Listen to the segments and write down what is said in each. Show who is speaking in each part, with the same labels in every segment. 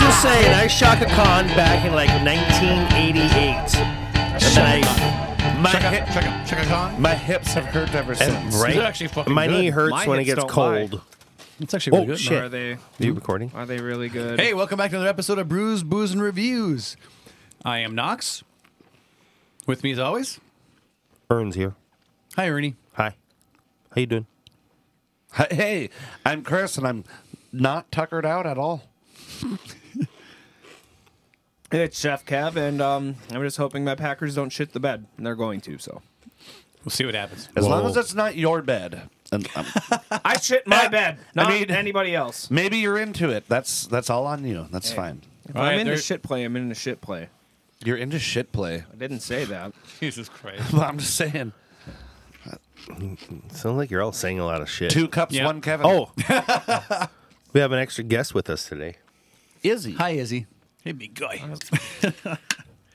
Speaker 1: just saying, I Shaka Khan back in like 1988, and then I my
Speaker 2: Check
Speaker 1: hip-
Speaker 2: out, check out, check out Khan.
Speaker 1: my hips have hurt ever since.
Speaker 2: These are actually fucking
Speaker 1: my knee
Speaker 2: good.
Speaker 1: hurts
Speaker 3: My
Speaker 1: when it
Speaker 3: hips
Speaker 1: gets
Speaker 3: don't lie.
Speaker 1: cold.
Speaker 3: It's actually
Speaker 1: Oh
Speaker 3: really good.
Speaker 1: shit!
Speaker 4: Are they?
Speaker 1: Are you recording?
Speaker 4: Are they really good?
Speaker 3: Hey, welcome back to another episode of Brews, Booze, and Reviews. I am Knox. With me as always,
Speaker 1: Ern's here.
Speaker 3: hi Ernie.
Speaker 1: Hi. How you doing?
Speaker 2: Hi- Hey, I'm Chris, and I'm not tuckered out at all.
Speaker 4: it's Chef Kev, and um, I'm just hoping my Packers don't shit the bed. And They're going to, so
Speaker 3: We'll see what happens.
Speaker 2: As long
Speaker 1: Whoa.
Speaker 2: as that's not your bed, and um,
Speaker 4: Eh, I shit my bed, not
Speaker 2: mean-
Speaker 4: anybody else.
Speaker 2: maybe you're into it. That's that's all on you. That's fine.
Speaker 4: If
Speaker 3: All
Speaker 4: I'm
Speaker 3: right,
Speaker 4: into
Speaker 3: there-
Speaker 4: shit play, I'm into shit play.
Speaker 2: You're into shit play.
Speaker 4: I didn't say that.
Speaker 3: Jesus Christ.
Speaker 2: I'm just saying.
Speaker 1: Sounds like you're all saying a lot of shit.
Speaker 2: Two cups,
Speaker 3: Yeah.
Speaker 2: one Kevin.
Speaker 1: Oh, we have an extra guest with us today.
Speaker 2: Izzy.
Speaker 3: Hi Izzy. Hey big guy.
Speaker 4: We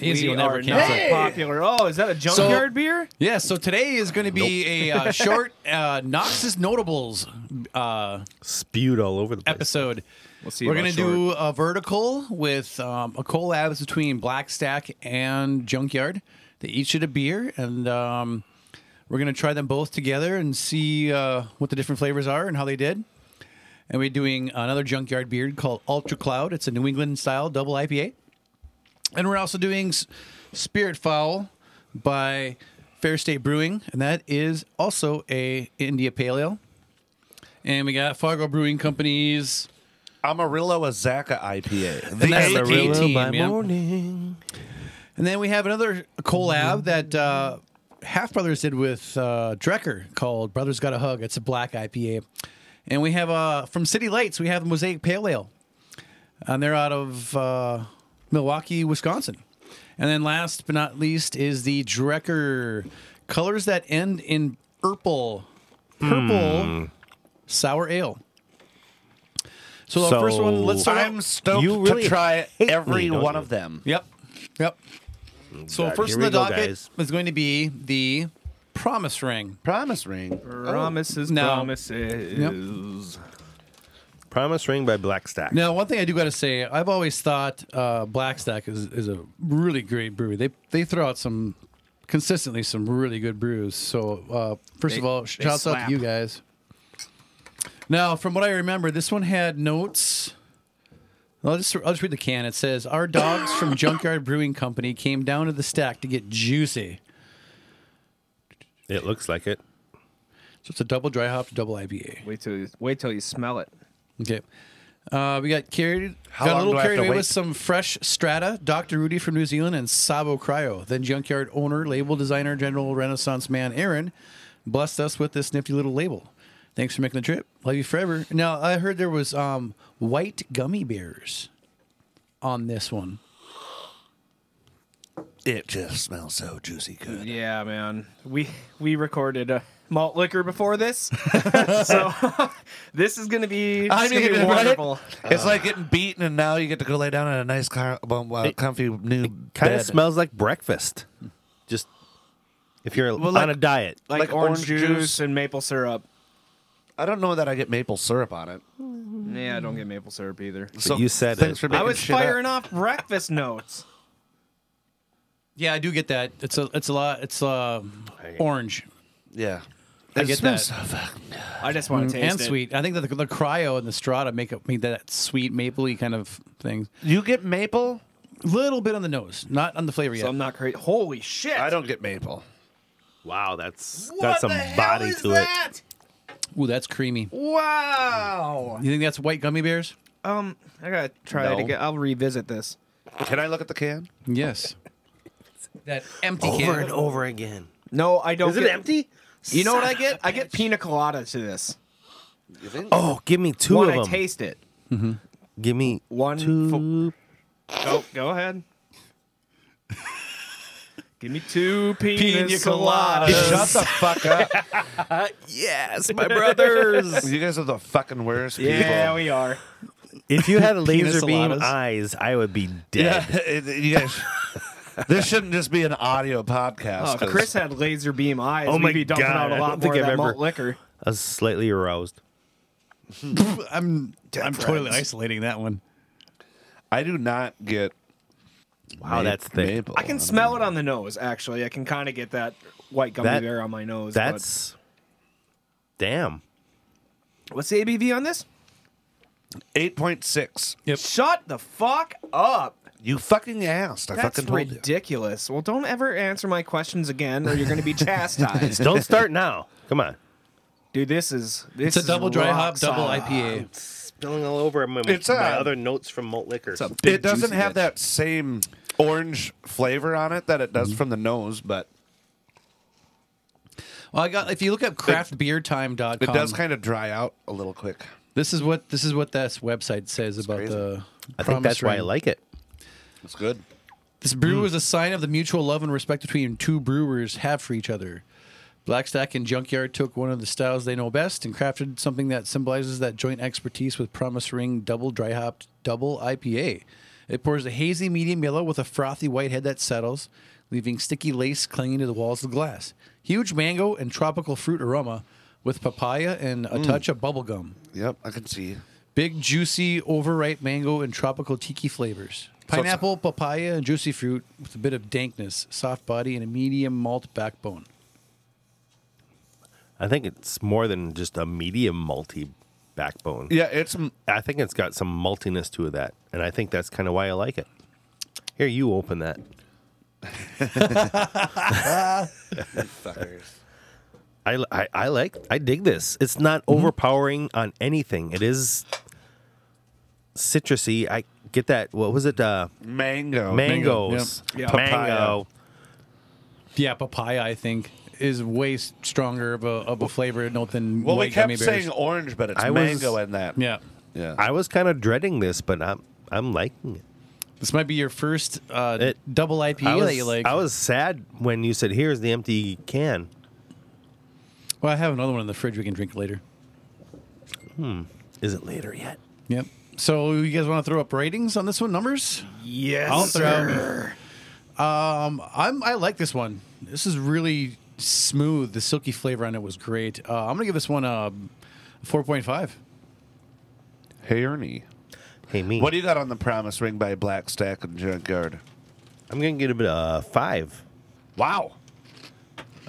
Speaker 3: Izzy will never
Speaker 4: are not
Speaker 3: cancel.
Speaker 4: popular. Oh, is that a junkyard beer?
Speaker 3: Yeah, so today is going to be a uh, short uh, Knox's Notables uh,
Speaker 1: Spewed all over the place.
Speaker 3: episode.
Speaker 4: We'll see
Speaker 3: We're
Speaker 4: about
Speaker 3: going to do a vertical with um, a collab between Black Stack and Junkyard. They each did a beer, and um, we're going to try them both together and see uh, what the different flavors are and how they did. And we're doing another Junkyard beer called Ultra Cloud. It's a New England style double IPA. And we're also doing S- Spirit Fowl by Fair State Brewing, and that is also a India Pale Ale. And we got Fargo Brewing Company's
Speaker 2: Amarillo Azaka IPA.
Speaker 3: And that's the
Speaker 2: AP.
Speaker 3: real-
Speaker 1: Amarillo by
Speaker 3: yeah.
Speaker 1: morning.
Speaker 3: And then we have another collab that uh, Half Brothers did with uh, Drecker called Brothers Got a Hug. It's a black IPA. And we have uh, from City Lights, we have Mosaic Pale Ale. And they're out of uh, Milwaukee, Wisconsin. And then last but not least is the Drecker colors that end in purple. Purple sour ale. So, the
Speaker 1: So-
Speaker 3: first one, let's start.
Speaker 2: I'm
Speaker 3: out-
Speaker 2: stoked
Speaker 1: You really
Speaker 2: to try
Speaker 1: hate me,
Speaker 2: every
Speaker 1: don't
Speaker 2: one
Speaker 1: you?
Speaker 2: of them.
Speaker 3: Yep. Yep. So
Speaker 1: God,
Speaker 3: first
Speaker 1: here
Speaker 3: in
Speaker 1: we
Speaker 3: the
Speaker 1: go,
Speaker 3: docket
Speaker 1: guys.
Speaker 3: is going to be the promise ring.
Speaker 2: Promise ring.
Speaker 4: Oh. Promises,
Speaker 3: No.
Speaker 4: promises.
Speaker 1: Promise Ring by Black Stack.
Speaker 3: Now, one thing I do got to say, I've always thought uh, Black Stack is, is a really great brewery. They they throw out some consistently some really good brews. So uh, first
Speaker 4: They-
Speaker 3: of all,
Speaker 4: they
Speaker 3: shouts out
Speaker 4: slap.
Speaker 3: to you guys. Now, from what I remember, this one had notes. I'll just I'll just read the can. It says our dogs from Junkyard Brewing Company came down to the stack to get juicy.
Speaker 1: It looks like it.
Speaker 3: So it's a double dry hop to double IPA.
Speaker 4: Wait till you, wait till you smell it.
Speaker 3: Okay. Uh, we got carried,
Speaker 2: How
Speaker 3: got a
Speaker 2: long do
Speaker 3: little
Speaker 2: I have
Speaker 3: carried
Speaker 2: to
Speaker 3: away
Speaker 2: wait?
Speaker 3: with some fresh strata. Dr. Rudy from New Zealand and Sabo Cryo, then junkyard owner, label designer, general renaissance man Aaron, blessed us with this nifty little label. Thanks for making the trip. Love you forever. Now I heard there was um, white gummy bears on this one.
Speaker 2: It just smells so juicy good.
Speaker 4: Yeah, man. We we recorded a malt liquor before this, so this is gonna be. This
Speaker 2: I
Speaker 4: is gonna
Speaker 2: mean,
Speaker 4: be
Speaker 2: right?
Speaker 4: wonderful.
Speaker 2: It's like getting beaten, and now you get to go lay down in a nice, car, um, uh, comfy new
Speaker 1: Kind
Speaker 2: bed.
Speaker 1: of smells like breakfast. Just if you're on
Speaker 2: like-
Speaker 1: a diet.
Speaker 4: like,
Speaker 2: Like
Speaker 4: orange,
Speaker 2: orange
Speaker 4: juice,
Speaker 2: juice.
Speaker 4: and maple syrup.
Speaker 2: I don't know that I get maple syrup on it.
Speaker 4: Yeah, I don't get maple syrup either.
Speaker 2: So
Speaker 1: you said
Speaker 2: thanks
Speaker 1: it.
Speaker 2: for
Speaker 4: I
Speaker 2: making
Speaker 4: was
Speaker 2: shit up.
Speaker 4: firing off breakfast notes.
Speaker 3: Yeah, I do get that. It's a it's a lot. It's uh, orange
Speaker 2: Yeah,
Speaker 3: I
Speaker 2: It
Speaker 3: get
Speaker 2: smells
Speaker 3: that.
Speaker 2: so fucking-
Speaker 4: I just
Speaker 1: Mm,
Speaker 4: want to taste
Speaker 3: Mm, and
Speaker 4: it.
Speaker 3: sweet. I think that the, the cryo and the strata make up make that sweet mapley kind of thing.
Speaker 2: You get maple?
Speaker 3: Little bit on the nose, not on the flavor yet.
Speaker 4: So I'm not crazy. Holy shit!
Speaker 2: I don't get maple.
Speaker 1: Wow, that's
Speaker 4: What
Speaker 1: got some
Speaker 4: the hell
Speaker 1: body
Speaker 4: is
Speaker 1: to it.
Speaker 4: that?
Speaker 3: Ooh, that's creamy.
Speaker 4: Wow.
Speaker 3: You think that's white gummy bears?
Speaker 4: Um, I gotta try
Speaker 2: No.
Speaker 4: it again. I'll revisit this.
Speaker 2: Can I look at the can?
Speaker 3: Yes. that empty
Speaker 1: Over
Speaker 3: can.
Speaker 1: and over again.
Speaker 4: No, I don't.
Speaker 1: Is it
Speaker 4: get-
Speaker 1: empty?
Speaker 4: You know what I get? I get pina colada to this.
Speaker 1: Oh, give me two
Speaker 4: One,
Speaker 1: of
Speaker 4: I
Speaker 1: them.
Speaker 4: taste it.
Speaker 1: give me
Speaker 4: One.
Speaker 1: two.
Speaker 4: fo- go, Oh, go ahead. Give me two pina,
Speaker 3: Pina
Speaker 4: Uh,
Speaker 3: coladas.
Speaker 2: Shut the fuck up!
Speaker 1: Yes, my brothers.
Speaker 2: you guys are the fucking worst people.
Speaker 4: Yeah, we are.
Speaker 1: if you had laser beam
Speaker 3: saladas.
Speaker 1: eyes, I would be
Speaker 2: Yeah,
Speaker 1: dead.
Speaker 2: you guys. this shouldn't just be an audio podcast.
Speaker 4: Oh, if
Speaker 2: 'cause-
Speaker 4: Chris had laser beam eyes.
Speaker 1: Oh my
Speaker 4: We'd be dumping
Speaker 1: God,
Speaker 4: out
Speaker 1: I
Speaker 4: a
Speaker 1: don't
Speaker 4: lot more
Speaker 1: think
Speaker 4: of
Speaker 1: I've
Speaker 4: that
Speaker 1: ever-
Speaker 4: malt liquor.
Speaker 1: I was slightly aroused.
Speaker 3: I'm I'm
Speaker 2: friends.
Speaker 3: totally isolating that one.
Speaker 2: I do not get. Wow,
Speaker 1: that's thick.
Speaker 2: Maple.
Speaker 4: I can smell it on the nose. Actually, I can kind of get that white gummy
Speaker 1: That-
Speaker 4: bear on my nose. but-
Speaker 1: That's damn.
Speaker 4: what's the ABV on this?
Speaker 2: eight point six.
Speaker 4: Shut the fuck up.
Speaker 2: You fucking asked. I
Speaker 4: That's
Speaker 2: fucking told you.
Speaker 4: ridiculous. Well, don't ever answer my questions again, or you're going to be chastised.
Speaker 1: Don't start now. Come on.
Speaker 4: Dude, this is this
Speaker 3: It's a
Speaker 4: is
Speaker 3: double dry
Speaker 4: rock
Speaker 3: hop, double
Speaker 4: solid.
Speaker 3: IPA.
Speaker 5: Spilling all over my,
Speaker 2: It's
Speaker 5: my
Speaker 2: a-
Speaker 5: other notes from malt liquor.
Speaker 4: It's a big
Speaker 2: It doesn't
Speaker 4: juicy
Speaker 2: have
Speaker 4: bitch.
Speaker 2: that same orange flavor on it that it
Speaker 4: Mm-hmm.
Speaker 2: does from the nose, but
Speaker 3: Well, I got if you look up craftbeertime.com,
Speaker 2: it does kind of dry out a little quick.
Speaker 3: this is what this is what this website says about
Speaker 2: crazy.
Speaker 3: the.
Speaker 1: I think that's why I like it.
Speaker 2: It's good.
Speaker 3: This brew is a sign of the mutual love and respect between two brewers have for each other. Blackstack and Junkyard took one of the styles they know best and crafted something that symbolizes that joint expertise with Promise Ring Double Dry Hopped Double IPA. It pours a hazy medium yellow with a frothy white head that settles, leaving sticky lace clinging to the walls of the glass. Huge mango and tropical fruit aroma with papaya and a touch of bubblegum.
Speaker 2: Yep, I can see.
Speaker 3: Big, juicy, overripe mango and tropical tiki flavors.
Speaker 2: it's-
Speaker 3: Pineapple, papaya, and juicy fruit with a bit of dankness, soft body, and a medium malt backbone.
Speaker 1: I think it's more than just a medium multi backbone.
Speaker 2: Yeah, it's m-
Speaker 1: I think it's got some maltiness to that, and I think that's kind of why I like it. Here, you open that. I, I, I like I dig this. It's not overpowering on anything. It is citrusy. I get that. What was it? Uh,
Speaker 2: Oh, mango.
Speaker 1: mangoes,
Speaker 4: yeah. Yeah.
Speaker 1: mango.
Speaker 3: Yeah, papaya, I think, is way s- stronger of a, of a flavor note than
Speaker 2: Well,
Speaker 3: white
Speaker 2: we kept
Speaker 3: gummy bears.
Speaker 2: saying orange, but it's
Speaker 1: I was-
Speaker 2: mango in that.
Speaker 3: yeah.
Speaker 2: yeah.
Speaker 1: I was kind of dreading this, but I'm I'm liking it.
Speaker 3: This might be your first uh,
Speaker 1: It-
Speaker 3: double IPA
Speaker 1: I was,
Speaker 3: that you like.
Speaker 1: I was sad when you said, "Here's the empty can."
Speaker 3: well, I have another one in the fridge we can drink later.
Speaker 1: Is it later yet?
Speaker 3: Yep. So, you guys want to throw up ratings on this one? Numbers?
Speaker 4: Yes,
Speaker 3: I'll
Speaker 4: sir.
Speaker 3: throw. Um, I'm I like this one. This is really smooth. The silky flavor on it was great. Uh, I'm gonna give this one a 4.5.
Speaker 2: Hey Ernie,
Speaker 1: Hey, me.
Speaker 2: what do you got on the promise ring by Black Stack and Junkyard?
Speaker 1: I'm gonna give it a five.
Speaker 2: Wow,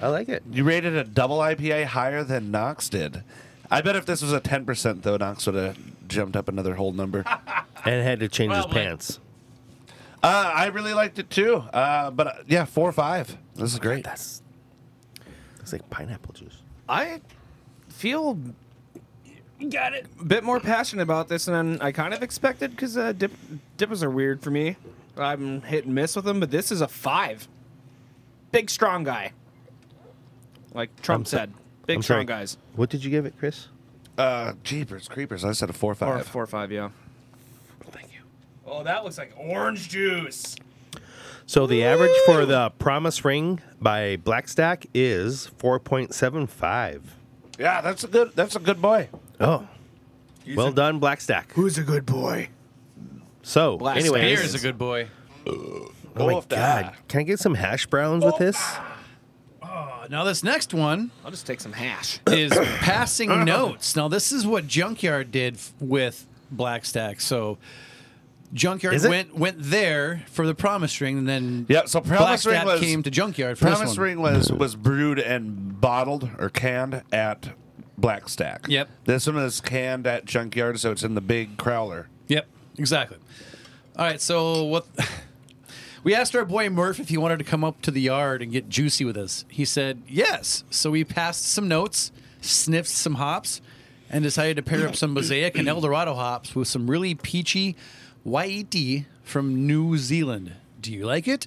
Speaker 1: I like it.
Speaker 2: you rated a double IPA higher than Knox did. I bet if this was a ten percent though, Knox would have jumped up another whole number.
Speaker 1: And had to change his
Speaker 3: Probably.
Speaker 1: pants.
Speaker 2: Uh, I really liked it too. Uh, but uh, yeah, four or five. This is great.
Speaker 1: That's it's like pineapple juice.
Speaker 4: I feel got it a bit more passionate about this than I kind of expected because uh, dip, dippers are weird for me. I'm hit and miss with them, but this is a five. Big strong guy, like Trump
Speaker 1: I'm so-
Speaker 4: said. Big
Speaker 1: I'm sorry.
Speaker 4: strong guys.
Speaker 1: What did you give it, Chris?
Speaker 2: Uh, jeepers creepers. I said a four or
Speaker 4: Four,
Speaker 2: five.
Speaker 4: four or five, yeah.
Speaker 1: Thank you.
Speaker 4: Oh, that looks like orange juice.
Speaker 1: So the average for the Promise Ring by Blackstack is four point seven five.
Speaker 2: Yeah, that's a good. That's a good boy.
Speaker 1: Oh, well done, Blackstack.
Speaker 4: Who's a good boy?
Speaker 1: So,
Speaker 4: Blackstack.
Speaker 1: anyways,
Speaker 4: Beer is a
Speaker 3: good boy.
Speaker 1: oh my
Speaker 2: Wolf da.
Speaker 1: god, can I get some hash browns with this?
Speaker 3: now this next one
Speaker 4: I'll just take some hash.
Speaker 3: is passing notes. Now this is what Junkyard did f- with Blackstack. So Junkyard
Speaker 1: Is it?
Speaker 3: went went there for the promise ring, and then
Speaker 2: Yeah, so Promise Ring
Speaker 3: Blackstack
Speaker 2: was-
Speaker 3: came to Junkyard. For this
Speaker 2: Promise
Speaker 3: one.
Speaker 2: Ring was was brewed and bottled or canned at Black Stack.
Speaker 3: Yep.
Speaker 2: This one is canned at Junkyard, so it's in the big crowler.
Speaker 3: Yep, exactly. All right, so what? We asked our boy Murph if he wanted to come up to the yard and get juicy with us. He said yes. So we passed some notes, sniffed some hops, and decided to pair up some Mosaic and Eldorado hops with some really peachy Waiti from New Zealand. Do you like it?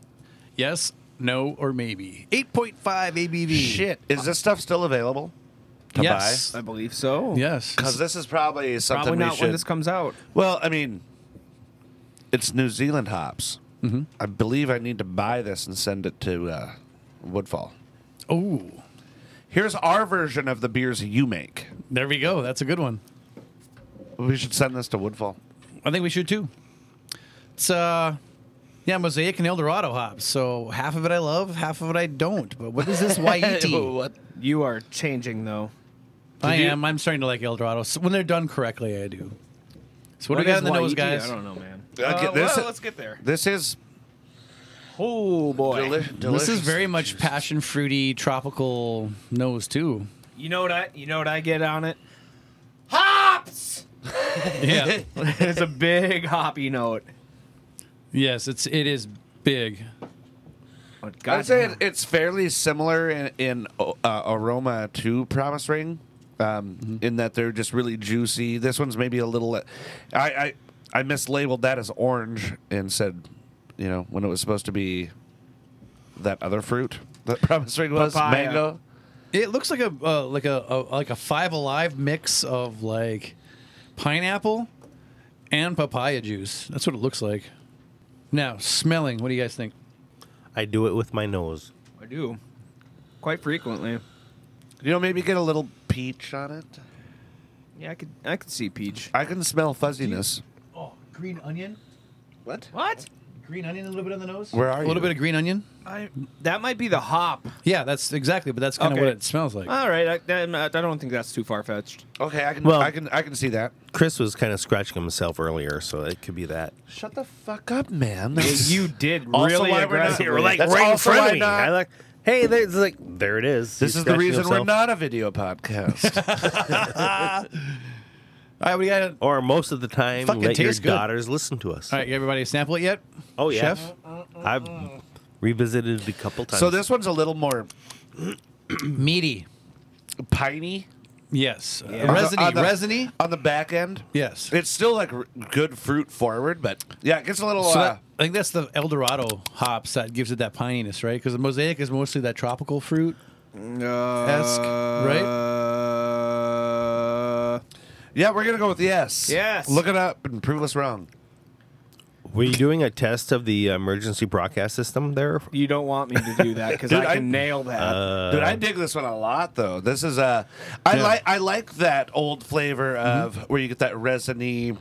Speaker 3: Yes, no, or maybe. 8.5 ABV.
Speaker 2: Shit, is this stuff still available to
Speaker 3: Yes.
Speaker 2: buy?
Speaker 4: I believe so.
Speaker 3: Yes.
Speaker 2: Because this is probably something
Speaker 4: Probably
Speaker 2: we
Speaker 4: not
Speaker 2: should.
Speaker 4: when this comes out.
Speaker 2: well, I mean, it's New Zealand hops. Mm-hmm. I believe I need to buy this and send it to uh, Woodfall.
Speaker 3: Oh,
Speaker 2: Here's our version of the beers you make.
Speaker 3: there we go. That's a good one.
Speaker 2: We should send this to Woodfall.
Speaker 3: I think we should too. It's uh, yeah, mosaic and Eldorado hops. So half of it I love, half of it I don't. But what is this Waiti?
Speaker 2: What?
Speaker 4: You are changing though.
Speaker 3: I am. I'm starting to like Eldorado so when they're done correctly. I do. So what, do we got in the
Speaker 4: is
Speaker 3: nose,
Speaker 4: YET?
Speaker 3: guys?
Speaker 4: E I don't know, man.
Speaker 2: I get-
Speaker 4: Uh,
Speaker 2: this,
Speaker 4: well, let's get there.
Speaker 2: this is
Speaker 4: Oh boy.
Speaker 2: deli- delicious.
Speaker 3: This is very much passion fruity tropical nose too.
Speaker 4: You know what I? You know what I get on it? Hops.
Speaker 3: Yeah.
Speaker 4: it's a big hoppy note.
Speaker 3: yes, it's it is big.
Speaker 4: But
Speaker 2: I'd say
Speaker 4: Oh, goddamn.
Speaker 2: it, it's fairly similar in, in uh, aroma to Promise Ring, um, in that they're just really juicy. This one's maybe a little. I, I I mislabeled that as orange and said, you know, when it was supposed to be that other fruit that Promise Ring was
Speaker 4: Papaya.
Speaker 2: mango.
Speaker 3: It looks like a uh, like a, a like a five alive mix of like pineapple and papaya juice. That's what it looks like. Now, smelling, what do you guys think?
Speaker 1: I do it with my nose.
Speaker 4: I do quite frequently.
Speaker 2: You know, maybe get a little peach on it.
Speaker 4: Yeah, I could. I could see peach.
Speaker 2: I can smell fuzziness.
Speaker 3: Oh, green onion.
Speaker 2: What?
Speaker 4: What?
Speaker 3: Green onion a little bit on the nose.
Speaker 2: Where are
Speaker 3: a
Speaker 2: you?
Speaker 3: little bit of green onion.
Speaker 4: I, that might be the hop.
Speaker 3: Yeah, that's exactly, but that's kind of
Speaker 4: Okay.
Speaker 3: what it smells like.
Speaker 4: All right. I, that- I don't think that's too far fetched.
Speaker 2: Okay, I can.
Speaker 1: Well-
Speaker 2: I can. I can see that.
Speaker 1: Chris was kind of scratching himself earlier, so it could be that.
Speaker 2: Shut the fuck up, man.
Speaker 4: you did
Speaker 2: Also
Speaker 4: really
Speaker 2: why we're not
Speaker 4: aggressively.
Speaker 2: here, like-
Speaker 1: That's
Speaker 2: right in
Speaker 1: all
Speaker 2: front of
Speaker 1: friendly.
Speaker 2: me.
Speaker 1: I like. Hey, there's like there it is.
Speaker 2: This
Speaker 1: He's
Speaker 2: is the
Speaker 1: scratching
Speaker 2: reason we're
Speaker 1: himself.
Speaker 2: not a video podcast.
Speaker 3: All right, we got. All
Speaker 1: Or most of the time,
Speaker 3: Fucking
Speaker 1: let your
Speaker 3: tastes good.
Speaker 1: daughters listen to us.
Speaker 3: right, everybody, sample it yet?
Speaker 1: Oh yeah,
Speaker 3: Chef.
Speaker 1: I've revisited it a couple times.
Speaker 2: so this one's a little more
Speaker 3: Mm. Meaty.
Speaker 2: piney
Speaker 3: Yes. Uh,
Speaker 4: Yeah.
Speaker 3: Resiny.
Speaker 2: On the-
Speaker 3: resiny.
Speaker 2: on the back end.
Speaker 3: Yes.
Speaker 2: It's still like r- good fruit forward, but yeah, it gets a little.
Speaker 3: So
Speaker 2: uh,
Speaker 3: that, I think that's the Eldorado hops that gives it that pininess, right? Because the mosaic is mostly that tropical fruit.
Speaker 4: Esque, right? Uh,
Speaker 2: yeah, we're gonna go with yes.
Speaker 4: Yes.
Speaker 2: Look it up and prove us wrong.
Speaker 1: were you doing a test of the uh, emergency broadcast system there?
Speaker 4: you don't want me to do that because
Speaker 2: Dude,
Speaker 4: I can
Speaker 2: I-
Speaker 4: nail that.
Speaker 3: Uh,
Speaker 2: Dude, I dig this one a lot though. This is uh, I like I like that old flavor
Speaker 3: Mm-hmm.
Speaker 2: of where you get that resiny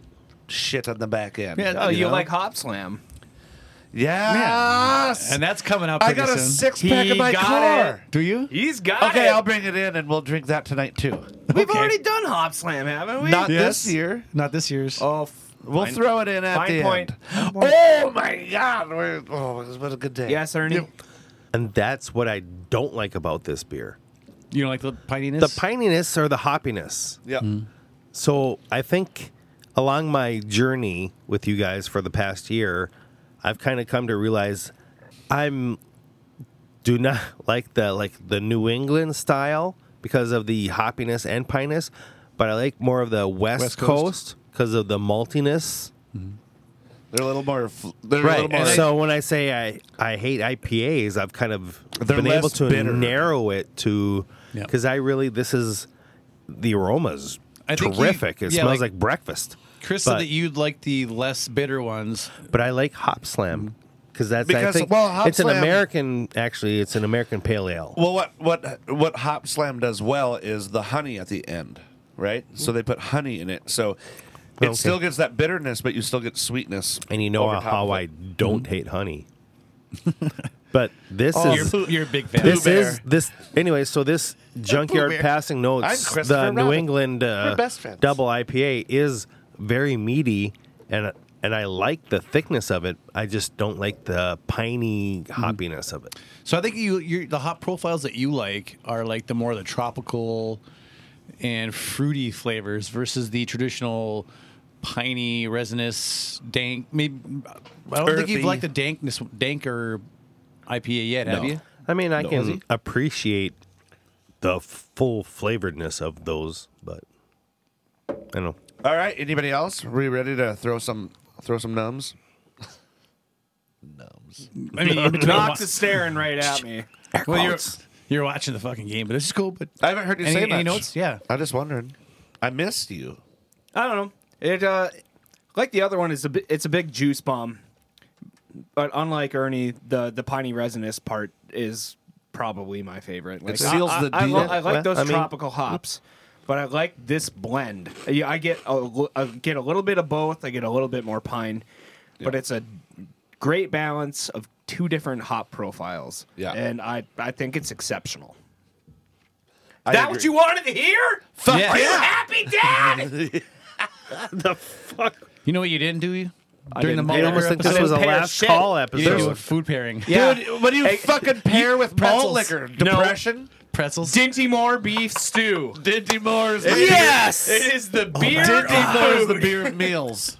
Speaker 2: shit on the back end.
Speaker 3: Yeah,
Speaker 4: oh, you
Speaker 2: know?
Speaker 4: like Hop Slam?
Speaker 2: Yes.
Speaker 3: And that's coming out
Speaker 2: I
Speaker 3: pretty
Speaker 2: got a
Speaker 3: soon.
Speaker 2: six
Speaker 4: He
Speaker 2: pack of my
Speaker 4: got
Speaker 2: core.
Speaker 3: Do you?
Speaker 4: He's got
Speaker 2: Okay,
Speaker 4: it.
Speaker 2: I'll bring it in and we'll drink that tonight too.
Speaker 4: We've already done Hop Slam, haven't we?
Speaker 2: Not
Speaker 3: Yes.
Speaker 2: this year.
Speaker 3: Not this year's.
Speaker 4: oh, f-
Speaker 2: We'll
Speaker 4: fine.
Speaker 2: throw it in at
Speaker 4: Fine
Speaker 2: the
Speaker 4: point.
Speaker 2: end. Oh my God! We're, oh, it was what a good day.
Speaker 4: Yes, Ernie.
Speaker 1: And that's what I don't like about this beer.
Speaker 3: You don't like the pininess?
Speaker 1: The pininess or the hoppiness.
Speaker 2: Yeah.
Speaker 1: So I think along my journey with you guys for the past year, I've kind of come to realize I'm do not like the like the New England style because of the hoppiness and pineness, but I like more of the West,
Speaker 3: West Coast.
Speaker 1: Coast because of the maltiness.
Speaker 2: They're a little more. fl- They're a
Speaker 1: Right.
Speaker 2: little more.
Speaker 1: And so when I say I, I hate IPAs, I've kind of
Speaker 2: They're
Speaker 1: been able
Speaker 2: less
Speaker 1: to
Speaker 2: bitter.
Speaker 1: narrow it to
Speaker 3: Yeah.
Speaker 1: because I really this is the aromas
Speaker 3: I think you-
Speaker 1: terrific. it
Speaker 3: yeah,
Speaker 1: smells
Speaker 3: like-
Speaker 1: like, breakfast.
Speaker 3: Chris
Speaker 1: but-
Speaker 3: said that you'd like the less bitter ones.
Speaker 1: But I like Hop Slam because that's
Speaker 2: Because,
Speaker 1: I think
Speaker 2: well, Hop
Speaker 1: it's an
Speaker 2: Slam-
Speaker 1: American actually it's an American pale ale.
Speaker 2: well, what what what Hop Slam does well is the honey at the end, right? So they put honey in it, so it
Speaker 1: Okay.
Speaker 2: still gets that bitterness, but you still get sweetness.
Speaker 1: and you know
Speaker 2: over top
Speaker 1: how
Speaker 2: of
Speaker 1: I
Speaker 2: it. Mm-hmm.
Speaker 1: don't hate honey. but this
Speaker 2: Oh,
Speaker 1: is
Speaker 3: You're, you're a big fan.
Speaker 1: this
Speaker 2: Bear.
Speaker 1: is this anyway. So this junkyard
Speaker 2: Bear.
Speaker 1: passing
Speaker 2: I'm
Speaker 1: notes,
Speaker 2: Christopher
Speaker 1: the New
Speaker 2: Robin.
Speaker 1: England uh,
Speaker 2: We're best friends.
Speaker 1: double IPA is very meaty, and and I like the thickness of it. I just don't like the piney hoppiness of it.
Speaker 3: So I think you, you the hop profiles that you like are like the more the tropical and fruity flavors versus the traditional piney, resinous, dank. Maybe I don't think you've
Speaker 2: Earthy.
Speaker 3: liked the dankness, danker IPA yet, have
Speaker 2: No.
Speaker 3: you?
Speaker 1: I mean, I can
Speaker 2: Ozzy?
Speaker 1: appreciate the full flavoredness of those, but I don't know.
Speaker 2: All right. Anybody else? Are we ready to throw some throw some numbs? numbs.
Speaker 3: I mean, you're,
Speaker 4: Knox is staring right at me.
Speaker 3: well, you're,
Speaker 1: quotes.
Speaker 3: you're watching the fucking game, but it's just cool. But
Speaker 2: I haven't heard you
Speaker 3: any,
Speaker 2: say
Speaker 3: any
Speaker 2: much.
Speaker 3: notes? Yeah.
Speaker 2: I'm just wondering. I missed you.
Speaker 4: I don't know. It uh, like the other one is a bi- it's a big juice bomb, but unlike Ernie, the the piney resinous part is probably my favorite. Like,
Speaker 2: seals
Speaker 4: I,
Speaker 2: the
Speaker 4: I, I,
Speaker 2: deal.
Speaker 4: lo- I like
Speaker 1: Well,
Speaker 4: those
Speaker 1: I mean-
Speaker 4: tropical hops, but I like this blend. Yeah, I get a, li- I get a little bit of both. I get a little bit more pine, but it's a great balance of two different hop profiles.
Speaker 2: Yeah.
Speaker 4: and I I think it's exceptional.
Speaker 2: I
Speaker 4: that
Speaker 2: agree.
Speaker 4: what you wanted to hear?
Speaker 3: Fuck
Speaker 4: You happy dad?
Speaker 3: You know what you didn't do? during the
Speaker 4: didn't-
Speaker 3: malt
Speaker 4: I
Speaker 1: I
Speaker 3: liquor
Speaker 1: almost think this
Speaker 3: episode,
Speaker 1: was a
Speaker 4: Pair
Speaker 1: last
Speaker 4: shit.
Speaker 1: call
Speaker 3: you do
Speaker 1: episode.
Speaker 3: a food pairing.
Speaker 4: Yeah.
Speaker 2: Dude, what do you
Speaker 4: Hey,
Speaker 2: fucking pair with
Speaker 4: pretzels.
Speaker 2: malt liquor?
Speaker 4: No.
Speaker 2: Depression?
Speaker 3: Pretzels.
Speaker 4: Dinty Moore beef stew.
Speaker 2: Dinty Moore's the
Speaker 4: Yes, Oh, it is the beer.
Speaker 2: Dinty
Speaker 4: of
Speaker 2: Moore's the
Speaker 4: food.
Speaker 2: beer of meals.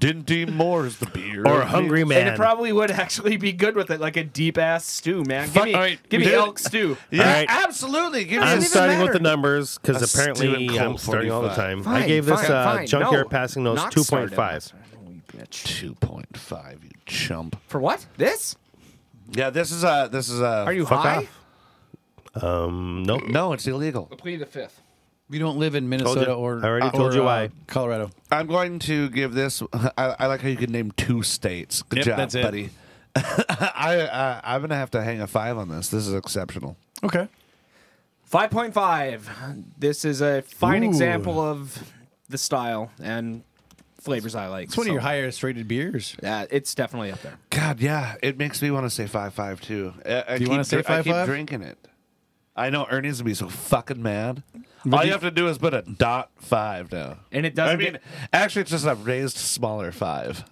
Speaker 2: Dinty Moore's the beer.
Speaker 1: Or
Speaker 2: of
Speaker 1: hungry
Speaker 2: meals.
Speaker 1: man.
Speaker 4: And it probably would actually be good with it, like a deep ass stew, man. Give
Speaker 2: Fuck,
Speaker 4: me,
Speaker 2: all right,
Speaker 4: give me
Speaker 2: dude.
Speaker 4: elk stew.
Speaker 2: Yeah,
Speaker 1: All right.
Speaker 2: absolutely. Give me
Speaker 1: I'm
Speaker 2: this-
Speaker 1: starting with
Speaker 2: matter.
Speaker 1: the numbers
Speaker 2: A
Speaker 1: because
Speaker 2: stew and
Speaker 1: apparently I'm
Speaker 2: Colt
Speaker 1: starting all the
Speaker 2: 45.
Speaker 1: time. I
Speaker 4: Fine,
Speaker 1: gave this
Speaker 4: fine,
Speaker 1: uh,
Speaker 4: fine.
Speaker 1: junkyard
Speaker 4: No,
Speaker 1: passing those
Speaker 4: not
Speaker 1: 2.5.
Speaker 2: Two point five, you chump.
Speaker 4: For what? This?
Speaker 2: Yeah, this is a this is a.
Speaker 4: Are you
Speaker 1: Fuck
Speaker 4: high?
Speaker 1: off. Um, nope.
Speaker 2: No, it's illegal.
Speaker 4: Plead the fifth.
Speaker 3: We don't live in Minnesota
Speaker 1: you.
Speaker 3: or
Speaker 1: I already
Speaker 3: or,
Speaker 1: told you
Speaker 3: uh,
Speaker 1: why.
Speaker 3: Colorado.
Speaker 2: I'm going to give this. I, I like how you can name two states. Good
Speaker 3: Yep,
Speaker 2: job,
Speaker 3: that's it.
Speaker 2: buddy. I, I I'm gonna have to hang a five on this. This is exceptional.
Speaker 3: Okay.
Speaker 4: Five point five. This is a fine
Speaker 3: Ooh.
Speaker 4: example of the style and flavors I like.
Speaker 3: It's one
Speaker 4: so-
Speaker 3: of your highest rated beers.
Speaker 4: Yeah, it's definitely up there.
Speaker 2: God, yeah, it makes me want to say five five too. I, I
Speaker 3: Do you
Speaker 2: keep
Speaker 3: wanna say
Speaker 2: dr- I keep
Speaker 3: 5.5?
Speaker 2: drinking it. I know Ernie's gonna be so fucking mad. All you have to do is put a dot five now.
Speaker 4: And it
Speaker 2: I
Speaker 4: doesn't
Speaker 2: mean,
Speaker 4: get-
Speaker 2: actually, it's just a raised smaller five.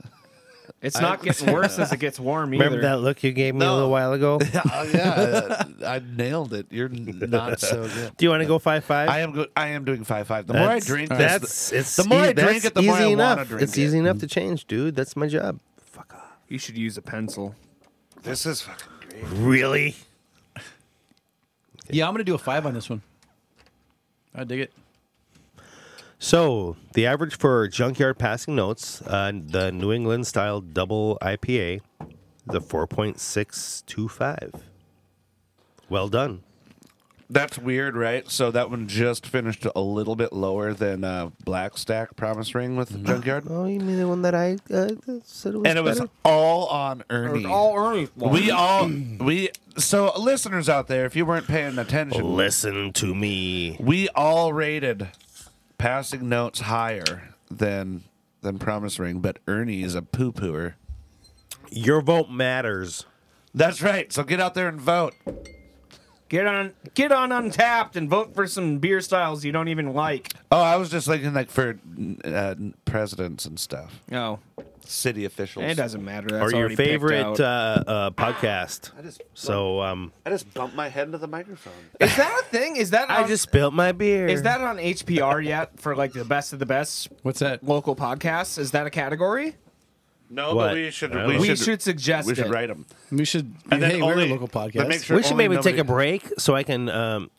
Speaker 4: It's not getting worse as it gets warm either.
Speaker 1: Remember that look you gave me a
Speaker 2: No.
Speaker 1: little while ago?
Speaker 2: oh, yeah, I nailed it. You're not so good.
Speaker 1: Do you want to go 5 5?
Speaker 2: I am good. I am doing five five. The more I
Speaker 1: That's-
Speaker 2: drink, this,
Speaker 1: that's it's
Speaker 2: the more I
Speaker 1: ea-
Speaker 2: drink
Speaker 1: that's
Speaker 2: it, the more
Speaker 1: easy
Speaker 2: I want to
Speaker 1: enough.
Speaker 2: drink
Speaker 1: It's
Speaker 2: it.
Speaker 1: easy enough to change, dude. That's my job. Fuck off.
Speaker 4: You should use a pencil.
Speaker 2: This is fucking great.
Speaker 1: Really?
Speaker 3: Yeah, I'm gonna do a five on this one. I dig it.
Speaker 1: So the average for junkyard passing notes, uh, the New England style double IPA, is a four point six two five. Well done.
Speaker 2: That's weird, right? So that one just finished a little bit lower than uh, Black Stack Promise Ring with Junkyard,
Speaker 1: Oh, you mean the one that I uh, said it was?
Speaker 2: and it was all on Ernie.
Speaker 3: Oh,
Speaker 4: Ernie.
Speaker 2: we all we so listeners out there, if you weren't paying attention,
Speaker 1: Listen to me.
Speaker 2: we all rated passing notes higher than than Promise Ring, but Ernie is a poo pooer.
Speaker 1: Your vote matters.
Speaker 2: That's right. So get out there and vote.
Speaker 4: Get on, get on Untapped and vote for some beer styles you don't even like.
Speaker 2: Oh, I was just thinking like for uh, presidents and stuff,
Speaker 4: No,
Speaker 2: city officials.
Speaker 4: it doesn't matter. That's
Speaker 1: or your
Speaker 4: already picked
Speaker 1: favorite
Speaker 4: out.
Speaker 1: uh, uh, podcast.
Speaker 2: just-
Speaker 1: So um,
Speaker 2: I just bumped my head into the microphone.
Speaker 4: is that a thing? Is that on,
Speaker 1: I just spilled my beer.
Speaker 4: is that on HPR yet for like the best of the best
Speaker 3: What's that?
Speaker 4: local podcasts? Is that a category?
Speaker 2: No,
Speaker 1: What?
Speaker 2: but we should
Speaker 1: I don't
Speaker 2: we,
Speaker 1: know.
Speaker 4: We
Speaker 2: should,
Speaker 4: should suggest
Speaker 2: we should
Speaker 4: it.
Speaker 2: write them.
Speaker 3: We should.
Speaker 2: And then
Speaker 3: hey, we're
Speaker 2: only-
Speaker 3: a local
Speaker 2: but
Speaker 3: podcast.
Speaker 2: make sure-
Speaker 1: we should
Speaker 2: only
Speaker 1: maybe
Speaker 2: nobody-
Speaker 1: take a break so I can um,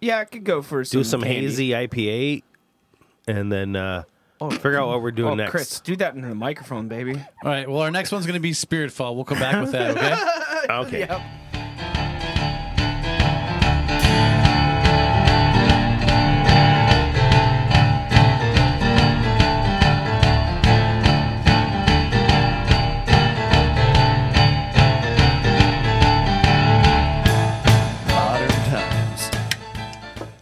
Speaker 4: Yeah, I could go for some
Speaker 1: do some
Speaker 4: candy.
Speaker 1: hazy IPA, and then uh, figure out what we're doing
Speaker 4: Oh,
Speaker 1: next.
Speaker 4: Chris, do that into the microphone, baby.
Speaker 3: All right. Well, our next one's gonna be Spirit Fall. We'll come back with that. Okay.
Speaker 1: Okay.
Speaker 2: Modern times,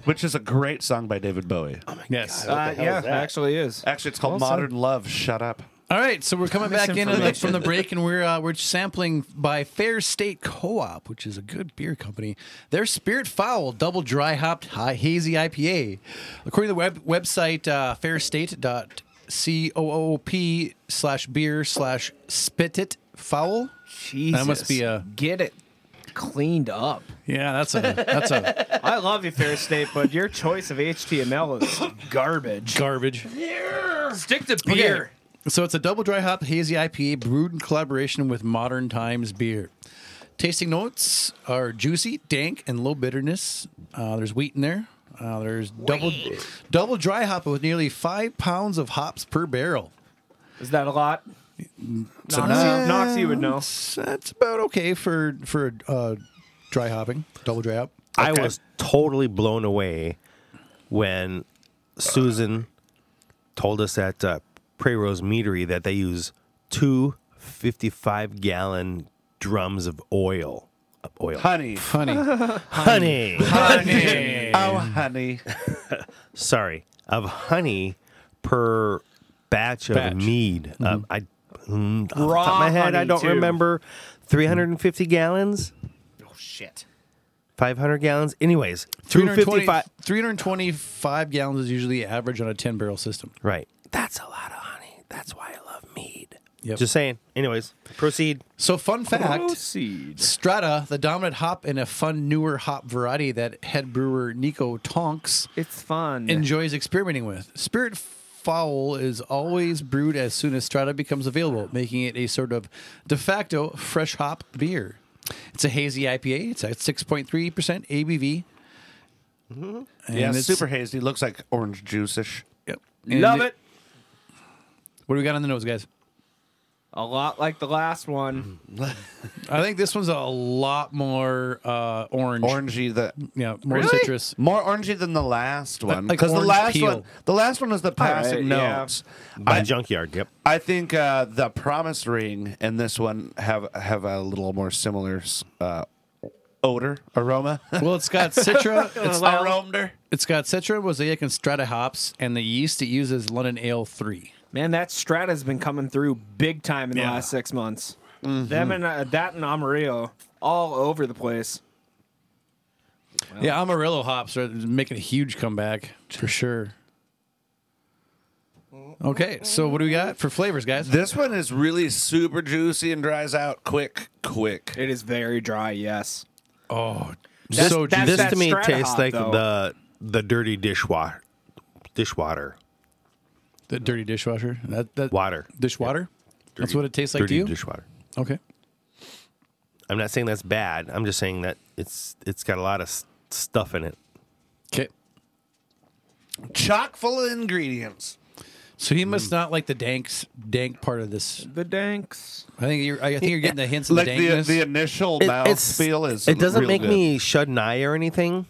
Speaker 2: which is a great song by David Bowie.
Speaker 3: yes.
Speaker 4: Uh, yeah, it actually is.
Speaker 2: Actually, it's called
Speaker 4: Awesome.
Speaker 2: Modern Love. Shut up.
Speaker 3: All right, so we're coming back in on the,
Speaker 4: Misinformation.
Speaker 3: from the break, and we're uh, we're sampling by Fair State Co-op, which is a good beer company. Their Spirit Foul Double Dry Hopped High Hazy IPA, according to the web, website uh, fairstate.coop slash beer slash spit it foul.
Speaker 4: Jesus,
Speaker 3: must be a-
Speaker 4: get it cleaned up.
Speaker 3: Yeah, that's a that's a
Speaker 4: I love you, Fair State, but your choice of HTML is garbage.
Speaker 3: garbage.
Speaker 4: Stick to
Speaker 3: Okay. So it's a double dry hop hazy IPA brewed in collaboration with Modern Times beer. Tasting notes are juicy, dank, and low bitterness. Uh, there's wheat in there. Uh, there's double double dry hop with nearly five pounds of hops per barrel.
Speaker 4: Is that a lot?
Speaker 3: So
Speaker 4: Noxie,
Speaker 3: now-
Speaker 4: Noxie would know.
Speaker 3: That's, that's about okay for for uh, dry hopping, double dry hop.
Speaker 1: I was totally blown away when Susan told us at uh, Prairie Rose Meadery that they use two 55 gallon drums of oil. Of oil.
Speaker 2: Honey,
Speaker 3: Funny.
Speaker 1: honey.
Speaker 2: honey, oh honey.
Speaker 1: Sorry. Of honey per batch of
Speaker 3: Batch.
Speaker 1: mead. Uh, I, mm, off the
Speaker 4: Mm-hmm. Raw
Speaker 1: top of my head, I
Speaker 4: honey,
Speaker 1: don't
Speaker 4: too.
Speaker 1: remember. 350 gallons?
Speaker 4: Oh shit.
Speaker 1: 500 gallons? Anyways,
Speaker 3: 320
Speaker 1: 255.
Speaker 3: 325 gallons is usually average on a 10 barrel system.
Speaker 1: Right. That's a lot of honey. That's why I love mead.
Speaker 3: Yep.
Speaker 1: Just saying. Anyways, proceed.
Speaker 3: So, fun fact
Speaker 4: Proceed.
Speaker 3: Strata, the dominant hop in a fun, newer hop variety that head brewer Nico Tonks
Speaker 4: It's fun.
Speaker 3: enjoys experimenting with. Spirit Fowl is always brewed as soon as Strata becomes available, making it a sort of de facto fresh hop beer. It's a hazy IPA. It's at 6.3% ABV. And
Speaker 2: yeah,
Speaker 3: it's-
Speaker 2: super hazy. Looks like orange juice ish.
Speaker 3: Yep. And
Speaker 4: Love it.
Speaker 3: What do we got on the nose, guys?
Speaker 4: A lot like the last
Speaker 1: Mm-hmm.
Speaker 4: one.
Speaker 3: I think this one's a lot more uh, orange.
Speaker 2: Orangey, the
Speaker 3: Yeah, more
Speaker 4: Really?
Speaker 3: citrus.
Speaker 2: more orangey than the last one
Speaker 3: like
Speaker 2: because the
Speaker 3: orange
Speaker 2: last
Speaker 3: peel.
Speaker 2: one, the last one was the passing
Speaker 4: Alright, yeah.
Speaker 2: notes.
Speaker 1: By junkyard. Yep.
Speaker 2: I think uh, the promise ring and this one have have a little more similar uh, odor aroma.
Speaker 3: Well, it's got citra. it's,
Speaker 2: Aroma.
Speaker 3: it's got citra, mosaic, and strata hops, and the yeast it uses London Ale three.
Speaker 4: Man, that Strata's been coming through big time in the
Speaker 3: Yeah. Mm-hmm.
Speaker 4: last six months. Them and uh, that and Amarillo all over the place.
Speaker 3: Yeah, Amarillo hops are making a huge comeback for sure. Okay, so what do we got for flavors, guys?
Speaker 2: This one is really super juicy and dries out quick, quick.
Speaker 4: It is very dry. Yes.
Speaker 3: oh,
Speaker 4: That's-
Speaker 3: so
Speaker 4: that's-
Speaker 3: juicy.
Speaker 1: this to me
Speaker 4: Strata
Speaker 1: tastes
Speaker 4: hop,
Speaker 1: like
Speaker 4: though.
Speaker 1: the the dirty dishwater, dishwater,
Speaker 3: the dirty dishwasher. That, that
Speaker 1: water,
Speaker 3: dishwater. That's
Speaker 1: Dirty-
Speaker 3: what it tastes like to
Speaker 1: dirty
Speaker 3: you.
Speaker 1: dishwater.
Speaker 3: okay.
Speaker 1: I'm not saying that's bad. I'm just saying that it's it's got a lot of s- stuff in it.
Speaker 3: Okay.
Speaker 2: Chock full of ingredients.
Speaker 3: So he must not like the dank dank part of this.
Speaker 4: The Danks.
Speaker 3: I think you're. I think you're getting the hints of
Speaker 2: Like
Speaker 3: the
Speaker 2: the,
Speaker 3: dankness.
Speaker 2: the initial
Speaker 1: It-
Speaker 2: mouth feel is.
Speaker 1: It doesn't
Speaker 2: real
Speaker 1: make
Speaker 2: good.
Speaker 1: me shut an eye or anything.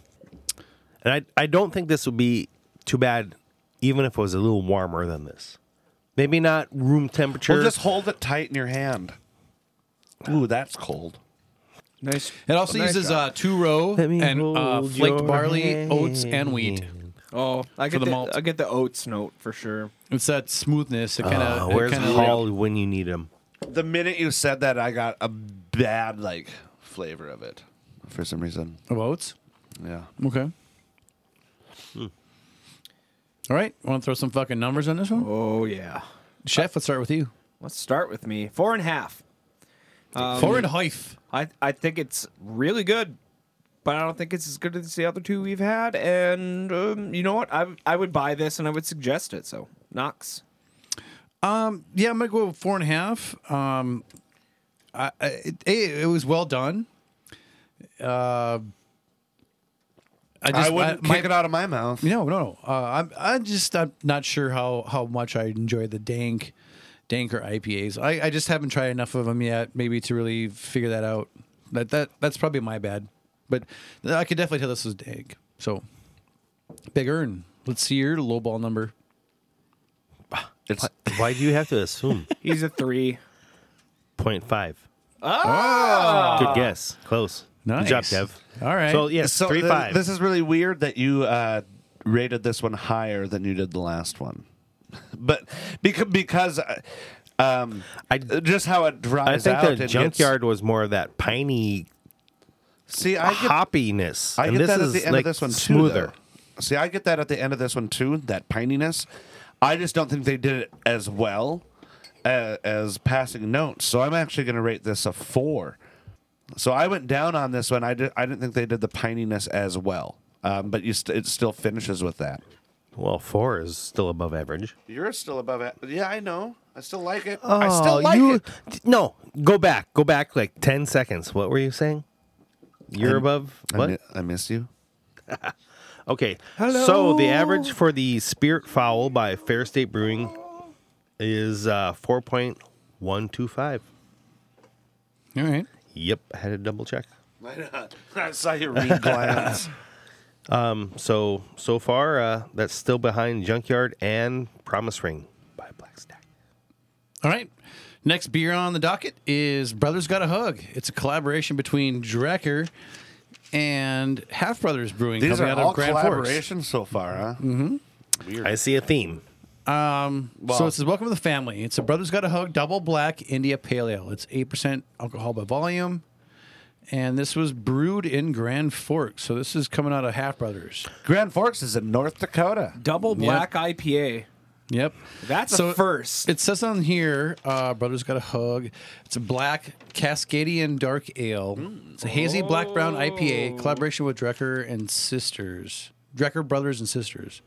Speaker 1: And I I don't think this would be too bad, even if it was a little warmer than this. Maybe not room temperature.
Speaker 2: Well, just hold it tight in your hand. Ooh, that's cold.
Speaker 4: Nice.
Speaker 3: It also uses uh, two row
Speaker 1: Let me
Speaker 3: and uh,
Speaker 1: hold
Speaker 3: flaked
Speaker 1: your
Speaker 3: barley, oats, and wheat.
Speaker 4: Oh, I get
Speaker 3: the
Speaker 4: the,
Speaker 3: malt.
Speaker 4: I get the oats note for sure.
Speaker 3: It's that smoothness. It kind
Speaker 1: Uh,
Speaker 3: of
Speaker 1: where's
Speaker 3: kind of
Speaker 1: Paul when you need him?
Speaker 2: The minute you said that, I got a bad like flavor of it for some reason.
Speaker 3: of Oh, oats.
Speaker 2: Yeah.
Speaker 3: Okay. Hmm. All right, want to throw some fucking numbers on this one,
Speaker 4: Oh yeah.
Speaker 3: Chef? Let's start with you.
Speaker 4: Let's start with me. Four and a half.
Speaker 3: Um, Four and a half.
Speaker 4: I I think it's really good, but I don't think it's as good as the other two we've had. And um, you know what? I I would buy this and I would suggest it. So Knox.
Speaker 3: Yeah, I'm gonna go with four and a half. Um, I, I, it, it was well done. Uh, I just
Speaker 2: I wouldn't
Speaker 3: my-
Speaker 2: kick it out of my mouth.
Speaker 3: No, no, no. Uh, I'm, I'm just I'm not sure how, how much I enjoy the dank, danker IPAs. I, I just haven't tried enough of them yet, maybe to really figure that out. That that that's probably my bad, but I could definitely tell this was dank. So, big earn. Let's see your low ball number.
Speaker 2: It's
Speaker 1: Why do you have to assume?
Speaker 4: He's a three.
Speaker 1: Point five. Oh! Good guess. Close.
Speaker 3: Ah! Nice.
Speaker 1: Good job, Dev.
Speaker 3: All right.
Speaker 1: So, yes,
Speaker 2: so
Speaker 1: three
Speaker 2: th-
Speaker 1: five.
Speaker 2: This is really weird that you uh, rated this one higher than you did the last one, but because because uh, um,
Speaker 1: I-
Speaker 2: just how it
Speaker 1: I
Speaker 2: dries
Speaker 1: think
Speaker 2: out.
Speaker 1: the
Speaker 2: and
Speaker 1: junkyard was more of that piney
Speaker 2: Gets, see, I get,
Speaker 1: hoppiness.
Speaker 2: I
Speaker 1: and
Speaker 2: get
Speaker 1: this
Speaker 2: that
Speaker 1: is
Speaker 2: at the end
Speaker 1: like
Speaker 2: of this one
Speaker 1: smoother.
Speaker 2: too. though. see, I get that at the end of this one too. That pininess. I just don't think they did it as well as, as passing notes. So I'm actually going to rate this a four. So I went down on this one. I, did, I didn't think they did the pininess as well. Um, but you st- it still finishes with that.
Speaker 1: Well, four is still above average.
Speaker 2: You're still above it. Yeah, I know. I still like it. I still
Speaker 1: Oh,
Speaker 2: like
Speaker 1: you,
Speaker 2: it.
Speaker 1: No, go back. Go back like 10 seconds. What were you saying? You're
Speaker 2: I'm-
Speaker 1: above what?
Speaker 2: I, mi- I miss you.
Speaker 1: Okay. So the average for the Spirit Fowl by Fair State Brewing is uh, 4.125.
Speaker 3: all right.
Speaker 1: Yep, I had to double check.
Speaker 2: I saw your read glance.
Speaker 1: So so far, uh, that's still behind Junkyard and Promise Ring by Black Stack.
Speaker 3: All right. Next beer on the docket is Brothers Got a Hug. It's a collaboration between Drecker and Half Brothers Brewing
Speaker 2: These
Speaker 3: coming
Speaker 2: are
Speaker 3: out
Speaker 2: all
Speaker 3: of Grand Forks.
Speaker 2: collaborations so far, huh?
Speaker 1: I see a theme.
Speaker 3: so it says, "Welcome to the family." It's a Brothers Got a Hug Double Black India Pale Ale. It's eight percent alcohol by volume, and this was brewed in Grand Forks. So this is coming out of Half Brothers.
Speaker 2: Grand Forks is in North Dakota.
Speaker 4: Double black IPA.
Speaker 3: Yep.
Speaker 4: That's
Speaker 3: So-
Speaker 4: a first.
Speaker 3: It says on here, uh, Brothers Got a Hug. It's a black Cascadian dark ale. It's a hazy black brown
Speaker 4: Oh.
Speaker 3: IPA, collaboration with Drecker and Sisters. Drecker Brothers and Sisters.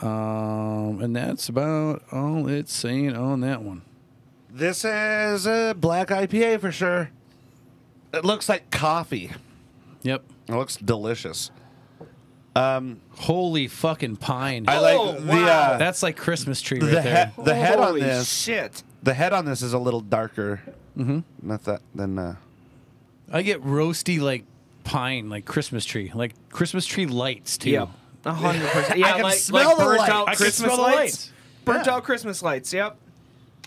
Speaker 3: Um, and that's about all it's saying on that one.
Speaker 2: This is a black IPA for sure. It looks like coffee.
Speaker 3: Yep.
Speaker 2: It looks delicious.
Speaker 3: Holy fucking pine.
Speaker 2: I like
Speaker 4: Oh,
Speaker 2: the
Speaker 4: wow.
Speaker 2: uh,
Speaker 3: that's like Christmas tree right
Speaker 2: the
Speaker 3: there.
Speaker 2: he- the head on
Speaker 4: Holy
Speaker 2: this.
Speaker 4: shit.
Speaker 2: the head on this is a little darker. Mm-hmm. Not that than uh,
Speaker 3: I get roasty like pine, like Christmas tree, like Christmas tree lights too.
Speaker 4: Yep. A hundred percent. Yeah,
Speaker 2: can
Speaker 4: like,
Speaker 2: smell
Speaker 4: like
Speaker 2: the
Speaker 4: burnt
Speaker 2: light.
Speaker 4: out
Speaker 2: I
Speaker 3: can
Speaker 4: Christmas
Speaker 3: smell the
Speaker 4: lights.
Speaker 3: lights.
Speaker 4: Burnt
Speaker 2: Yeah.
Speaker 4: out Christmas lights. Yep.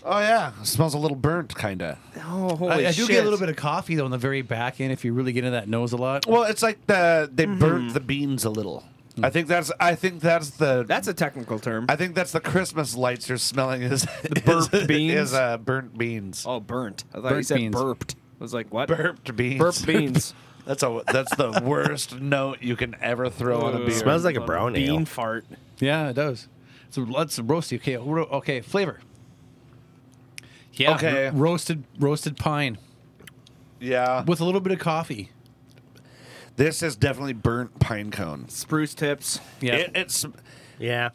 Speaker 2: Oh yeah, it smells a little burnt, kind of.
Speaker 4: Oh, holy
Speaker 3: I, I do
Speaker 4: shit.
Speaker 3: get a little bit of coffee though on the very back end if you really get into that nose a lot.
Speaker 2: Well, it's like the they
Speaker 4: Mm-hmm.
Speaker 2: burnt the beans a little. I think that's I think that's the
Speaker 4: That's a technical term.
Speaker 2: I think that's the Christmas lights you're smelling is the
Speaker 4: burped
Speaker 2: is,
Speaker 4: beans?
Speaker 2: is uh, burnt beans.
Speaker 4: oh, burnt. I thought you
Speaker 3: Burnt
Speaker 4: said
Speaker 3: beans.
Speaker 4: burped. I was like, what?
Speaker 2: Burped beans.
Speaker 4: Burped beans.
Speaker 2: That's a that's the worst note you can ever throw on a
Speaker 4: Ugh.
Speaker 2: beer.
Speaker 1: Smells like a brown
Speaker 4: Uh, Bean
Speaker 1: ale.
Speaker 4: fart.
Speaker 3: Yeah, it does. So let's roasty. Okay, ro- okay, flavor. Yeah,
Speaker 2: Okay.
Speaker 3: ro- roasted roasted pine
Speaker 2: yeah.
Speaker 3: with a little bit of coffee.
Speaker 2: This is definitely burnt pine cone.
Speaker 4: Spruce tips.
Speaker 3: Yeah,
Speaker 2: It, it's
Speaker 1: Yeah.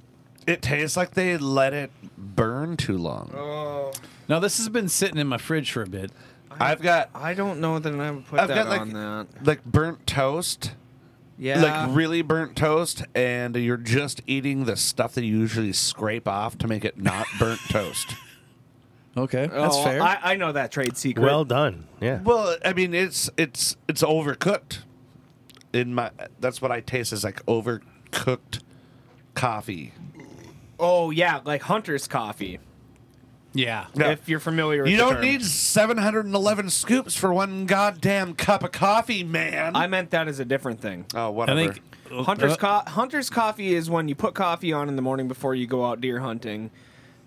Speaker 2: it tastes like they let it burn too long.
Speaker 4: Oh,
Speaker 3: now this has been sitting in my fridge for a bit.
Speaker 2: I've got
Speaker 4: I don't know that I would put
Speaker 2: I've
Speaker 4: that
Speaker 2: got
Speaker 4: on
Speaker 2: like
Speaker 4: that.
Speaker 2: like burnt toast.
Speaker 4: Yeah.
Speaker 2: like really burnt toast, and you're just eating the stuff that you usually scrape off to make it not burnt toast.
Speaker 3: Okay,
Speaker 4: Oh,
Speaker 3: that's fair.
Speaker 4: I, I know that trade secret.
Speaker 1: Well done. Yeah.
Speaker 2: Well, I mean, it's it's it's overcooked. In my, that's what I taste is like overcooked coffee.
Speaker 4: oh yeah, like Hunter's coffee.
Speaker 3: yeah,
Speaker 2: Yeah.
Speaker 4: If you're familiar, with
Speaker 2: You
Speaker 4: the
Speaker 2: don't
Speaker 4: term.
Speaker 2: need 711 scoops for one goddamn cup of coffee, man.
Speaker 4: I meant that as a different thing.
Speaker 2: oh,
Speaker 3: I
Speaker 2: whatever.
Speaker 3: think
Speaker 4: Hunter's
Speaker 3: Uh,
Speaker 4: co- Hunter's coffee is when you put coffee on in the morning before you go out deer hunting.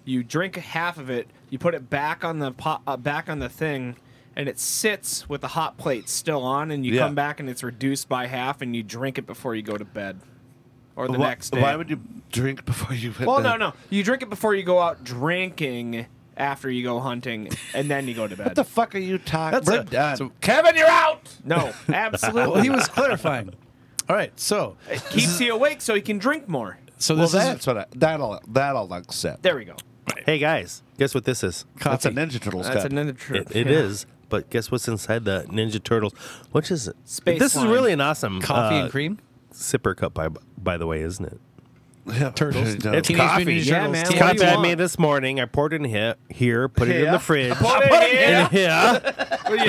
Speaker 4: You drink half of it, you put it back on the pot, uh, back on the thing, and it sits with the hot plate still on. And you
Speaker 2: Yeah.
Speaker 4: come back and it's reduced by half, and you drink it before you go to bed or the
Speaker 2: Why-
Speaker 4: next day.
Speaker 2: Why would you drink before you? hit
Speaker 4: well,
Speaker 2: the-
Speaker 4: no, no, you drink it before you go out drinking. After you go hunting, and then you go to
Speaker 2: What
Speaker 4: bed.
Speaker 2: the fuck are you talking?
Speaker 3: That's
Speaker 2: We're
Speaker 3: a-
Speaker 2: done.
Speaker 3: so-
Speaker 2: Kevin, you're out.
Speaker 4: no, absolutely.
Speaker 3: well, he was clarifying. All right, so
Speaker 4: It keeps you awake so you can drink more.
Speaker 3: so
Speaker 2: Well,
Speaker 3: this
Speaker 2: that's
Speaker 3: is
Speaker 2: what I, that'll that'll accept.
Speaker 4: There we go.
Speaker 1: Hey guys, guess what this is?
Speaker 2: That's
Speaker 3: coffee.
Speaker 2: a Ninja Turtles
Speaker 4: That's
Speaker 2: cup.
Speaker 4: another trip.
Speaker 1: It, it is, but guess what's inside the Ninja Turtles? Which is
Speaker 4: Space
Speaker 1: This
Speaker 4: line.
Speaker 1: is really an awesome
Speaker 3: coffee
Speaker 1: uh,
Speaker 3: and cream.
Speaker 1: sipper cup. By by the way, isn't it?
Speaker 3: Turtles.
Speaker 2: It's
Speaker 3: Teenage Mutant
Speaker 1: coffee.
Speaker 3: Ninja
Speaker 4: Yeah,
Speaker 3: Turtles.
Speaker 4: man.
Speaker 3: Teen-
Speaker 4: What
Speaker 1: Cup
Speaker 4: do you
Speaker 1: I
Speaker 4: want?
Speaker 1: made this morning. I poured it in here, here put it in
Speaker 2: Here?
Speaker 1: the fridge.
Speaker 4: Put it
Speaker 1: in here.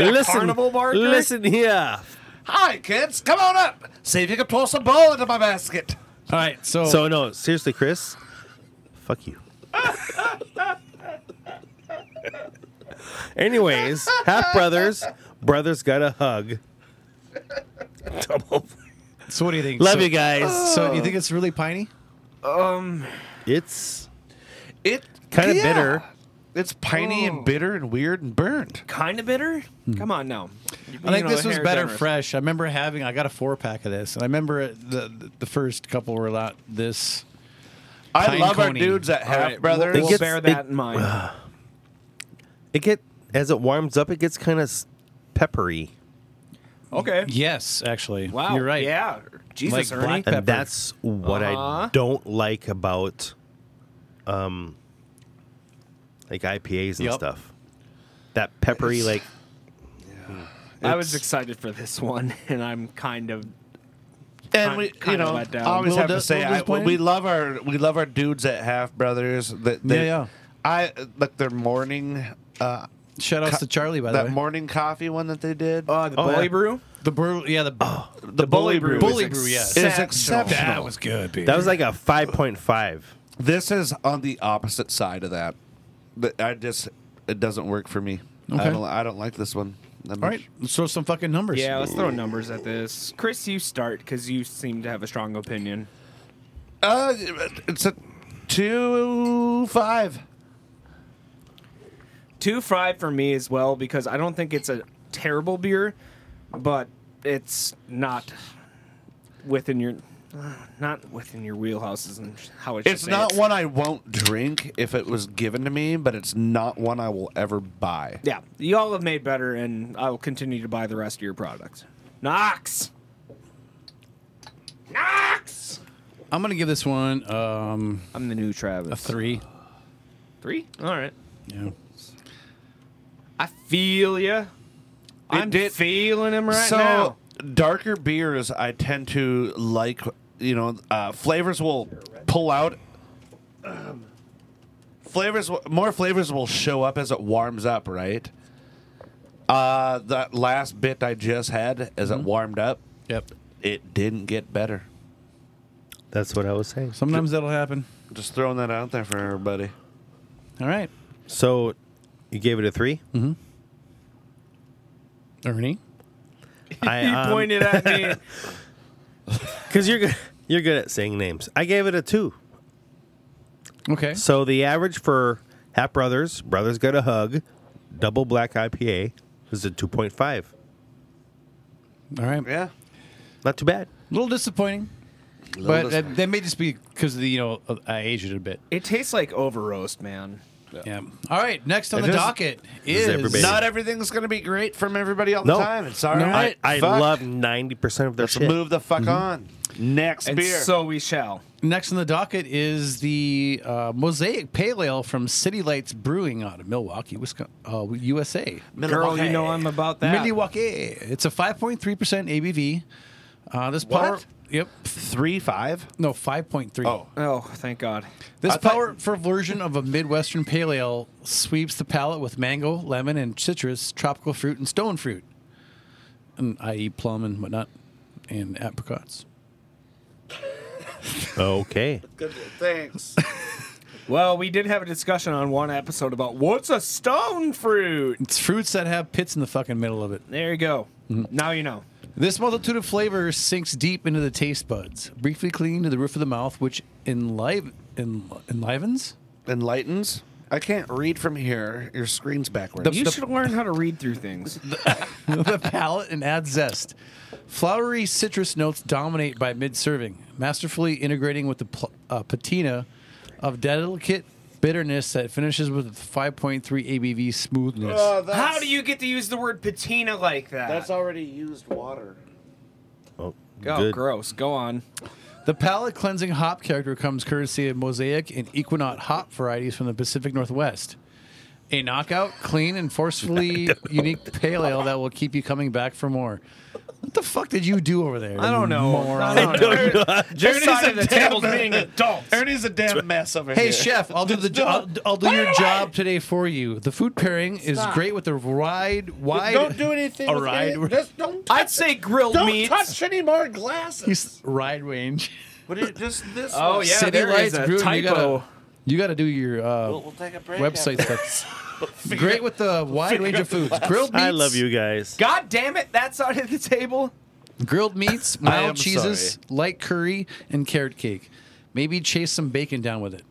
Speaker 1: listen,
Speaker 4: carnival barker?
Speaker 1: listen here.
Speaker 2: Hi, kids. Come on up. See if you can toss a ball into my basket.
Speaker 3: All right,
Speaker 4: Oh.
Speaker 3: so
Speaker 1: So no, seriously, Chris, fuck you. Anyways, half brothers, brothers got a hug. Double.
Speaker 3: so what do you think?
Speaker 1: Love
Speaker 3: so,
Speaker 1: you guys.
Speaker 3: So you think it's really piney?
Speaker 1: It's
Speaker 2: It
Speaker 1: kind of bitter.
Speaker 2: It's piney and bitter and weird and burnt.
Speaker 4: kind of bitter. Come on now.
Speaker 3: I think this was better fresh. I remember having I got a four pack of this, and I remember it- the the, the first couple were not this.
Speaker 2: I
Speaker 3: Pine
Speaker 2: love our
Speaker 3: coney.
Speaker 2: dudes at Half Brothers.
Speaker 1: It
Speaker 4: We'll
Speaker 1: gets-
Speaker 4: bear that
Speaker 1: it-
Speaker 4: in mind.
Speaker 1: It get as it warms up, it gets kind of peppery,
Speaker 4: okay.
Speaker 3: Yes, actually,
Speaker 4: Wow.
Speaker 3: you're right.
Speaker 4: Yeah. Jesus,
Speaker 3: Like
Speaker 4: Ernie.
Speaker 3: black-
Speaker 1: and
Speaker 3: Pepper.
Speaker 1: that's what
Speaker 4: Uh-huh.
Speaker 1: I don't like about, um, like IPAs and
Speaker 3: Yep.
Speaker 1: stuff. That peppery, like
Speaker 4: I was excited for this one, and I'm kind of.
Speaker 2: and we,
Speaker 4: kind
Speaker 2: you
Speaker 4: of
Speaker 2: know,
Speaker 4: let down.
Speaker 2: always
Speaker 3: Little
Speaker 2: have to
Speaker 3: di-
Speaker 2: say
Speaker 3: little
Speaker 2: I,
Speaker 3: disappointed?
Speaker 2: we love our we love our dudes at Half Brothers. That they,
Speaker 3: Yeah, yeah.
Speaker 2: I like their morning uh,
Speaker 3: Shout outs to Charlie by the
Speaker 2: that
Speaker 3: way.
Speaker 2: morning coffee one that they did.
Speaker 4: Uh, the
Speaker 1: Oh,
Speaker 4: bully
Speaker 1: yeah.
Speaker 4: brew.
Speaker 3: the bur- yeah the
Speaker 2: the Bully Brew.
Speaker 3: Bully
Speaker 2: is
Speaker 3: Brew, yes.
Speaker 2: It is
Speaker 4: Exceptional.
Speaker 2: exceptional.
Speaker 3: that was good. Baby.
Speaker 1: that was like a five point five.
Speaker 2: This is on the opposite side of that. But I just it doesn't work for me.
Speaker 3: Okay.
Speaker 2: I don't I don't like this one. that
Speaker 3: all
Speaker 2: much.
Speaker 3: right. Let's throw some fucking numbers.
Speaker 4: Yeah, let's throw numbers at this. Chris, you start because you seem to have a strong opinion.
Speaker 2: Uh it's a two five.
Speaker 4: Two five for me as well because I don't think it's a terrible beer, but it's not within your. Not within your wheelhouses and how it should
Speaker 2: It's
Speaker 4: say
Speaker 2: not
Speaker 4: it.
Speaker 2: one I won't drink if it was given to me, but it's not one I will ever buy.
Speaker 4: Yeah, y'all have made better, and I will continue to buy the rest of your products. Knox. Knox.
Speaker 3: I'm gonna give this one um,
Speaker 4: I'm the new Travis.
Speaker 3: a three.
Speaker 4: Three. All right.
Speaker 3: Yeah.
Speaker 4: I feel ya. I'm
Speaker 2: did-
Speaker 4: feeling him right
Speaker 2: so
Speaker 4: now.
Speaker 2: darker beers, I tend to like. You know, uh, flavors will pull out. um, flavors, will- more flavors will show up as it warms up, right? Uh, that last bit I just had, as it warmed up,
Speaker 3: Yep.
Speaker 2: it didn't get better.
Speaker 1: That's what I was saying.
Speaker 3: Sometimes that'll happen.
Speaker 2: Just throwing that out there for everybody.
Speaker 3: All right,
Speaker 1: So you gave it a three.
Speaker 3: Ernie.
Speaker 1: I
Speaker 4: He
Speaker 1: um,
Speaker 4: pointed at me.
Speaker 1: Because you're good, you're good at saying names. I gave it a two.
Speaker 3: Okay.
Speaker 1: So the average for Hat Brothers, Brothers Got a Hug, Double Black IPA is a two point five.
Speaker 3: All right.
Speaker 2: Yeah,
Speaker 1: Not too bad.
Speaker 3: A little disappointing, but That, that may just be because the you know uh, I aged it a bit.
Speaker 4: it tastes like over roast, man.
Speaker 3: Yeah. All right. Next on
Speaker 2: It
Speaker 3: the
Speaker 2: is-
Speaker 3: docket is,
Speaker 1: everybody-
Speaker 2: not everything's gonna be great from everybody all the
Speaker 1: No.
Speaker 2: time. It's all
Speaker 3: No.
Speaker 2: right. Mm-hmm.
Speaker 1: I, I
Speaker 2: Fuck.
Speaker 1: love ninety percent of their
Speaker 2: Let's
Speaker 1: shit.
Speaker 2: move the fuck on. Next
Speaker 4: And
Speaker 2: beer.
Speaker 4: so we shall.
Speaker 3: next on the docket is the uh, Mosaic Pale Ale from City Lights Brewing out of Milwaukee, Wisconsin, uh, USA.
Speaker 4: Girl, you know I'm about that.
Speaker 3: Milwaukee. It's a 5.3% ABV. Uh, this
Speaker 2: What?
Speaker 3: power. Yep.
Speaker 2: three five.
Speaker 3: No, 5.3.
Speaker 2: Oh,
Speaker 4: Oh, thank God.
Speaker 3: This
Speaker 2: I thought-
Speaker 3: powerful version of a Midwestern pale ale sweeps the palate with mango, lemon, and citrus, tropical fruit, and stone fruit, and i.e. plum and whatnot, and apricots.
Speaker 1: Okay.
Speaker 2: thanks.
Speaker 4: Well, we did have a discussion on one episode about what's a stone fruit.
Speaker 3: It's fruits that have pits in the fucking middle of it.
Speaker 4: There you go. Now you know.
Speaker 3: This multitude of flavors sinks deep into the taste buds, briefly clinging to the roof of the mouth, which enlive, enli- enlivens.
Speaker 2: Enlightens. I can't read from here. Your screen's backwards.
Speaker 3: The-
Speaker 4: You should learn how to read through things.
Speaker 3: the palate and add zest. Flowery citrus notes dominate by mid serving, masterfully integrating with the pl- uh, patina of delicate bitterness that finishes with 5.3 ABV smoothness.
Speaker 2: Oh,
Speaker 4: How do you get to use the word patina like that?
Speaker 2: already used water.
Speaker 1: Oh,
Speaker 4: oh,
Speaker 1: good.
Speaker 4: gross. Go on.
Speaker 3: the palate cleansing hop character comes courtesy of Mosaic and Equinaut hop varieties from the Pacific Northwest. A knockout, clean, and forcefully unique pale ale that will keep you coming back for more. What the fuck did you do over there?
Speaker 4: I don't know.
Speaker 3: moron?
Speaker 4: I don't know. This side of the table's
Speaker 2: damn-
Speaker 4: being adults.
Speaker 2: Ernie's a damn mess over
Speaker 3: Hey,
Speaker 2: here.
Speaker 3: chef, I'll do the jo- I'll, I'll do your job today for you. The food pairing is great with the wide, wide.
Speaker 2: Don't do anything.
Speaker 3: A
Speaker 2: with
Speaker 3: ride.
Speaker 2: it. Just don't.
Speaker 4: I'd say grilled
Speaker 2: Don't
Speaker 4: meats.
Speaker 2: touch any more glasses.
Speaker 3: He's ride range.
Speaker 2: What is- just this?
Speaker 4: Oh,
Speaker 2: one.
Speaker 4: yeah.
Speaker 3: City
Speaker 4: there
Speaker 3: Lights
Speaker 4: is a
Speaker 3: Brewing, You
Speaker 4: typo.
Speaker 3: gotta, you gotta do your uh,
Speaker 2: We'll take a break.
Speaker 3: website stuff. great with the wide range of foods: grilled meats,
Speaker 1: I love you guys.
Speaker 4: God damn it! That side of the table.
Speaker 3: grilled meats,
Speaker 2: I am
Speaker 3: mild cheeses,
Speaker 2: sorry.
Speaker 3: light curry, and carrot cake. Maybe chase some bacon down with it.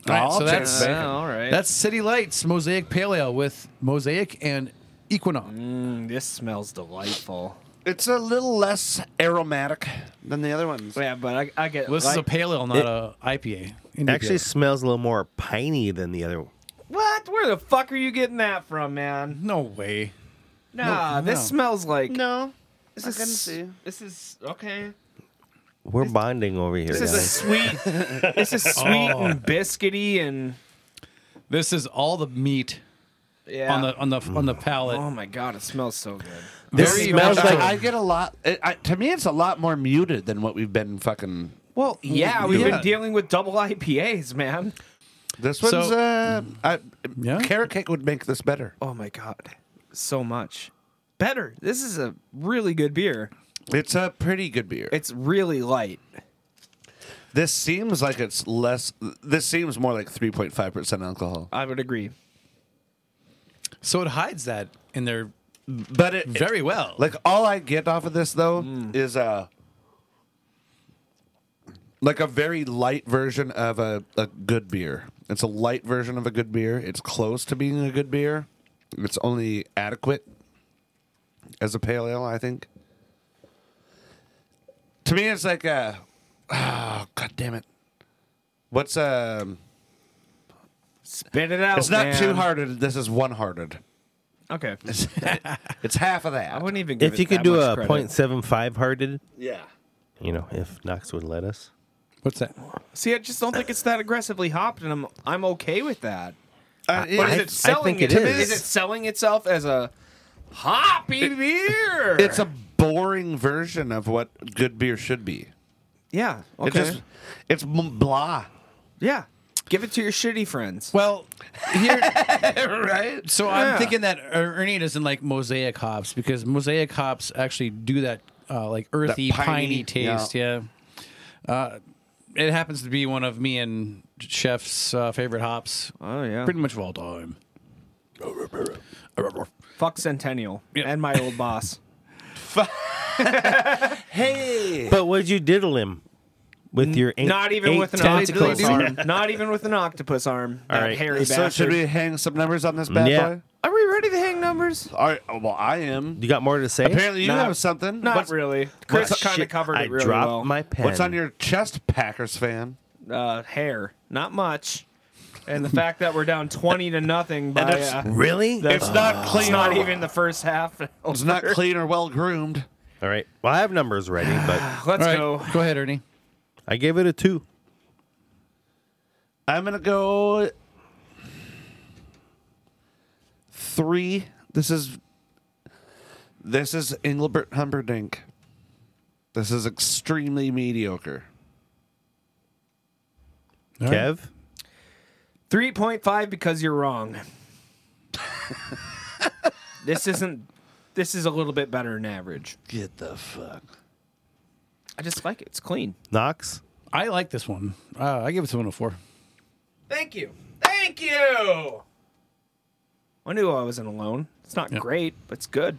Speaker 2: After.
Speaker 3: Alright,
Speaker 2: I'll
Speaker 3: so
Speaker 2: take
Speaker 3: that's-
Speaker 2: bacon.
Speaker 4: Ah, all right.
Speaker 3: That's City Lights Mosaic Pale Ale with Mosaic and Equinox.
Speaker 4: Mm, this smells delightful.
Speaker 2: It's a little less aromatic than the other ones.
Speaker 4: Yeah, but I, I get.
Speaker 3: Well, this is a
Speaker 4: like-
Speaker 3: pale ale, not a IPA. India
Speaker 1: Actually,
Speaker 3: IPA.
Speaker 1: smells a little more piney than the other. one.
Speaker 4: what? Where the fuck are you getting that from, man?
Speaker 3: no way.
Speaker 4: Nah,
Speaker 3: No,
Speaker 4: this
Speaker 3: no.
Speaker 4: smells like.
Speaker 2: No,
Speaker 4: this
Speaker 2: I
Speaker 4: is,
Speaker 2: can see.
Speaker 4: This is okay.
Speaker 1: We're bonding over here,
Speaker 4: This is a
Speaker 1: guys.
Speaker 4: sweet. this is sweet
Speaker 3: Oh.
Speaker 4: and biscuity and
Speaker 3: This is all the meat
Speaker 4: yeah.
Speaker 3: on the on the on the palate.
Speaker 4: oh my god, it smells so good.
Speaker 1: This
Speaker 3: Very
Speaker 1: smells
Speaker 3: much
Speaker 1: like
Speaker 2: I get a lot. It, I, to me, it's a lot more muted than what we've been fucking.
Speaker 4: Well, yeah, we've
Speaker 3: yeah.
Speaker 4: been dealing with double IPAs, man.
Speaker 2: This one's.
Speaker 3: So-
Speaker 2: uh, I,
Speaker 3: Yeah.
Speaker 2: Carrot cake would make this better.
Speaker 4: Oh my god, so much better. This is a really good beer.
Speaker 2: It's a pretty good beer.
Speaker 4: It's really light.
Speaker 2: this seems like it's less. This seems more like three point five percent alcohol.
Speaker 4: I would agree.
Speaker 3: so it hides that in there
Speaker 2: But it
Speaker 3: very well.
Speaker 2: Like all I get off of this though is a like a very light version of a, a good beer. It's a light version of a good beer. It's close to being a good beer. It's only adequate as a pale ale, I think. To me, it's like a Oh god damn it! What's um?
Speaker 4: Spit it out.
Speaker 2: It's not
Speaker 4: Oh, man.
Speaker 2: two hearted. This is one hearted.
Speaker 4: Okay.
Speaker 2: It's half of that.
Speaker 4: I wouldn't even. Give
Speaker 1: If
Speaker 4: it
Speaker 1: you could
Speaker 4: that
Speaker 1: do
Speaker 4: much
Speaker 1: a
Speaker 4: credit.
Speaker 1: .75 hearted,
Speaker 2: yeah.
Speaker 1: you know, if Knox would let us.
Speaker 3: What's that?
Speaker 4: See, I just don't think it's that aggressively hopped, and I'm I'm okay with that.
Speaker 2: Uh,
Speaker 4: But
Speaker 1: I-
Speaker 4: is
Speaker 2: it-
Speaker 4: it selling
Speaker 1: think it
Speaker 4: it-
Speaker 1: is.
Speaker 4: it selling itself as a hoppy beer?
Speaker 2: it's a boring version of what good beer should be.
Speaker 4: yeah. Okay.
Speaker 2: It just it's m- blah.
Speaker 4: yeah. Give it to your shitty friends.
Speaker 3: Well, here.
Speaker 4: right.
Speaker 3: So I'm thinking that Er- Ernie doesn't like mosaic hops because mosaic hops actually do that uh, like earthy,
Speaker 2: piney,
Speaker 3: piney, taste. Yeah. Uh, it happens to be one of me and Chef's uh, favorite hops,
Speaker 4: Oh yeah.
Speaker 3: pretty much of all time.
Speaker 4: Fuck Centennial
Speaker 3: Yeah.
Speaker 4: and my old boss.
Speaker 2: Hey,
Speaker 1: But would you diddle him with your eight,
Speaker 4: Not even
Speaker 1: eight
Speaker 4: with an
Speaker 1: tentacles?
Speaker 4: octopus arm. Not even with an octopus arm. All
Speaker 1: right.
Speaker 4: right. Hairy
Speaker 2: so
Speaker 4: bastard.
Speaker 2: should we hang some numbers on this bad
Speaker 1: Yeah.
Speaker 2: boy?
Speaker 4: Are we ready to hang numbers?
Speaker 2: All right. oh, Well, I am.
Speaker 1: You got more to say?
Speaker 2: Apparently, you
Speaker 4: Not-
Speaker 2: have something.
Speaker 4: Not
Speaker 2: what's,
Speaker 4: really. Chris
Speaker 1: Shit,
Speaker 4: kind of covered
Speaker 1: I
Speaker 4: it really
Speaker 1: dropped
Speaker 4: well.
Speaker 1: my pen.
Speaker 2: what's on your chest, Packers fan?
Speaker 4: uh, hair. Not much. And the fact that we're down 20 to nothing by
Speaker 2: it's-
Speaker 4: uh,
Speaker 1: Really?
Speaker 2: It's not
Speaker 4: it's
Speaker 2: clean.
Speaker 4: not even the first half.
Speaker 2: It's not clean or well groomed.
Speaker 1: All right. Well, I have numbers ready, but
Speaker 4: Let's
Speaker 3: All right,
Speaker 4: go.
Speaker 3: go ahead, Ernie.
Speaker 1: I gave it a two.
Speaker 2: I'm gonna go three. This is this is Engelbert Humperdinck. This is extremely mediocre.
Speaker 1: Kev?
Speaker 4: 3.5 because you're wrong. this isn't. This is a little bit better than average.
Speaker 2: Get the fuck.
Speaker 4: I just like it. It's clean.
Speaker 1: Knox?
Speaker 3: I like this one. Uh, I give it to one a four.
Speaker 4: Thank you. Thank you. I knew I wasn't alone. It's not great, but it's good.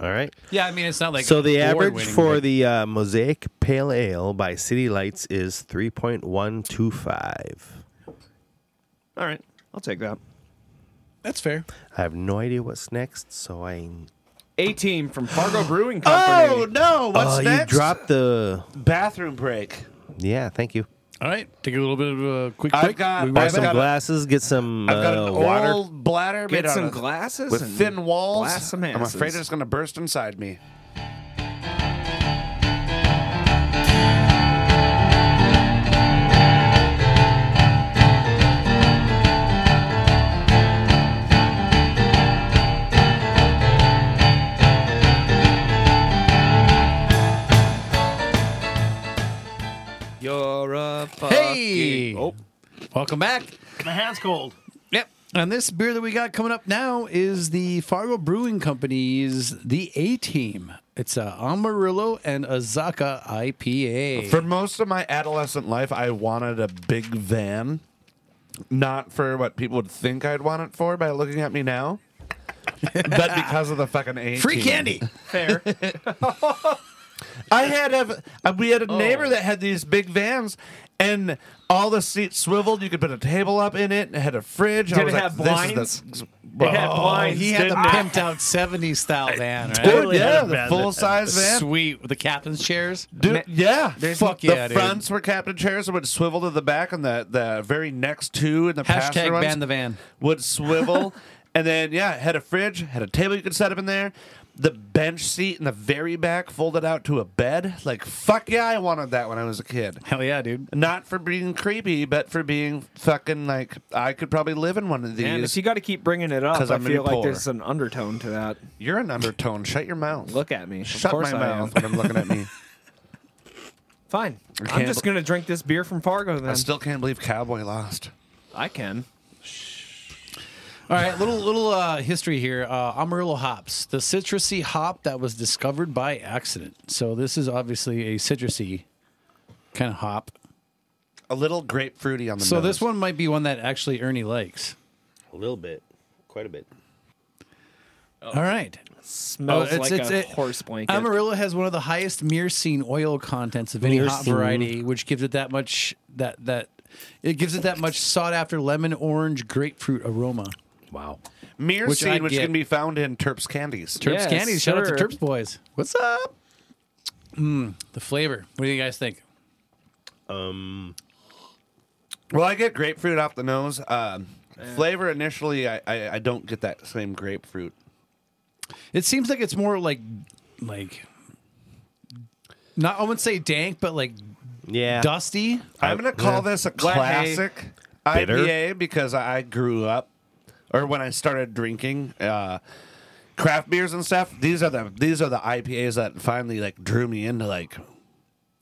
Speaker 1: All right.
Speaker 3: Yeah, I mean it's not like
Speaker 1: So the average for the uh, Mosaic Pale Ale by City Lights is 3.125.
Speaker 4: All right. I'll take that.
Speaker 3: that's fair.
Speaker 1: I have no idea what's next, so I.
Speaker 4: 18 from Fargo Brewing Company.
Speaker 2: Oh, no! What's
Speaker 1: oh, you dropped the.
Speaker 2: bathroom break.
Speaker 1: Yeah, thank you.
Speaker 3: All right, take a little bit of a quick.
Speaker 2: I've
Speaker 3: break.
Speaker 2: got-
Speaker 3: We'll be
Speaker 1: Buy
Speaker 3: right
Speaker 2: I've
Speaker 1: some
Speaker 3: back.
Speaker 2: got a-
Speaker 1: glasses, get some
Speaker 2: I've got
Speaker 1: uh,
Speaker 2: an
Speaker 1: water.
Speaker 2: old bladder made
Speaker 4: Get
Speaker 2: out
Speaker 4: some
Speaker 2: of-
Speaker 4: glasses
Speaker 2: with
Speaker 4: and
Speaker 2: thin walls.
Speaker 4: blast some
Speaker 2: I'm
Speaker 4: asses.
Speaker 2: afraid it's gonna burst inside me.
Speaker 4: You're a fucking.
Speaker 3: Hey!
Speaker 4: Oh,
Speaker 3: Welcome back.
Speaker 5: My hand's cold.
Speaker 3: Yep. And this beer that we got coming up now is the Fargo Brewing Company's The A Team. It's a Amarillo and Azaka IPA.
Speaker 2: For most of my adolescent life, I wanted a big van. Not for what people would think I'd want it for by looking at me now, but because of the fucking A.
Speaker 3: Free
Speaker 2: team.
Speaker 3: candy.
Speaker 4: fair.
Speaker 2: I had a uh, we had a neighbor that had these big vans, and all the seats swiveled. You could put a table up in it, and it had a fridge. I
Speaker 4: Did it
Speaker 2: was like,
Speaker 4: have
Speaker 2: this is the- Oh,
Speaker 4: It had blinds,
Speaker 3: Oh, he had the
Speaker 4: didn't it?
Speaker 3: pimped out 70s style van, right?
Speaker 2: Dude,
Speaker 5: Totally
Speaker 2: yeah,
Speaker 5: had a
Speaker 2: the
Speaker 5: van that
Speaker 2: full size van.
Speaker 3: Sweet. With the captain's chairs.
Speaker 2: Dude, yeah.
Speaker 3: there's-
Speaker 2: Fuck
Speaker 3: yeah,
Speaker 2: The
Speaker 3: dude.
Speaker 2: fronts were captain chairs that would swivel to the back, and the, the very next two and the passenger
Speaker 3: Hashtag
Speaker 2: ones
Speaker 3: ban the van.
Speaker 2: would swivel. and then, yeah, it had a fridge, had a table you could set up in there. The bench seat in the very back folded out to a bed. Like, fuck yeah, I wanted that when I was a kid.
Speaker 3: Hell yeah, dude.
Speaker 2: Not for being creepy, but for being fucking like, I could probably live in one of
Speaker 4: And if
Speaker 2: these.
Speaker 4: you got to keep bringing it up,
Speaker 2: 'Cause
Speaker 4: I
Speaker 2: I'm gonna
Speaker 4: feel
Speaker 2: be
Speaker 4: like
Speaker 2: poor.
Speaker 4: there's an undertone to that.
Speaker 2: You're an undertone. Shut your mouth.
Speaker 4: Look at me. Of
Speaker 2: Shut
Speaker 4: course
Speaker 2: my
Speaker 4: I
Speaker 2: mouth
Speaker 4: am.
Speaker 2: when I'm looking at me.
Speaker 4: Fine. I'm
Speaker 2: can't
Speaker 4: just
Speaker 2: bel-
Speaker 4: gonna drink this beer from Fargo then.
Speaker 2: I still Oh, can't believe Cowboy lost.
Speaker 4: I can.
Speaker 3: All right, little little uh, history here. Uh, Amarillo hops, the citrusy hop that was discovered by accident. So this is obviously a citrusy kind of hop.
Speaker 2: A little grapefruity on the
Speaker 3: So this
Speaker 2: nose.
Speaker 3: one might be one that actually Ernie likes.
Speaker 1: A little bit. Quite a bit.
Speaker 3: All right. Uh,
Speaker 4: Smells
Speaker 3: it's-
Speaker 4: Oh. like
Speaker 3: it's-
Speaker 4: a
Speaker 3: it-
Speaker 4: horse blanket.
Speaker 3: Amarillo has one of the highest myrcene oil contents of any hop
Speaker 1: Myrcene.
Speaker 3: variety, which gives it that much that that it gives it that much sought after lemon orange grapefruit aroma. Wow.
Speaker 2: Mere
Speaker 3: Which I
Speaker 2: seed, which
Speaker 3: get.
Speaker 2: can be found in Terps candies.
Speaker 3: Terps
Speaker 4: Yes,
Speaker 3: candy. Shout out to
Speaker 4: sir.
Speaker 3: Terps boys. What's up? Mm, the flavor. What do you guys think?
Speaker 2: Well, I get grapefruit off the nose. Um, Flavor initially, I, I I don't get that same grapefruit.
Speaker 3: It seems like it's more like like not I wouldn't say dank, but like
Speaker 1: Yeah.
Speaker 3: dusty.
Speaker 2: I'm gonna call this a classic
Speaker 1: Bitter?
Speaker 2: IPA because I grew up, or when I started drinking uh, craft beers and stuff. These are the these are the IPAs that finally like drew me into like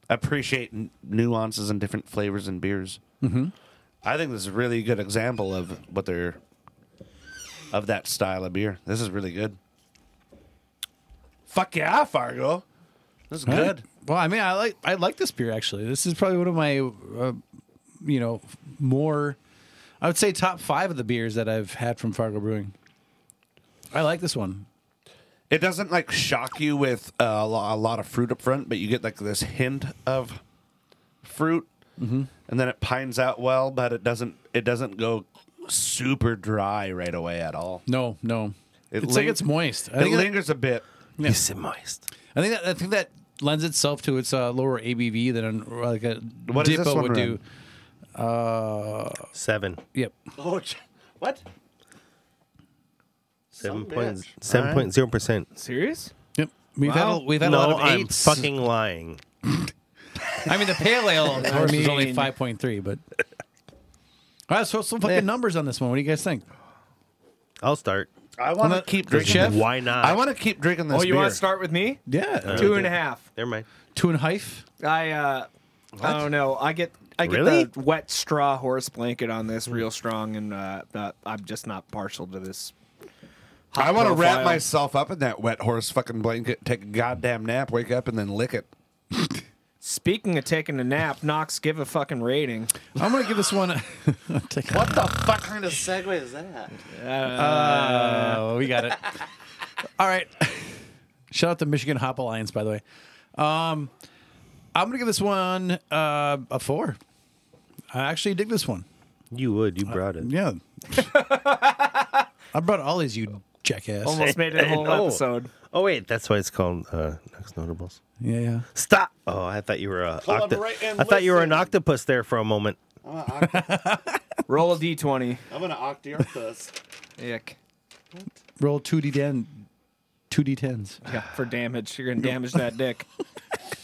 Speaker 2: appreciate n- nuances and different flavors in beers. Mm-hmm. I think this is a really good example of what they're of that style of beer. This is really good. Fuck yeah, Fargo. This is good.
Speaker 3: Well, I mean, I like I like this beer actually. This is probably one of my uh, you know more I would say top 5 of the beers that I've had from Fargo Brewing. I like this one.
Speaker 2: It doesn't like shock you with uh, a, lo- a lot of fruit up front, but you get like this hint of fruit, and then it pines out well, but it doesn't. It doesn't go super dry right away at all.
Speaker 3: No, no.
Speaker 2: It
Speaker 3: it's like
Speaker 2: ling-
Speaker 3: it's moist. I
Speaker 2: it
Speaker 3: think, that,
Speaker 2: lingers a bit.
Speaker 1: It's moist.
Speaker 3: I think that I think that lends itself to its uh, lower ABV than an- like a
Speaker 2: What
Speaker 3: Dippo
Speaker 2: is this one
Speaker 3: would do. Uh,
Speaker 2: run?
Speaker 1: Seven.
Speaker 3: Yep.
Speaker 2: Oh, what?
Speaker 1: Seven point seven point zero percent.
Speaker 4: Serious?
Speaker 3: Yep. We've
Speaker 4: Wow.
Speaker 3: had a, we've had a lot
Speaker 1: No,
Speaker 3: of
Speaker 1: I'm
Speaker 3: eights.
Speaker 1: fucking lying.
Speaker 3: I mean, the pale ale, of course, is only
Speaker 4: mean-
Speaker 3: five point three, but. All right, so some fucking numbers on this one. What do you guys think?
Speaker 1: I'll start.
Speaker 2: I want to keep drinking.
Speaker 3: chef?
Speaker 2: this-
Speaker 1: Why not?
Speaker 2: I want to keep drinking this.
Speaker 4: Oh, you
Speaker 2: beer.
Speaker 4: want to start with me?
Speaker 2: Uh,
Speaker 3: Yeah,
Speaker 4: Two and a half.
Speaker 1: Never mind.
Speaker 3: two and a half.
Speaker 4: I uh, I don't know. I get I get
Speaker 1: Really?
Speaker 4: the wet straw horse blanket on this real strong, and uh, not, I'm just not partial to this. hot
Speaker 2: I want to wrap
Speaker 4: profile.
Speaker 2: myself up in that wet horse fucking blanket, take a goddamn nap, wake up, and then lick it.
Speaker 4: Speaking of taking a nap, Knox, give a fucking rating.
Speaker 3: I'm gonna give this one. A, take-
Speaker 2: What the fuck kind of segue is that?
Speaker 3: Oh, we got it. All right. Shout out to Michigan Hop Alliance, by the way. Um, I'm gonna give this one uh, a four. I actually dig this one.
Speaker 1: You would. You brought it.
Speaker 3: Yeah. I brought all these, you jackass.
Speaker 4: Almost made it a whole
Speaker 1: No.
Speaker 4: episode.
Speaker 1: Oh wait, that's why it's called uh, Next Notables.
Speaker 3: Yeah, yeah.
Speaker 1: Stop! Oh, I thought you were a.
Speaker 2: Pull up
Speaker 1: octo-
Speaker 2: right
Speaker 1: I
Speaker 2: and
Speaker 1: thought you were an
Speaker 2: listen.
Speaker 1: octopus there for a moment.
Speaker 4: Roll a d20.
Speaker 2: I'm gonna octopus.
Speaker 4: Ick.
Speaker 3: Roll two d ten, two d tens.
Speaker 4: Yeah, for damage. You're going to damage that dick.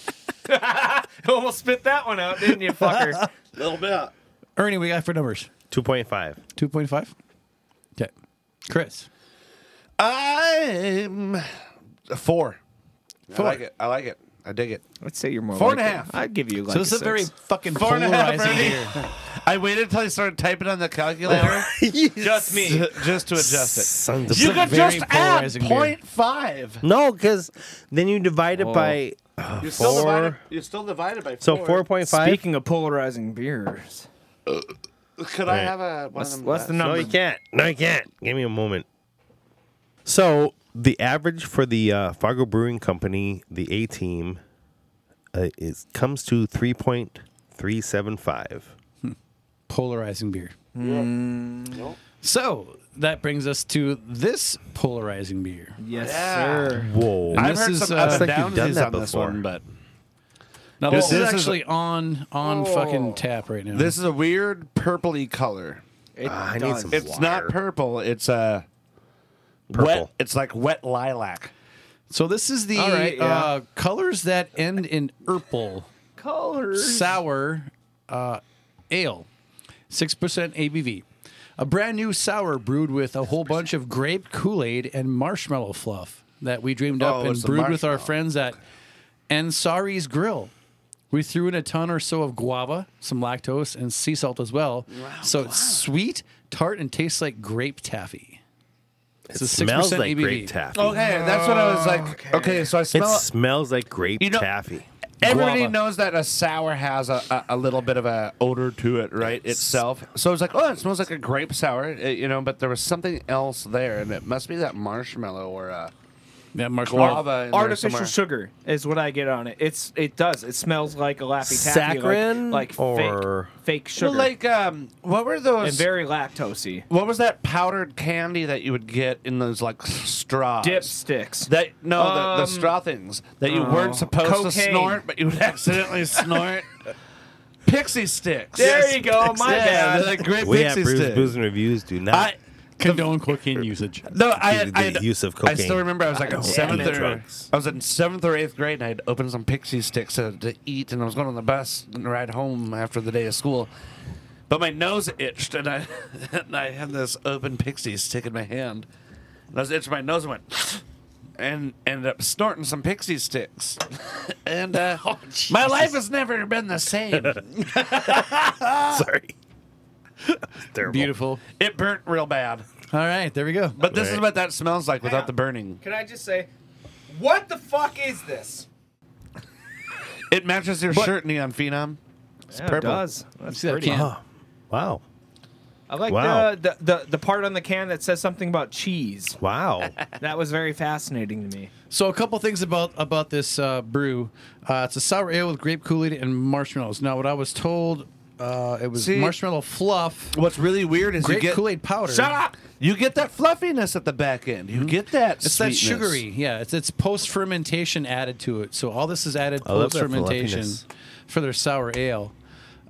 Speaker 4: Almost spit that one out, didn't you, fucker?
Speaker 2: little bit.
Speaker 3: Ernie, we got for numbers.
Speaker 1: Two point five.
Speaker 3: 2.5? Okay. Chris.
Speaker 2: I'm a four. I like it. I like it. I dig it.
Speaker 4: Let's say you're more
Speaker 2: Four and
Speaker 4: like
Speaker 2: a
Speaker 4: it.
Speaker 2: half.
Speaker 4: I'd give you like
Speaker 3: So this
Speaker 4: a
Speaker 3: is a very
Speaker 4: six.
Speaker 3: fucking
Speaker 2: Four and a half,
Speaker 3: polarizing
Speaker 2: Ernie.
Speaker 3: year.
Speaker 2: I waited until I started typing on the calculator
Speaker 4: Just me.
Speaker 2: just to adjust
Speaker 1: Sons of
Speaker 2: it. You
Speaker 3: a
Speaker 2: could
Speaker 3: very
Speaker 2: just add
Speaker 3: polarizing
Speaker 2: point five.
Speaker 1: no, because then you divide it
Speaker 4: Whoa.
Speaker 1: by
Speaker 2: You're
Speaker 1: still Four. divided-
Speaker 2: You're still divided by four.
Speaker 1: so four point five.
Speaker 4: Speaking of polarizing beers,
Speaker 2: Could I
Speaker 1: Right.
Speaker 2: have a one
Speaker 4: what's, what's the
Speaker 1: No,
Speaker 4: number?
Speaker 1: you can't. No, you can't. Give me a moment. So the average for the uh, Fargo Brewing Company, the A team, uh, is comes to three point three seven five.
Speaker 3: Polarizing beer. So that brings us to this polarizing beer.
Speaker 4: Yes,
Speaker 2: Yeah.
Speaker 4: sir.
Speaker 1: Whoa!
Speaker 3: And
Speaker 2: I've
Speaker 3: this
Speaker 2: heard
Speaker 3: is,
Speaker 2: some
Speaker 3: uh,
Speaker 2: ups
Speaker 1: I
Speaker 2: and
Speaker 1: think you've
Speaker 2: downs
Speaker 1: done that
Speaker 2: on this
Speaker 1: before.
Speaker 2: one, but
Speaker 3: Now
Speaker 2: This
Speaker 3: this, is
Speaker 2: is-
Speaker 3: actually on on fucking tap right now.
Speaker 2: this is a weird purpley color.
Speaker 4: It
Speaker 1: I need
Speaker 4: does.
Speaker 1: some-
Speaker 2: It's not
Speaker 1: Water.
Speaker 2: purple. It's uh, wet.
Speaker 1: Purple.
Speaker 2: It's like wet lilac.
Speaker 3: so this is the
Speaker 4: All right, yeah.
Speaker 3: uh, colors that end in purple
Speaker 4: colors.
Speaker 3: sour uh, ale, six percent ABV. A brand new sour brewed with a whole bunch of grape Kool Aid and marshmallow fluff that we dreamed up
Speaker 2: Oh,
Speaker 3: and
Speaker 2: it's the
Speaker 3: brewed with our
Speaker 2: marshmallow.
Speaker 3: friends at Ansari's Grill. We threw in a ton or so of guava, some lactose, and sea salt as well. so it's sweet, tart, and tastes like grape taffy. It's a
Speaker 1: it smells
Speaker 3: 6%
Speaker 1: like
Speaker 3: ABV.
Speaker 1: grape taffy.
Speaker 2: Okay, that's what I was like. Okay, so I
Speaker 1: It
Speaker 2: smell.
Speaker 1: smells like grape
Speaker 2: You know-
Speaker 1: taffy.
Speaker 2: Everybody
Speaker 3: Guava.
Speaker 2: knows that a sour has a, a, a little bit of a odor to it, right? Itself. So I was like, oh, it smells like a grape sour, uh, you know. But there was something else there, and it must be that marshmallow or uh,
Speaker 3: Yeah, marshmallow.
Speaker 2: guava. in there
Speaker 4: Artificial
Speaker 2: somewhere.
Speaker 4: sugar is what I get on it. It's it does. It smells like a lappy taffy,
Speaker 1: Saccharin
Speaker 4: like, like
Speaker 1: or-
Speaker 4: fake fake sugar,
Speaker 2: Well, like, um, what were
Speaker 4: and
Speaker 2: those?
Speaker 4: very lactosey.
Speaker 2: what was that powdered candy that you would get in those like straws?
Speaker 4: Dipsticks.
Speaker 2: That no, the,
Speaker 4: Um,
Speaker 2: the straw things that you
Speaker 4: oh,
Speaker 2: weren't supposed to
Speaker 4: cocaine.
Speaker 2: snort, but you would accidentally snort. Pixie sticks.
Speaker 4: There you go. My
Speaker 2: Yeah,
Speaker 4: bad.
Speaker 2: they're like great
Speaker 1: We at
Speaker 2: pixie
Speaker 1: Brews,
Speaker 2: sticks.
Speaker 1: Booze, and Reviews do not.
Speaker 2: I
Speaker 3: Condone cocaine usage.
Speaker 2: no, I
Speaker 1: the
Speaker 2: had, I had-
Speaker 1: use of
Speaker 2: I still
Speaker 1: cocaine.
Speaker 2: remember I was like in
Speaker 4: don't
Speaker 2: seventh
Speaker 1: do
Speaker 2: or
Speaker 1: drugs.
Speaker 2: I was in seventh or eighth grade, and I'd opened some pixie sticks to, to eat, and I was going on the bus and ride home after the day of school. But my nose itched, and I and I had this open pixie stick in my hand, and I was itching my nose and went. And ended up snorting some pixie sticks, and uh, my life has never been the same.
Speaker 1: Sorry. Terrible.
Speaker 3: Beautiful.
Speaker 2: it burnt real bad,
Speaker 3: All right, there we go.
Speaker 2: but this is
Speaker 1: Right.
Speaker 2: what that smells like without the burning.
Speaker 4: Can I just say, what the fuck is this?
Speaker 2: It matches your shirt, Neon Phenom.
Speaker 4: It's
Speaker 2: purple.
Speaker 4: does. That's
Speaker 3: See that
Speaker 4: pretty.
Speaker 3: can?
Speaker 1: Oh, wow.
Speaker 4: I like the,
Speaker 1: Wow.
Speaker 4: the, the the part on the can that says something about cheese.
Speaker 1: Wow.
Speaker 4: That was very fascinating to me.
Speaker 3: So a couple things about about this uh, brew. Uh, it's a sour ale with grape Kool Aid and marshmallows. Now, what I was told, uh, it was
Speaker 2: See-
Speaker 3: marshmallow fluff,
Speaker 2: What's really weird is you
Speaker 3: grape
Speaker 2: get
Speaker 3: Kool Aid powder.
Speaker 2: Shut up! You get that fluffiness at the back end. You get Mm-hmm. that.
Speaker 3: It's that sugary, yeah. It's it's post fermentation added to it. So all this is added
Speaker 1: I love
Speaker 3: post
Speaker 1: that
Speaker 3: fermentation
Speaker 1: fluffiness.
Speaker 3: for their sour ale.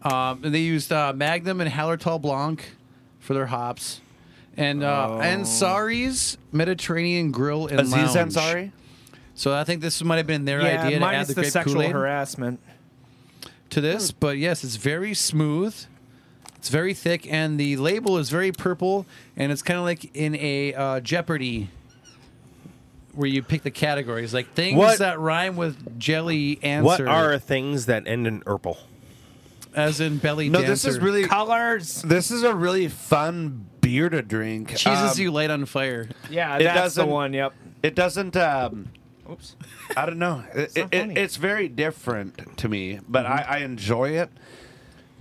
Speaker 3: Um, and they used uh, Magnum and Hallertau Blanc for their hops, and uh, Ansari's Mediterranean Grill and
Speaker 2: Aziz
Speaker 3: Lounge.
Speaker 2: Ansari.
Speaker 3: So I think this might have been their
Speaker 4: yeah,
Speaker 3: idea to add
Speaker 4: minus
Speaker 3: the,
Speaker 4: the
Speaker 3: grape
Speaker 4: sexual
Speaker 3: Kool-Aid
Speaker 4: harassment.
Speaker 3: to this.
Speaker 2: Hmm.
Speaker 3: But yes, it's very smooth. It's very thick, and the label is very purple, and it's kind of like in a uh, Jeopardy, where you pick the categories, like things
Speaker 1: What-
Speaker 3: that rhyme with jelly
Speaker 1: What
Speaker 3: answer,
Speaker 1: are things that end in erple?
Speaker 3: as in belly.
Speaker 2: No, this is
Speaker 3: dancer.
Speaker 2: really.
Speaker 4: Colors.
Speaker 2: This is a really fun beer to drink.
Speaker 3: Jesus,
Speaker 2: Um,
Speaker 3: you light on fire.
Speaker 4: Yeah,
Speaker 2: It
Speaker 4: that's the
Speaker 2: doesn't-
Speaker 4: one. Yep.
Speaker 2: It doesn't. Um,
Speaker 4: Oops.
Speaker 2: I don't know.
Speaker 4: not
Speaker 2: It, it, it-
Speaker 4: funny.
Speaker 2: it's Mm-hmm. very different to me, but I, I enjoy it.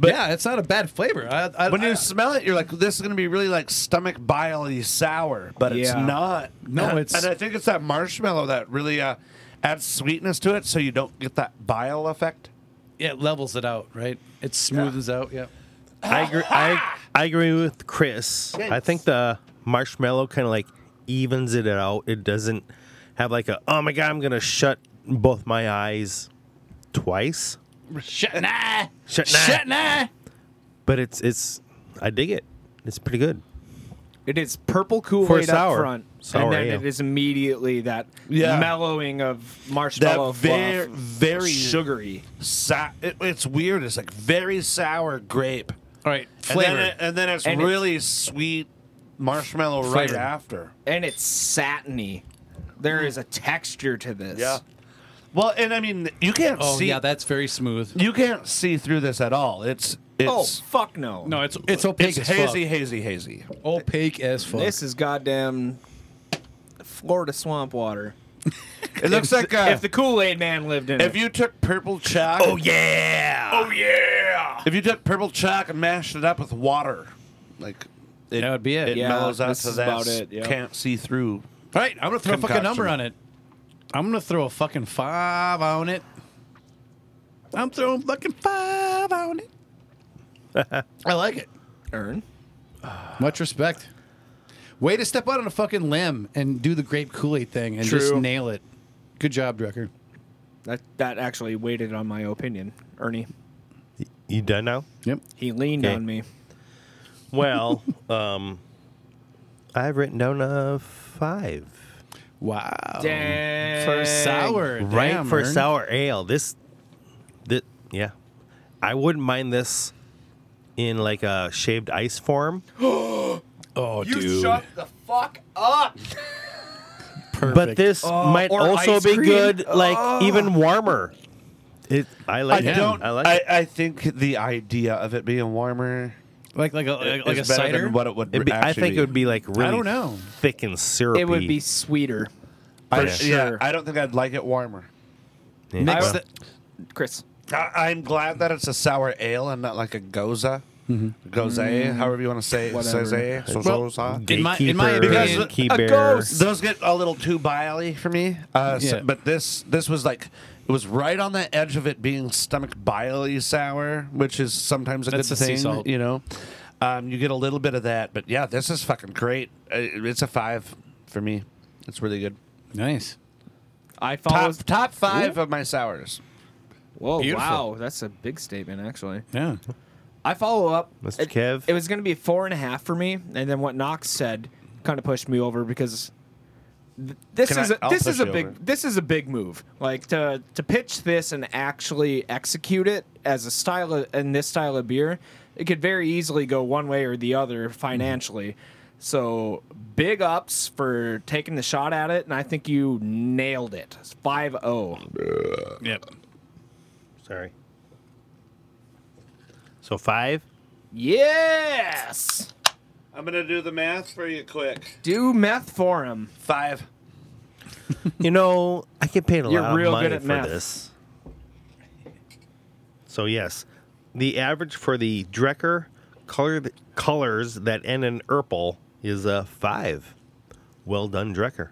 Speaker 3: yeah, it's not a bad flavor. I, I,
Speaker 2: When
Speaker 3: I-
Speaker 2: you smell it, you're like, "This is going to be really like stomach biley sour," but it's
Speaker 4: Yeah.
Speaker 2: not.
Speaker 3: No, it's-
Speaker 2: and I think it's that marshmallow that really uh, adds sweetness to it, so you don't get that bile effect.
Speaker 3: yeah, it levels it out, right? It smooths out. Yeah.
Speaker 1: I agree, I, I agree with Chris. I think the marshmallow kind of like evens it out. It doesn't have like a oh my god, I'm gonna shut both my eyes twice.
Speaker 3: Shut nah.
Speaker 1: Shut, nah.
Speaker 3: Shut nah.
Speaker 1: But it's it's I dig it. It's pretty good.
Speaker 4: It is purple Kool Aid up
Speaker 1: sour.
Speaker 4: front,
Speaker 1: Sour
Speaker 4: and then
Speaker 1: ale.
Speaker 4: it is immediately that
Speaker 2: Yeah.
Speaker 4: mellowing of
Speaker 2: that
Speaker 4: marshmallow
Speaker 2: very
Speaker 4: fluff.
Speaker 2: very
Speaker 4: sugary.
Speaker 2: sa- it- it's weird it's like very sour grape
Speaker 3: All right,
Speaker 2: and
Speaker 3: flavor.
Speaker 2: then, uh, it- and then it's
Speaker 4: And it's-
Speaker 2: really sweet marshmallow right
Speaker 3: Flavor.
Speaker 2: after
Speaker 4: and it's satiny. There is a texture to this.
Speaker 2: well and i mean you can't
Speaker 3: oh
Speaker 2: see
Speaker 3: yeah, that's very smooth.
Speaker 2: you can't see through this at all it's it's
Speaker 4: Oh fuck no.
Speaker 3: No, it's it's opaque
Speaker 2: it's
Speaker 3: as
Speaker 2: hazy hazy hazy
Speaker 3: fuck. Opaque as fuck.
Speaker 4: This is goddamn Florida swamp water.
Speaker 2: it looks like uh,
Speaker 4: if the Kool Aid Man lived in
Speaker 2: if
Speaker 4: it,
Speaker 2: you took purple chalk oh yeah oh yeah if you took purple chalk and mashed it up with water like it,
Speaker 3: That would be it.
Speaker 2: it
Speaker 4: Yeah,
Speaker 2: mellows out
Speaker 4: this
Speaker 2: so
Speaker 4: is
Speaker 2: that
Speaker 4: about it, yeah.
Speaker 2: can't see through
Speaker 3: All right, I'm gonna throw a
Speaker 2: Concoction.
Speaker 3: fucking number on it. I'm gonna throw a fucking five on it. I'm throwing fucking five on it. I like it.
Speaker 4: Ern.
Speaker 3: Much respect. Way to step out on a fucking limb and do the grape Kool Aid thing and just
Speaker 4: True.
Speaker 3: nail it. Good job, Drucker.
Speaker 4: That that actually waited on my opinion, Ernie.
Speaker 1: You done now?
Speaker 3: Yep.
Speaker 4: He leaned
Speaker 1: Okay.
Speaker 4: on me.
Speaker 1: Well, um I've written down a five.
Speaker 3: Wow.
Speaker 2: Um,
Speaker 4: Dang.
Speaker 3: For sour,
Speaker 1: Right
Speaker 3: damn,
Speaker 1: for
Speaker 3: Ern.
Speaker 1: sour ale. This that yeah. I wouldn't mind this in like a shaved ice form.
Speaker 3: Oh, dude.
Speaker 4: the fuck up.
Speaker 3: Perfect.
Speaker 1: But this
Speaker 4: Oh,
Speaker 1: might
Speaker 4: or
Speaker 1: also
Speaker 4: ice
Speaker 1: be
Speaker 4: cream.
Speaker 1: good, like
Speaker 4: Oh.
Speaker 1: even warmer. It, I
Speaker 2: I
Speaker 1: like it.
Speaker 2: don't.
Speaker 1: I
Speaker 2: I,
Speaker 1: like
Speaker 2: I,
Speaker 1: it.
Speaker 2: think the idea of it being warmer
Speaker 3: like like a
Speaker 2: is
Speaker 3: like, like a
Speaker 2: better
Speaker 3: cider.
Speaker 2: than what it would
Speaker 1: It'd be, I
Speaker 2: actually
Speaker 1: think it would be like really.
Speaker 3: don't know.
Speaker 1: Thick and syrupy.
Speaker 4: It would be sweeter.
Speaker 2: I,
Speaker 1: for
Speaker 2: Yeah,
Speaker 4: sure.
Speaker 2: I don't think I'd like it warmer.
Speaker 1: Yeah.
Speaker 3: Mix
Speaker 1: Well,
Speaker 3: the-
Speaker 4: Chris.
Speaker 2: I, I'm glad that it's a sour ale and not like a goza, goza, however you want to say it.
Speaker 4: Mm-hmm. Mm. Whatever.
Speaker 2: Soze, so-
Speaker 3: Well,
Speaker 2: so-
Speaker 3: in my- in my
Speaker 1: gatekeeper,
Speaker 2: opinion- Because
Speaker 1: gatekeeper.
Speaker 4: a ghost-
Speaker 2: Those get a little too biley for me. Uh, so-
Speaker 3: Yeah.
Speaker 2: but this this was like it was right on the edge of it being stomach biley sour, which is sometimes a
Speaker 3: That's the
Speaker 2: good
Speaker 3: sea
Speaker 2: thing.
Speaker 3: salt.
Speaker 2: You know, um, you get a little bit of that. But yeah, this is fucking great. Uh, It's a five for me. It's really good.
Speaker 3: nice.
Speaker 4: I
Speaker 2: Top
Speaker 4: follow.
Speaker 2: top five of my sours.
Speaker 4: Whoa!
Speaker 3: Beautiful.
Speaker 4: Wow, that's a big statement, actually.
Speaker 3: Yeah.
Speaker 4: I follow up.
Speaker 1: Mr.
Speaker 4: It,
Speaker 1: Kev?
Speaker 4: It was going to be four and a half for me, and then what Knox said kind of pushed me over because th- this
Speaker 2: Can I-
Speaker 4: is a
Speaker 2: I'll
Speaker 4: this is
Speaker 2: push
Speaker 4: a
Speaker 2: you
Speaker 4: big
Speaker 2: over.
Speaker 4: this is a big move. Like to to pitch this and actually execute it as a style of, in this style of beer, it could very easily go one way or the other financially. So big ups for taking the shot at it, and I think you nailed it. oh. 5-0.
Speaker 3: Yep.
Speaker 1: Sorry. So five.
Speaker 4: Yes.
Speaker 2: I'm gonna do the math for you quick.
Speaker 4: Do meth for him.
Speaker 2: Five.
Speaker 1: You know, I get paid a
Speaker 4: You're
Speaker 1: lot of
Speaker 4: real
Speaker 1: money
Speaker 4: good at
Speaker 1: for
Speaker 4: math.
Speaker 1: this. So yes, the average for the Drecker color th- colors that end in purple is a five. Well done, Drecker.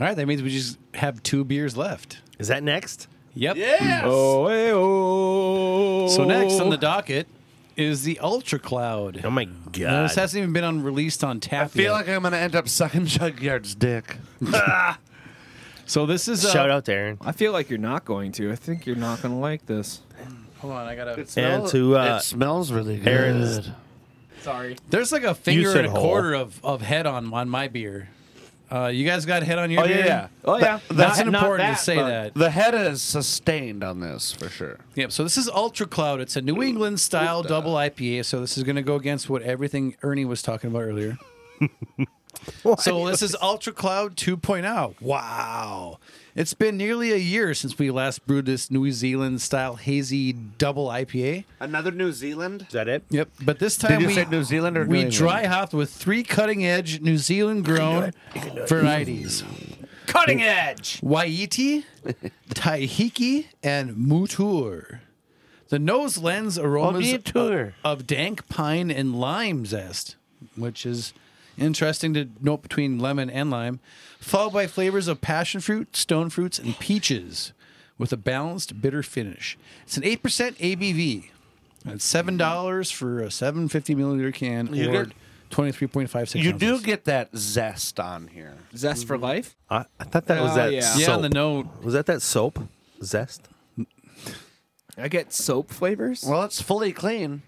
Speaker 3: All right. That means we just have two beers left.
Speaker 1: Is that next?
Speaker 3: Yep.
Speaker 2: Yes.
Speaker 4: Oh, hey, oh.
Speaker 3: So next on the docket is the Ultra Cloud.
Speaker 1: Oh my
Speaker 3: Now,
Speaker 1: god!
Speaker 3: this hasn't even been on released on tap
Speaker 2: I feel
Speaker 3: yet.
Speaker 2: like I'm gonna end up sucking Jugyard's dick.
Speaker 3: so this is uh,
Speaker 1: Shout out to Aaron.
Speaker 4: I feel like you're not going to. I think you're not going to like this.
Speaker 3: Hold on, I gotta.
Speaker 1: And to uh,
Speaker 2: it smells really good.
Speaker 1: Aaron's-
Speaker 4: Sorry.
Speaker 3: There's like a finger
Speaker 1: said
Speaker 3: and a
Speaker 1: hole.
Speaker 3: quarter of, of head on on my beer. Uh, you guys got head on your
Speaker 2: Oh,
Speaker 3: beer?
Speaker 2: yeah, yeah.
Speaker 4: Oh yeah,
Speaker 3: That's
Speaker 4: Not- not
Speaker 3: important
Speaker 4: that,
Speaker 3: to say
Speaker 4: but-
Speaker 3: that.
Speaker 2: the head is sustained on this for sure.
Speaker 3: Yep. So this is Ultra Cloud. It's a New England style double IPA. So this is going to go against what everything Ernie was talking about earlier. so this is Ultra Cloud 2.0. Wow. It's been nearly a year since we last brewed this New Zealand style hazy double IPA.
Speaker 2: Another New Zealand.
Speaker 1: is that it?
Speaker 3: Yep. But this time
Speaker 2: you
Speaker 3: we
Speaker 2: say New Zealand or New
Speaker 3: we
Speaker 2: England?
Speaker 3: dry hopped with three cutting edge New Zealand grown varieties.
Speaker 4: Cutting edge.
Speaker 3: Waiti, Tahiki, and Mutur. The nose lends aromas
Speaker 2: Mutur.
Speaker 3: of, of dank pine and lime zest, which is interesting to note between lemon and lime, followed by flavors of passion fruit, stone fruits, and peaches with a balanced bitter finish. It's an 8% ABV. It's seven dollars for a seven fifty milliliter can,
Speaker 2: You
Speaker 3: or
Speaker 2: get-
Speaker 3: twenty three point five six.
Speaker 2: You do get that zest on here.
Speaker 4: Zest for life.
Speaker 1: I, I thought that was
Speaker 4: Oh,
Speaker 1: that.
Speaker 4: yeah.
Speaker 1: Soap.
Speaker 3: yeah on the note.
Speaker 1: Was that that soap zest?
Speaker 4: I get soap flavors.
Speaker 2: Well, it's fully clean.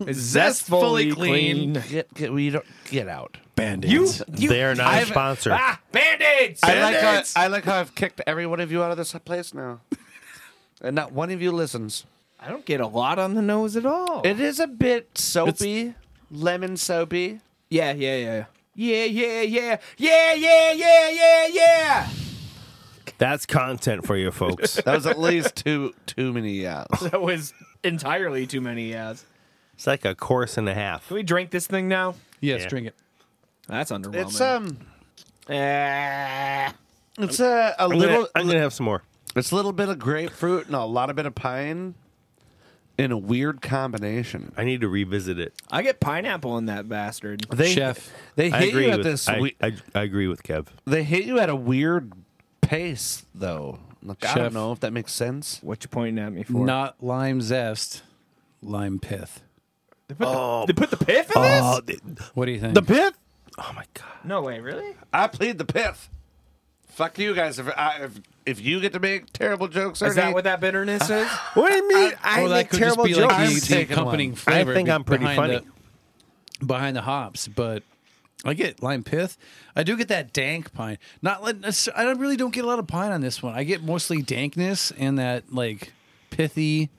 Speaker 4: It's
Speaker 3: zestfully clean.
Speaker 2: Get get we don't get out.
Speaker 3: Band-aids.
Speaker 4: You, you.
Speaker 1: They are not
Speaker 2: I've-
Speaker 1: a sponsor.
Speaker 4: Ah, band-aids.
Speaker 2: I like how, I like how I've kicked every one of you out of this place now, and not one of you listens.
Speaker 4: I don't get a lot on the nose at all.
Speaker 2: It is a bit soapy, lemon soapy.
Speaker 4: yeah, yeah, yeah. Yeah, yeah, yeah. Yeah, yeah, yeah, yeah, yeah.
Speaker 1: That's content for you folks.
Speaker 2: That was at least two too many yes.
Speaker 4: That was entirely too many yes.
Speaker 1: it's like a course and a half.
Speaker 4: Can we drink this thing now?
Speaker 3: yes,
Speaker 1: Yeah.
Speaker 3: drink it.
Speaker 4: That's underwhelming.
Speaker 2: It's um,
Speaker 4: Ah.
Speaker 2: it's a, a
Speaker 1: I'm gonna-
Speaker 2: little,
Speaker 1: I'm gonna have some more.
Speaker 2: it's a little bit of grapefruit and a lot of bit of pine, in a weird combination.
Speaker 1: I need to revisit it.
Speaker 4: I get pineapple in that bastard.
Speaker 2: They,
Speaker 3: Chef.
Speaker 2: they
Speaker 1: I
Speaker 2: hit
Speaker 1: agree
Speaker 2: you at
Speaker 1: with
Speaker 2: this.
Speaker 1: I,
Speaker 2: we-
Speaker 1: I, I agree with Kev.
Speaker 2: they hit you at a weird pace, though. Look, I
Speaker 3: Chef.
Speaker 2: don't know if that makes sense.
Speaker 4: What you pointing at me for?
Speaker 3: Not lime zest, lime pith.
Speaker 4: They put the pith in
Speaker 2: Uh,
Speaker 4: this?
Speaker 1: Oh, the,
Speaker 3: What do you think?
Speaker 2: pith.
Speaker 1: oh my god!
Speaker 4: No way, really?
Speaker 2: I plead the pith. Fuck you guys. If I, if, if you get to make terrible jokes,
Speaker 4: Is that what that bitterness is?
Speaker 1: What do you mean? I,
Speaker 3: or that could just be like the, the accompanying flavor.
Speaker 1: I think
Speaker 3: be-
Speaker 1: I'm pretty
Speaker 3: behind
Speaker 1: funny.
Speaker 3: The, behind the hops, but I get lime pith. I do get that dank pine. Not like I don't really don't get a lot of pine on this one. I get mostly dankness and that like pithy,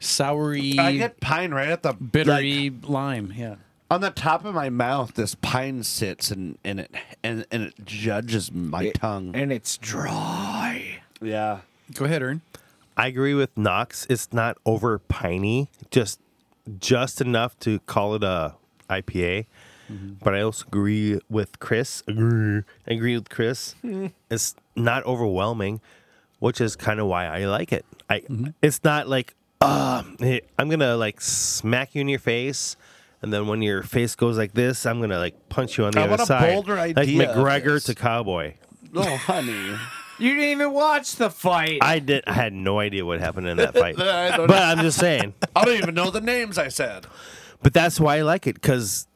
Speaker 3: soury,
Speaker 2: I get pine right at the like,
Speaker 3: bittery lime. Yeah.
Speaker 2: on the top of my mouth. This pine sits and and it and, and it judges my tongue.
Speaker 4: And it's dry.
Speaker 2: yeah.
Speaker 3: Go ahead, Ern.
Speaker 1: I agree with Knox. It's not over piney, just just enough to call it a IPA.
Speaker 2: Mm-hmm.
Speaker 1: But I also agree with Chris. Agree, agree with Chris. It's not overwhelming, which is kind of why I like it. I
Speaker 2: Mm-hmm.
Speaker 1: it's not like uh, I'm gonna like smack you in your face. And then when your face goes like this, I'm gonna like punch you on the
Speaker 2: I
Speaker 1: other
Speaker 2: want a
Speaker 1: side,
Speaker 2: bolder
Speaker 1: like
Speaker 2: idea of
Speaker 1: McGregor
Speaker 2: this.
Speaker 1: to Cowboy.
Speaker 2: Oh, honey.
Speaker 4: You didn't even watch the fight.
Speaker 1: I did. I had no idea what happened in that fight,
Speaker 2: I don't-
Speaker 1: but I'm just saying.
Speaker 2: I don't even know the names I said.
Speaker 1: But that's why I like it because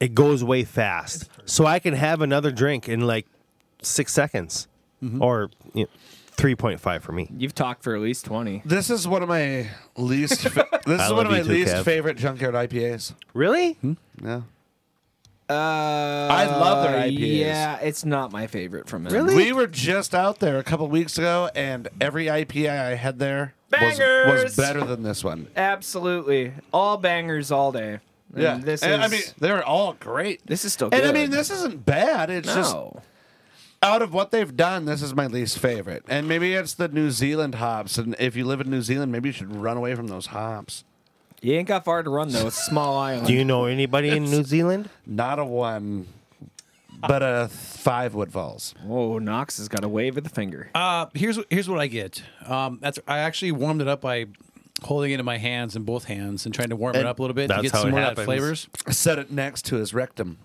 Speaker 1: it goes way Mm-hmm. fast. So I can have another drink in like six seconds or you know, three point five for me.
Speaker 4: You've talked for at least twenty.
Speaker 2: This is one of my least. Fa- this
Speaker 1: I
Speaker 2: is one
Speaker 1: love
Speaker 2: of
Speaker 1: you
Speaker 2: my
Speaker 1: too,
Speaker 2: least
Speaker 1: Kev.
Speaker 2: favorite junkyard IPAs.
Speaker 4: Really?
Speaker 1: Mm-hmm.
Speaker 2: Yeah.
Speaker 4: Uh, I
Speaker 2: love their IPAs.
Speaker 4: Yeah, it's not my favorite from them.
Speaker 2: We were just out there a couple weeks ago, and every IPA I had there was, was
Speaker 4: Bangers!
Speaker 2: better than this one.
Speaker 4: Absolutely, all bangers all day. And
Speaker 2: Yeah,
Speaker 4: this
Speaker 2: and,
Speaker 4: is.
Speaker 2: I mean they're all great.
Speaker 4: this is still.
Speaker 2: and I
Speaker 4: good.
Speaker 2: mean this isn't bad. It's just
Speaker 4: no.
Speaker 2: out of what they've done, this is my least favorite. And maybe it's the New Zealand hops. And if you live in New Zealand, maybe you should run away from those hops.
Speaker 4: You ain't got far to run though. It's a small island.
Speaker 1: Do you know anybody in New Zealand?
Speaker 2: Not a one, but a five wood falls.
Speaker 4: oh, Knox has got a wave of the finger.
Speaker 3: Uh, here's here's what I get. Um, that's I actually warmed it up by holding it in my hands in both hands and trying to warm it up a little bit to
Speaker 1: that's
Speaker 3: get
Speaker 1: how
Speaker 3: some
Speaker 1: it
Speaker 3: more of that
Speaker 1: happens.
Speaker 3: flavors.
Speaker 2: Set it next to his rectum.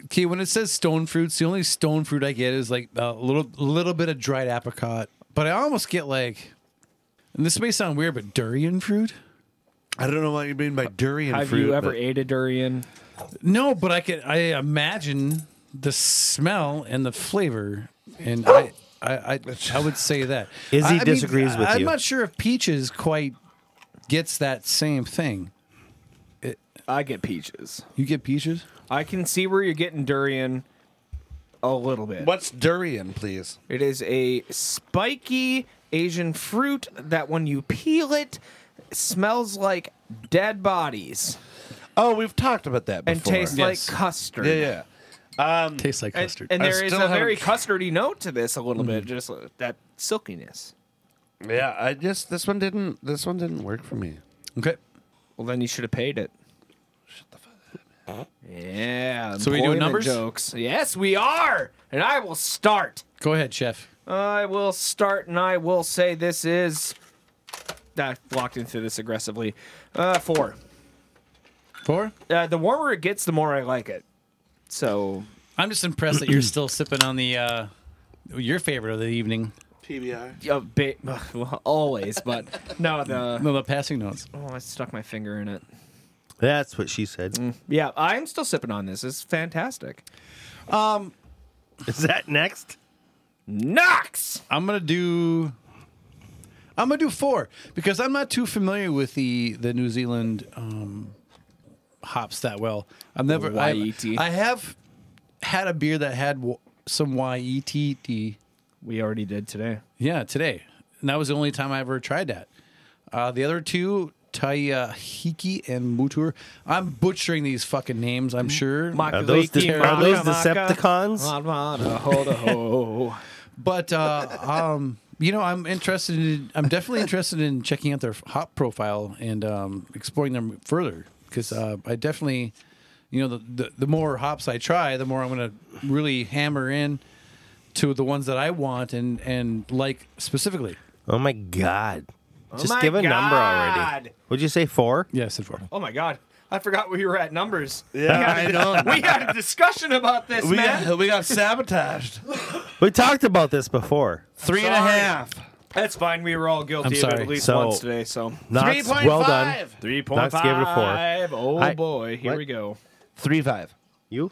Speaker 3: Okay, when it says stone fruits, the only stone fruit I get is like a little little bit of dried apricot, but I almost get like, and this may sound weird, but durian fruit.
Speaker 2: I don't know what you mean by durian
Speaker 4: Have
Speaker 2: fruit.
Speaker 4: you ever
Speaker 2: but-
Speaker 4: ate a durian?
Speaker 3: No, but I can I imagine the smell and the flavor, and I I I, I would say that
Speaker 1: Izzy
Speaker 3: I- I mean,
Speaker 1: disagrees with
Speaker 3: I'm
Speaker 1: you.
Speaker 3: not sure if peaches quite gets that same thing.
Speaker 4: I get peaches.
Speaker 3: You get peaches.
Speaker 4: I can see where you're getting durian a little bit.
Speaker 2: What's durian, please?
Speaker 4: It is a spiky Asian fruit that when you peel it smells like dead bodies
Speaker 2: Oh, we've talked about that before.
Speaker 4: and tastes
Speaker 3: Yes.
Speaker 4: like custard.
Speaker 2: yeah, yeah.
Speaker 3: Tastes like
Speaker 4: And,
Speaker 3: custard.
Speaker 4: and
Speaker 2: I
Speaker 4: there is
Speaker 2: still
Speaker 4: a very
Speaker 2: haven't-
Speaker 4: custardy note to this a little bit, just uh, that silkiness.
Speaker 2: Yeah, I just this one didn't this one didn't work for me.
Speaker 3: okay.
Speaker 4: Well, then you should have paid it. Shut the fuck up. Yeah.
Speaker 3: So we doing
Speaker 4: employment
Speaker 3: numbers?
Speaker 4: jokes. Yes, we are. And I will start.
Speaker 3: Go ahead, chef.
Speaker 4: I will start and I will say this is. I walked into this aggressively. Uh, four.
Speaker 3: Four.
Speaker 4: Uh, the warmer it gets, the more I like it. So
Speaker 3: I'm just impressed that you're still sipping on the uh, your favorite of the evening.
Speaker 2: PBR.
Speaker 4: uh, ba- well, always, but no, the
Speaker 3: No, the passing notes.
Speaker 4: oh, I stuck my finger in it.
Speaker 1: That's what she said.
Speaker 4: Yeah, I'm still sipping on this. It's fantastic.
Speaker 1: Is that next?
Speaker 4: Knox.
Speaker 3: I'm gonna do. I'm gonna do four because I'm not too familiar with the the New Zealand um, hops that well. I've never. I,
Speaker 4: Waiiti.
Speaker 3: I have had a beer that had w- some YETT.
Speaker 4: We already did today.
Speaker 3: Yeah, today, and that was the only time I ever tried that. Uh, the other two, Taihiki and Mutur. I'm butchering these fucking names. I'm sure.
Speaker 1: Are those de-
Speaker 4: Makaliki,
Speaker 1: are those
Speaker 4: Makamaka.
Speaker 1: Decepticons?
Speaker 4: Lamana, hold a ho.
Speaker 3: But uh, um, you know, I'm interested. In, I'm definitely interested in checking out their hop profile and um, exploring them further because uh, I definitely, you know, the, the the more hops I try, the more I'm going to really hammer in to the ones that I want and and like specifically.
Speaker 1: Oh my god! Just
Speaker 4: my
Speaker 1: give a number
Speaker 4: God.
Speaker 1: already. Would you say four?
Speaker 3: Yes, and four.
Speaker 4: Oh my god. I forgot we were at numbers.
Speaker 2: Yeah, I know.
Speaker 4: We had a discussion about this,
Speaker 2: We
Speaker 4: man.
Speaker 2: got, we got sabotaged.
Speaker 1: We talked about this before.
Speaker 2: Three and a
Speaker 4: Sorry.
Speaker 2: half.
Speaker 4: That's fine. We were all guilty
Speaker 3: I'm
Speaker 4: of it
Speaker 3: sorry.
Speaker 4: at least
Speaker 1: So-
Speaker 4: once today. So
Speaker 1: Knox, well done.
Speaker 2: 3.5.
Speaker 4: three point
Speaker 1: Knox gave it a four.
Speaker 4: five. Oh
Speaker 1: I-
Speaker 4: boy, here
Speaker 1: what?
Speaker 4: we go.
Speaker 2: Three five.
Speaker 1: You.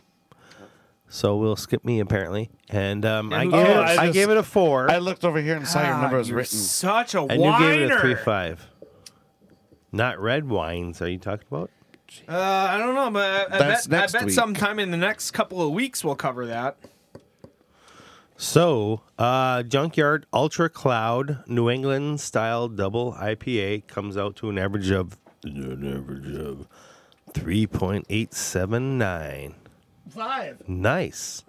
Speaker 1: So we'll skip me apparently, and um, I
Speaker 4: who
Speaker 1: gave it.
Speaker 4: cares?
Speaker 1: A, I,
Speaker 2: I just-
Speaker 1: gave it a four,
Speaker 2: I looked over here and saw your
Speaker 4: God,
Speaker 2: number was
Speaker 4: you're
Speaker 2: written.
Speaker 4: Such a
Speaker 1: and you
Speaker 4: whiner.
Speaker 1: gave it a three five. Not red wines. Are you talking about?
Speaker 4: Uh, I don't know, but I, I
Speaker 2: That's
Speaker 4: bet,
Speaker 2: next
Speaker 4: I bet
Speaker 2: week.
Speaker 4: sometime in the next couple of weeks we'll cover that.
Speaker 1: So, uh, Junkyard Ultra Cloud New England style double IPA comes out to an average of an average of three point eight seven nine.
Speaker 2: Five.
Speaker 1: Nice.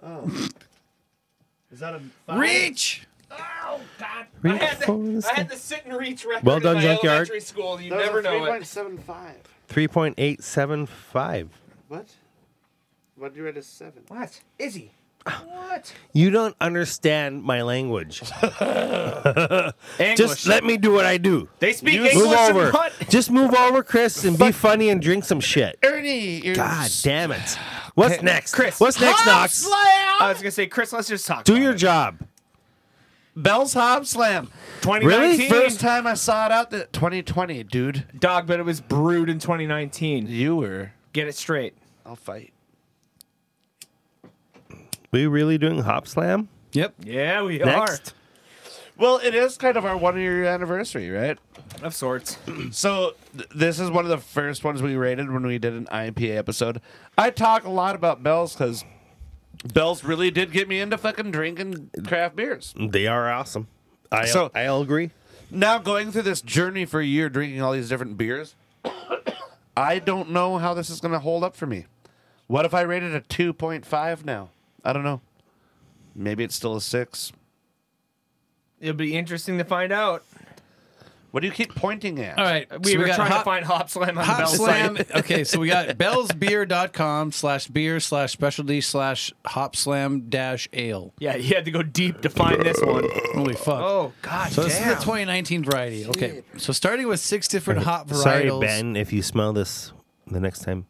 Speaker 2: Is that a
Speaker 3: Reach.
Speaker 4: Oh God! I
Speaker 1: Reach
Speaker 4: had,
Speaker 1: for the
Speaker 4: to, I
Speaker 1: sky.
Speaker 4: had to sit and reach record
Speaker 1: Well
Speaker 4: in
Speaker 1: done,
Speaker 4: my
Speaker 1: Junkyard.
Speaker 4: elementary school. You never know it.
Speaker 2: seven five.
Speaker 1: Three point eight seven five.
Speaker 2: What? What did you write as seven?
Speaker 4: What? Izzy? What?
Speaker 1: You don't understand my language.
Speaker 4: English.
Speaker 1: Just let me do what I do.
Speaker 4: they speak
Speaker 1: You
Speaker 4: English
Speaker 1: move
Speaker 4: and
Speaker 1: over.
Speaker 4: what?
Speaker 1: Just move over, Chris, and be funny and drink some shit.
Speaker 2: Ernie, you're
Speaker 1: God damn it. What's next?
Speaker 4: Chris.
Speaker 1: What's next, Knox?
Speaker 4: I was gonna say, Chris. Let's just talk.
Speaker 1: Do
Speaker 4: about
Speaker 1: your
Speaker 4: it.
Speaker 1: job.
Speaker 2: Bell's Hob Slam.
Speaker 4: 2019.
Speaker 2: First time I saw it out the 2020, dude.
Speaker 4: Dog, but it was brewed in 2019.
Speaker 2: You were.
Speaker 4: Get it straight.
Speaker 2: I'll fight.
Speaker 1: We really doing Hop Slam?
Speaker 3: Yep.
Speaker 4: Yeah, we
Speaker 1: Next.
Speaker 2: Well, it is kind of our one year anniversary, right?
Speaker 4: are of sorts.
Speaker 2: So th- this is one of the first ones we rated when we did an IPA episode. I talk a lot about Bell's because Bell's really did get me into fucking drinking craft beers.
Speaker 1: They are awesome. I
Speaker 2: So-
Speaker 1: I'll agree.
Speaker 2: Now going through this journey for a year, drinking all these different beers, I don't know how this is going to hold up for me. What if I rated a two point five now? I don't know. Maybe it's still a six.
Speaker 4: It'll be interesting to find out.
Speaker 2: What do you keep pointing at?
Speaker 3: All right.
Speaker 4: We
Speaker 3: so
Speaker 4: were
Speaker 3: got
Speaker 4: trying to
Speaker 3: hop-
Speaker 4: find Hop Slam on
Speaker 3: Hop
Speaker 4: Bell's
Speaker 3: Slam.
Speaker 4: site.
Speaker 3: okay, so we got bellsbeer.com slash beer slash specialty slash hop slam dash ale.
Speaker 4: Yeah, you had to go deep to find this one.
Speaker 3: Holy fuck.
Speaker 4: Oh god,
Speaker 3: so this
Speaker 4: damn.
Speaker 3: is the 2019 variety. Okay, so starting with six different hop varietals.
Speaker 1: Sorry, Ben, if you smell this the next time.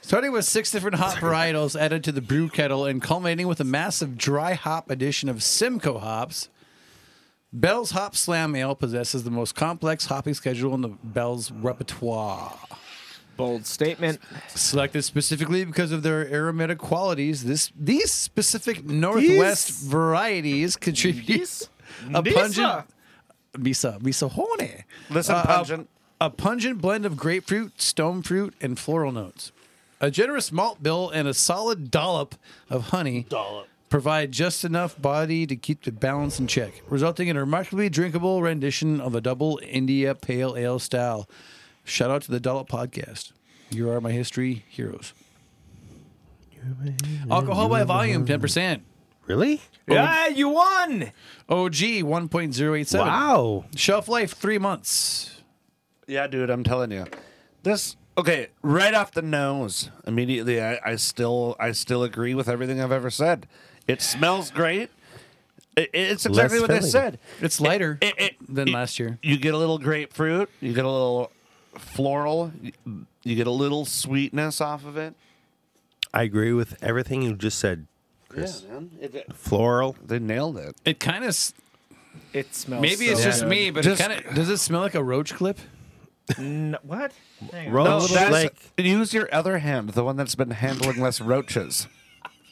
Speaker 3: Starting with six different hop varietals added to the brew kettle and culminating with a massive dry hop addition of Simcoe hops, Bell's Hop Slam Ale possesses the most complex hopping schedule in the Bell's repertoire.
Speaker 4: bold statement.
Speaker 3: Selected specifically because of their aromatic qualities, this these specific Northwest varieties contribute a
Speaker 4: These
Speaker 3: pungent
Speaker 4: are-
Speaker 3: Misa, Misahone.
Speaker 2: Listen,
Speaker 3: Uh, a-
Speaker 2: pungent.
Speaker 3: A pungent blend of grapefruit, stone fruit, and floral notes. A generous malt bill and a solid dollop of honey provide just enough body to keep the balance in check, resulting in a remarkably drinkable rendition of a double India Pale Ale style. Shout out to the Dollop Podcast. You are my history heroes. Alcohol by volume, 10%.
Speaker 1: Really?
Speaker 4: Yeah, you won.
Speaker 3: OG, 1.087.
Speaker 1: Wow.
Speaker 3: Shelf life, three months.
Speaker 2: Yeah, dude, I'm telling you. This okay, right off the nose. Immediately I, I still I still agree with everything I've ever said. It smells great. It, it's exactly
Speaker 1: Less
Speaker 2: what I
Speaker 1: filling.
Speaker 2: said.
Speaker 3: It's lighter
Speaker 2: It- it-
Speaker 3: than
Speaker 2: it-
Speaker 3: last year.
Speaker 2: You get a little grapefruit, you get a little floral, you- you get a little sweetness off of it.
Speaker 1: I agree with everything you just said, Chris.
Speaker 2: man. It-
Speaker 1: Floral.
Speaker 2: they nailed it.
Speaker 3: It kind of
Speaker 4: It smells.
Speaker 3: maybe
Speaker 4: so
Speaker 3: it's just
Speaker 4: good.
Speaker 3: me, but
Speaker 2: Just-
Speaker 3: it kind of does it smell like a roach clip?
Speaker 4: N- what? Hang on.
Speaker 1: Roach
Speaker 2: No, that's-
Speaker 1: like
Speaker 2: use your other hand, the one that's been handling less roaches.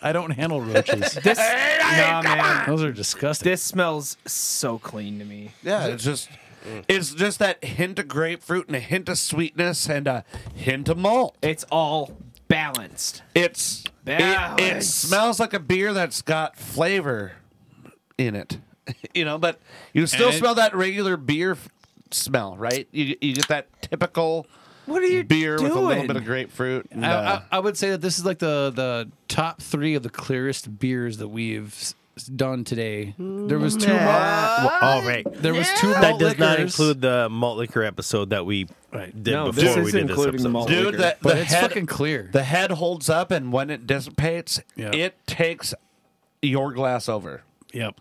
Speaker 3: I don't handle roaches.
Speaker 4: This nah, man.
Speaker 3: Those are disgusting.
Speaker 4: This smells so clean to me.
Speaker 2: Yeah, it's just it's just that hint of grapefruit and a hint of sweetness and a hint of malt.
Speaker 4: It's all balanced.
Speaker 2: It's it, it
Speaker 4: Balance.
Speaker 2: smells like a beer that's got flavor in it, you know. But you still
Speaker 3: And it-
Speaker 2: smell that regular beer f- smell, right? You you get that typical
Speaker 4: What are you
Speaker 2: beer
Speaker 4: doing?
Speaker 2: with a little bit of grapefruit. And,
Speaker 3: I,
Speaker 2: uh,
Speaker 3: I, I would say that this is like the the top three of the clearest beers that we've s- done today. There was two. malt-
Speaker 1: Well, all right.
Speaker 3: there was two.
Speaker 1: That
Speaker 3: malt
Speaker 1: does not
Speaker 3: liquors.
Speaker 1: include the malt liquor episode that we
Speaker 3: Right.
Speaker 1: did
Speaker 4: No,
Speaker 1: before
Speaker 4: this
Speaker 1: we
Speaker 4: is
Speaker 1: did
Speaker 4: including
Speaker 1: this
Speaker 4: the
Speaker 1: episode.
Speaker 4: malt
Speaker 2: dude,
Speaker 4: liquor.
Speaker 2: that the
Speaker 3: But it's
Speaker 2: head
Speaker 3: fucking clear.
Speaker 2: the head holds up, and when it dissipates,
Speaker 3: Yeah.
Speaker 2: it takes your glass over.
Speaker 3: Yep.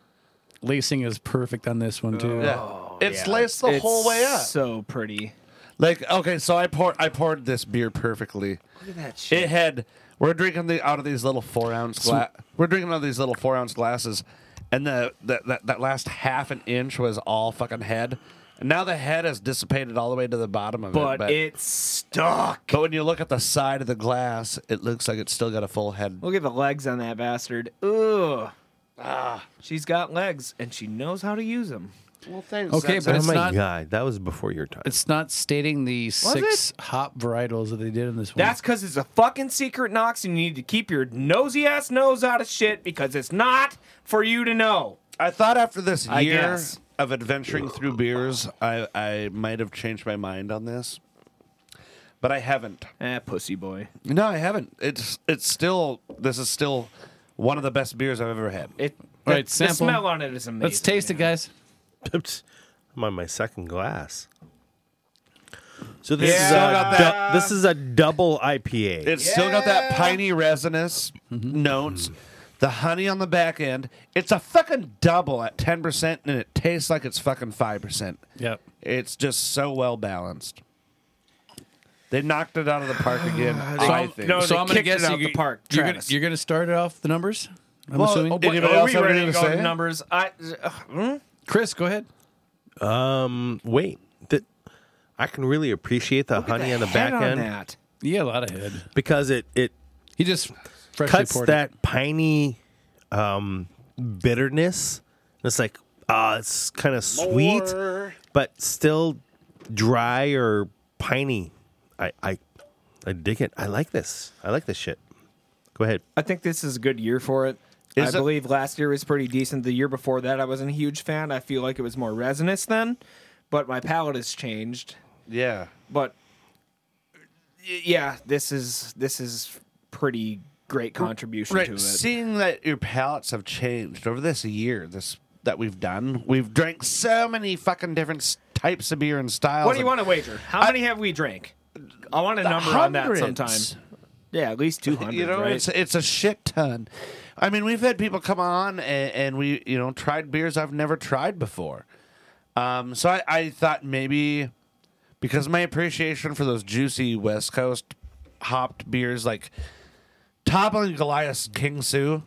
Speaker 3: Lacing is perfect on this one too.
Speaker 2: Yeah, it's laced the
Speaker 4: It's
Speaker 2: whole way up.
Speaker 4: So pretty.
Speaker 2: Like okay, so I poured I poured this beer perfectly.
Speaker 4: Look at that shit.
Speaker 2: It had we're drinking the out of these little four ounce gla- we're drinking out of these little four ounce glasses, and the that, that that last half an inch was all fucking head. And now the head has dissipated all the way to the bottom of
Speaker 4: but
Speaker 2: it. But
Speaker 4: it's stuck.
Speaker 2: but when you look at the side of the glass, it looks like it's still got a full head.
Speaker 4: Look at the legs on that bastard. Ugh. Ah, Mm. she's got legs and she knows how to use them.
Speaker 2: Well, thanks.
Speaker 3: Okay,
Speaker 2: that's-
Speaker 3: but
Speaker 1: Oh
Speaker 3: it's
Speaker 1: my
Speaker 3: not.
Speaker 1: god, that was before your time.
Speaker 3: It's not stating the six hop varietals that they did in this one.
Speaker 4: That's because it's a fucking secret, Knox, and you need to keep your nosy ass nose out of shit because it's not for you to know.
Speaker 2: I thought after this
Speaker 4: I
Speaker 2: year
Speaker 4: guess.
Speaker 2: of adventuring through beers, I I might have changed my mind on this, but I haven't.
Speaker 4: Eh, pussy boy.
Speaker 2: No, I haven't. It's it's still this is still one of the best beers I've ever had.
Speaker 4: It.
Speaker 3: All
Speaker 4: The,
Speaker 3: right,
Speaker 4: the
Speaker 3: sample.
Speaker 4: smell on it is amazing.
Speaker 3: Let's taste it,
Speaker 4: man.
Speaker 3: guys.
Speaker 1: Oops. I'm on my second glass. So this is
Speaker 4: Yeah.
Speaker 1: a du- this is a double IPA.
Speaker 2: It's still got that piney resinous
Speaker 4: Mm-hmm.
Speaker 2: notes, the honey on the back end. It's a fucking double at ten percent, and it tastes like it's fucking five percent.
Speaker 3: Yep.
Speaker 2: It's just so well balanced. They knocked it out of the park again.
Speaker 4: So
Speaker 2: I
Speaker 4: I'm-
Speaker 2: think.
Speaker 4: no,
Speaker 3: so
Speaker 4: they
Speaker 3: I'm gonna
Speaker 4: kicked it
Speaker 3: guess
Speaker 4: out
Speaker 3: you,
Speaker 4: the park,
Speaker 3: You're gonna,
Speaker 4: Travis.
Speaker 3: you're gonna start it off the numbers. I'm
Speaker 2: Well,
Speaker 3: assuming.
Speaker 2: oh,
Speaker 4: What,
Speaker 2: Anybody
Speaker 4: are
Speaker 2: else
Speaker 4: we
Speaker 2: have
Speaker 4: ready
Speaker 2: anything
Speaker 4: to
Speaker 2: to
Speaker 4: go to
Speaker 2: say?
Speaker 4: numbers? I, uh, hmm?
Speaker 3: Chris, go ahead.
Speaker 1: Um, wait, that I can really appreciate the honey on the
Speaker 4: Head
Speaker 1: back end
Speaker 4: that.
Speaker 3: Yeah, a lot of head.
Speaker 1: because it it
Speaker 3: He just freshly
Speaker 1: cuts
Speaker 3: poured
Speaker 1: that piney um, bitterness. And it's like ah, it's kind of sweet,
Speaker 6: More.
Speaker 1: but still dry or piney. I, I I dig it. I like this. I like this shit. Go ahead.
Speaker 4: I think this is a good year for it.
Speaker 2: Is
Speaker 4: I
Speaker 2: it-
Speaker 4: believe last year was pretty decent. The year before that, I wasn't a huge fan. I feel like it was more resinous then, but my palate has changed.
Speaker 2: Yeah.
Speaker 4: But y- yeah, this is this is pretty great contribution to
Speaker 2: Right.
Speaker 4: it.
Speaker 2: Seeing that your palates have changed over this year, this that we've done, we've drank so many fucking different s- types of beer and styles.
Speaker 4: what do you
Speaker 2: and
Speaker 4: want to wager? How many have we drank? I want a number on that
Speaker 2: hundreds.
Speaker 4: sometime. Yeah, at least two hundred.
Speaker 2: You know,
Speaker 4: right?
Speaker 2: it's it's a shit ton. I mean, we've had people come on and, and we you know tried beers I've never tried before. Um, so I, I thought maybe because my appreciation for those juicy West Coast hopped beers like Toppling Goliath's King Sue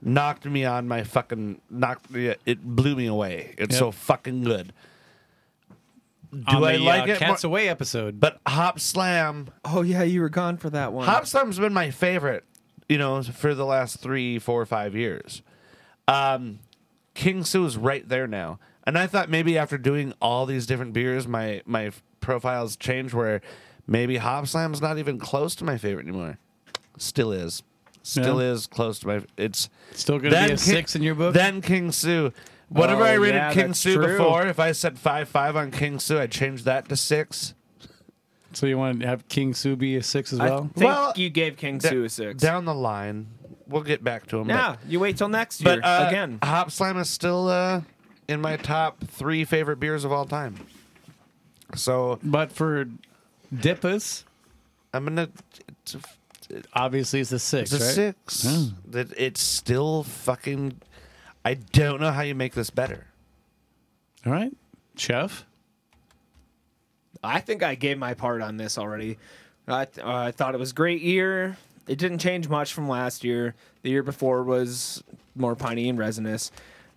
Speaker 2: knocked me on my fucking knocked me, it blew me away. It's
Speaker 3: Yep.
Speaker 2: so fucking good. Do
Speaker 3: On
Speaker 2: I
Speaker 3: the,
Speaker 2: like
Speaker 3: uh,
Speaker 2: it?
Speaker 3: Cats
Speaker 2: more-
Speaker 3: Away episode.
Speaker 2: but Hop Slam
Speaker 4: oh yeah, you were gone for that one.
Speaker 2: Hop Slam's been my favorite, you know, for the last three, four, five years. Um, King Sue is right there now, and I thought maybe after doing all these different beers, my my profile's changed where maybe Hop Slam's not even close to my favorite anymore. Still is, still
Speaker 3: Yeah.
Speaker 2: is close to my. It's
Speaker 3: Still gonna be
Speaker 2: then
Speaker 3: a six in your book?
Speaker 2: Then King Sue. Whatever
Speaker 4: Oh,
Speaker 2: I rated
Speaker 4: yeah,
Speaker 2: King
Speaker 4: that's
Speaker 2: Sue
Speaker 4: true.
Speaker 2: before, if I said five five on King Sue, I changed that to six.
Speaker 3: so you want to have King Sue be a six as
Speaker 4: I
Speaker 3: well?
Speaker 4: think
Speaker 2: Well,
Speaker 4: you gave King
Speaker 2: Da-
Speaker 4: Sue a six.
Speaker 2: Down the line, we'll get back to him. but-
Speaker 4: yeah, you wait till next year
Speaker 2: But uh,
Speaker 4: again.
Speaker 2: Hop Slam is still uh, in my top three favorite beers of all time. So
Speaker 3: but for Dippus,
Speaker 2: I'm gonna. It's a,
Speaker 3: obviously it's a six,
Speaker 2: it's a
Speaker 3: right?
Speaker 2: six. That it's still fucking. I don't know how you make this better.
Speaker 3: All right, Chef.
Speaker 4: I think I gave my part on this already. I, th- uh, I thought it was a great year. It didn't change much from last year. The year before was more piney and resinous,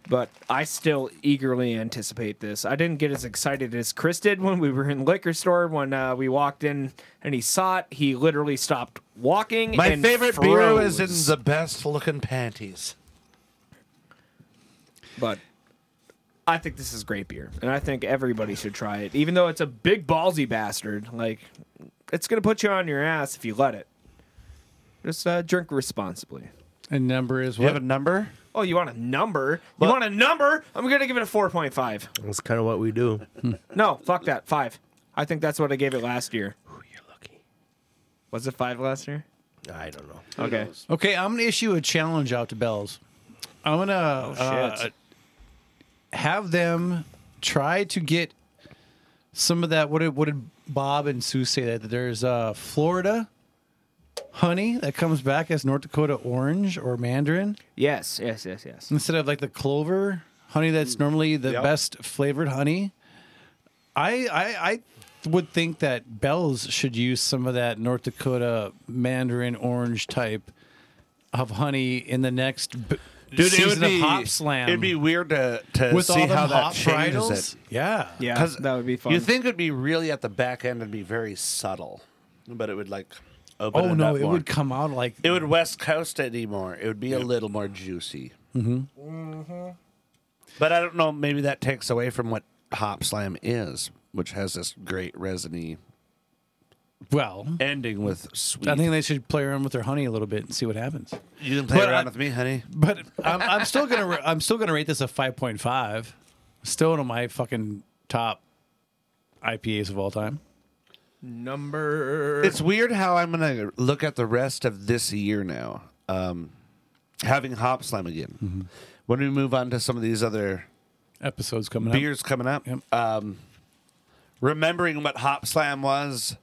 Speaker 4: but I still eagerly anticipate this. I didn't get as excited as Chris did when we were in the liquor store. When uh, we walked in and he saw it, he literally stopped walking.
Speaker 2: My
Speaker 4: and
Speaker 2: favorite beer is in
Speaker 4: froze.
Speaker 2: the best looking panties.
Speaker 4: but I think this is great beer, and I think everybody should try it, even though it's a big ballsy bastard. Like, it's gonna put you on your ass if you let it. Just uh, drink responsibly.
Speaker 3: And number is
Speaker 2: Do you have
Speaker 3: what?
Speaker 2: a number?
Speaker 4: Oh, you want a number?
Speaker 2: Well-
Speaker 4: you want a number? I'm gonna give it a four point five.
Speaker 1: That's kind of what we do.
Speaker 4: No, fuck that, five. I think that's what I gave it last year.
Speaker 1: You're lucky.
Speaker 4: Was it five last year?
Speaker 1: I don't know.
Speaker 4: Okay.
Speaker 3: Okay, I'm gonna issue a challenge out to Bells. I'm gonna uh,
Speaker 4: shit.
Speaker 3: have them try to get some of that. What did, what did Bob and Sue say that there's uh, Florida honey that comes back as North Dakota orange or Mandarin
Speaker 4: Yes, yes, yes, yes.
Speaker 3: instead of like the clover honey
Speaker 2: Mm.
Speaker 3: that's normally the best flavored honey. I I. I would think that Bell's should use some of that North Dakota Mandarin orange type of honey in the next b- season of Hop Slam.
Speaker 2: It'd be weird to, to
Speaker 3: with
Speaker 2: see
Speaker 3: all the
Speaker 2: how that
Speaker 3: hop
Speaker 2: changes
Speaker 3: bridles.
Speaker 2: it.
Speaker 3: Yeah.
Speaker 4: Yeah,
Speaker 2: 'Cause
Speaker 4: that would be fun.
Speaker 2: You think it'd be really at the back end and be very subtle, but it would like open.
Speaker 3: Oh
Speaker 2: it
Speaker 3: no,
Speaker 2: up
Speaker 3: it
Speaker 2: more.
Speaker 3: would come out like
Speaker 2: It would West Coast anymore. It would be a little more juicy. Mm-hmm. But I don't know. Maybe that takes away from what Hop Slam is, which has this great resiny
Speaker 3: well.
Speaker 2: ending with sweet.
Speaker 3: I think they should play around with their honey a little bit and see what happens.
Speaker 2: you can play
Speaker 3: but
Speaker 2: around
Speaker 3: I-
Speaker 2: with me, honey.
Speaker 3: But I'm, I'm still gonna ra- I'm still gonna rate this a 5.5. Still one of my fucking top IPAs of all time.
Speaker 4: number?
Speaker 2: It's weird how I'm gonna look at the rest of this year now. Um, having Hop Slam again.
Speaker 3: Mm-hmm.
Speaker 2: When we move on to some of these other
Speaker 3: Episodes coming up.
Speaker 2: beers coming up.
Speaker 3: Yep.
Speaker 2: Um, remembering what Hop Slam was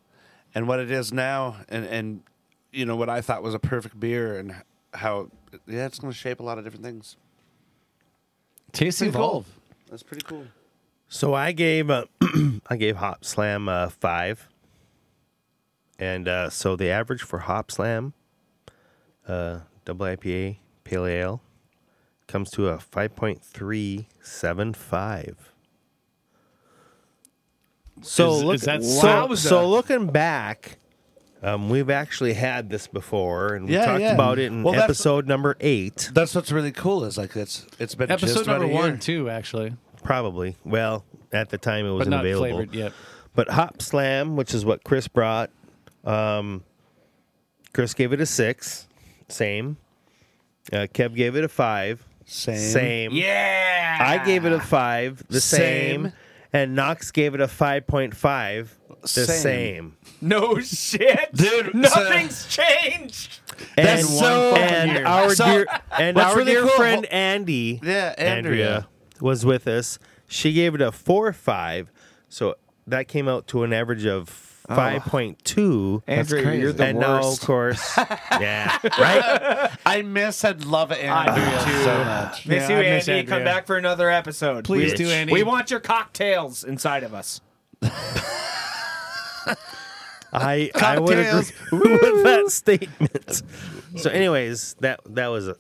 Speaker 2: and what it is now, and and you know what I thought was a perfect beer, and how yeah, it's going to shape a lot of different things.
Speaker 3: Taste
Speaker 2: Pretty cool.
Speaker 3: evolve.
Speaker 2: That's pretty cool.
Speaker 1: So I gave uh, I gave Hop Slam a five, and uh, so the average for Hop Slam, uh, double IPA pale ale, comes to a five point three seven five. So
Speaker 3: Is-
Speaker 1: look,
Speaker 3: is that
Speaker 1: so,
Speaker 3: wowza?
Speaker 1: so looking back, Um, we've actually had this before, and we
Speaker 2: Yeah,
Speaker 1: talked
Speaker 2: yeah.
Speaker 1: about it in
Speaker 2: Well, that's-
Speaker 1: episode number eight,
Speaker 2: That's what's really cool is like it's it's been just
Speaker 3: Episode
Speaker 2: about
Speaker 3: number
Speaker 2: a year.
Speaker 3: one, too, actually,
Speaker 1: probably. Well, at the time it
Speaker 3: but
Speaker 1: wasn't
Speaker 3: not
Speaker 1: available.
Speaker 3: flavored yet.
Speaker 1: But Hop Slam, which is what Chris brought, um, Chris gave it a six, same. Uh, Kev gave it a five,
Speaker 2: Same.
Speaker 1: same.
Speaker 4: Yeah.
Speaker 1: I gave it a five, the
Speaker 2: Same.
Speaker 1: same. And Knox gave it a 5.5, the
Speaker 2: Same.
Speaker 1: same.
Speaker 4: No shit,
Speaker 2: Dude,
Speaker 4: Nothing's changed.
Speaker 1: And,
Speaker 2: That's so-
Speaker 1: and our
Speaker 2: So-
Speaker 1: dear, and
Speaker 2: What's
Speaker 1: our
Speaker 2: really
Speaker 1: dear
Speaker 2: cool-
Speaker 1: friend Andy,
Speaker 2: Yeah, Andrea.
Speaker 1: was with us. She gave it a 4.5. So that came out to an average of 5.2.
Speaker 4: Andrew,
Speaker 2: Oh. crazy.
Speaker 4: you're the
Speaker 1: and now, of
Speaker 4: worst.
Speaker 1: course, yeah,
Speaker 2: I miss and love Andrea
Speaker 4: I do, too.
Speaker 2: so much.
Speaker 4: Miss
Speaker 3: Yeah,
Speaker 4: you,
Speaker 3: I miss
Speaker 4: Andy.
Speaker 3: Andrea.
Speaker 4: Come back for another episode.
Speaker 3: Please
Speaker 1: Bitch.
Speaker 3: do, Andy.
Speaker 4: We want your cocktails inside of us.
Speaker 1: I I would agree with that statement. So, anyways, that that was, a,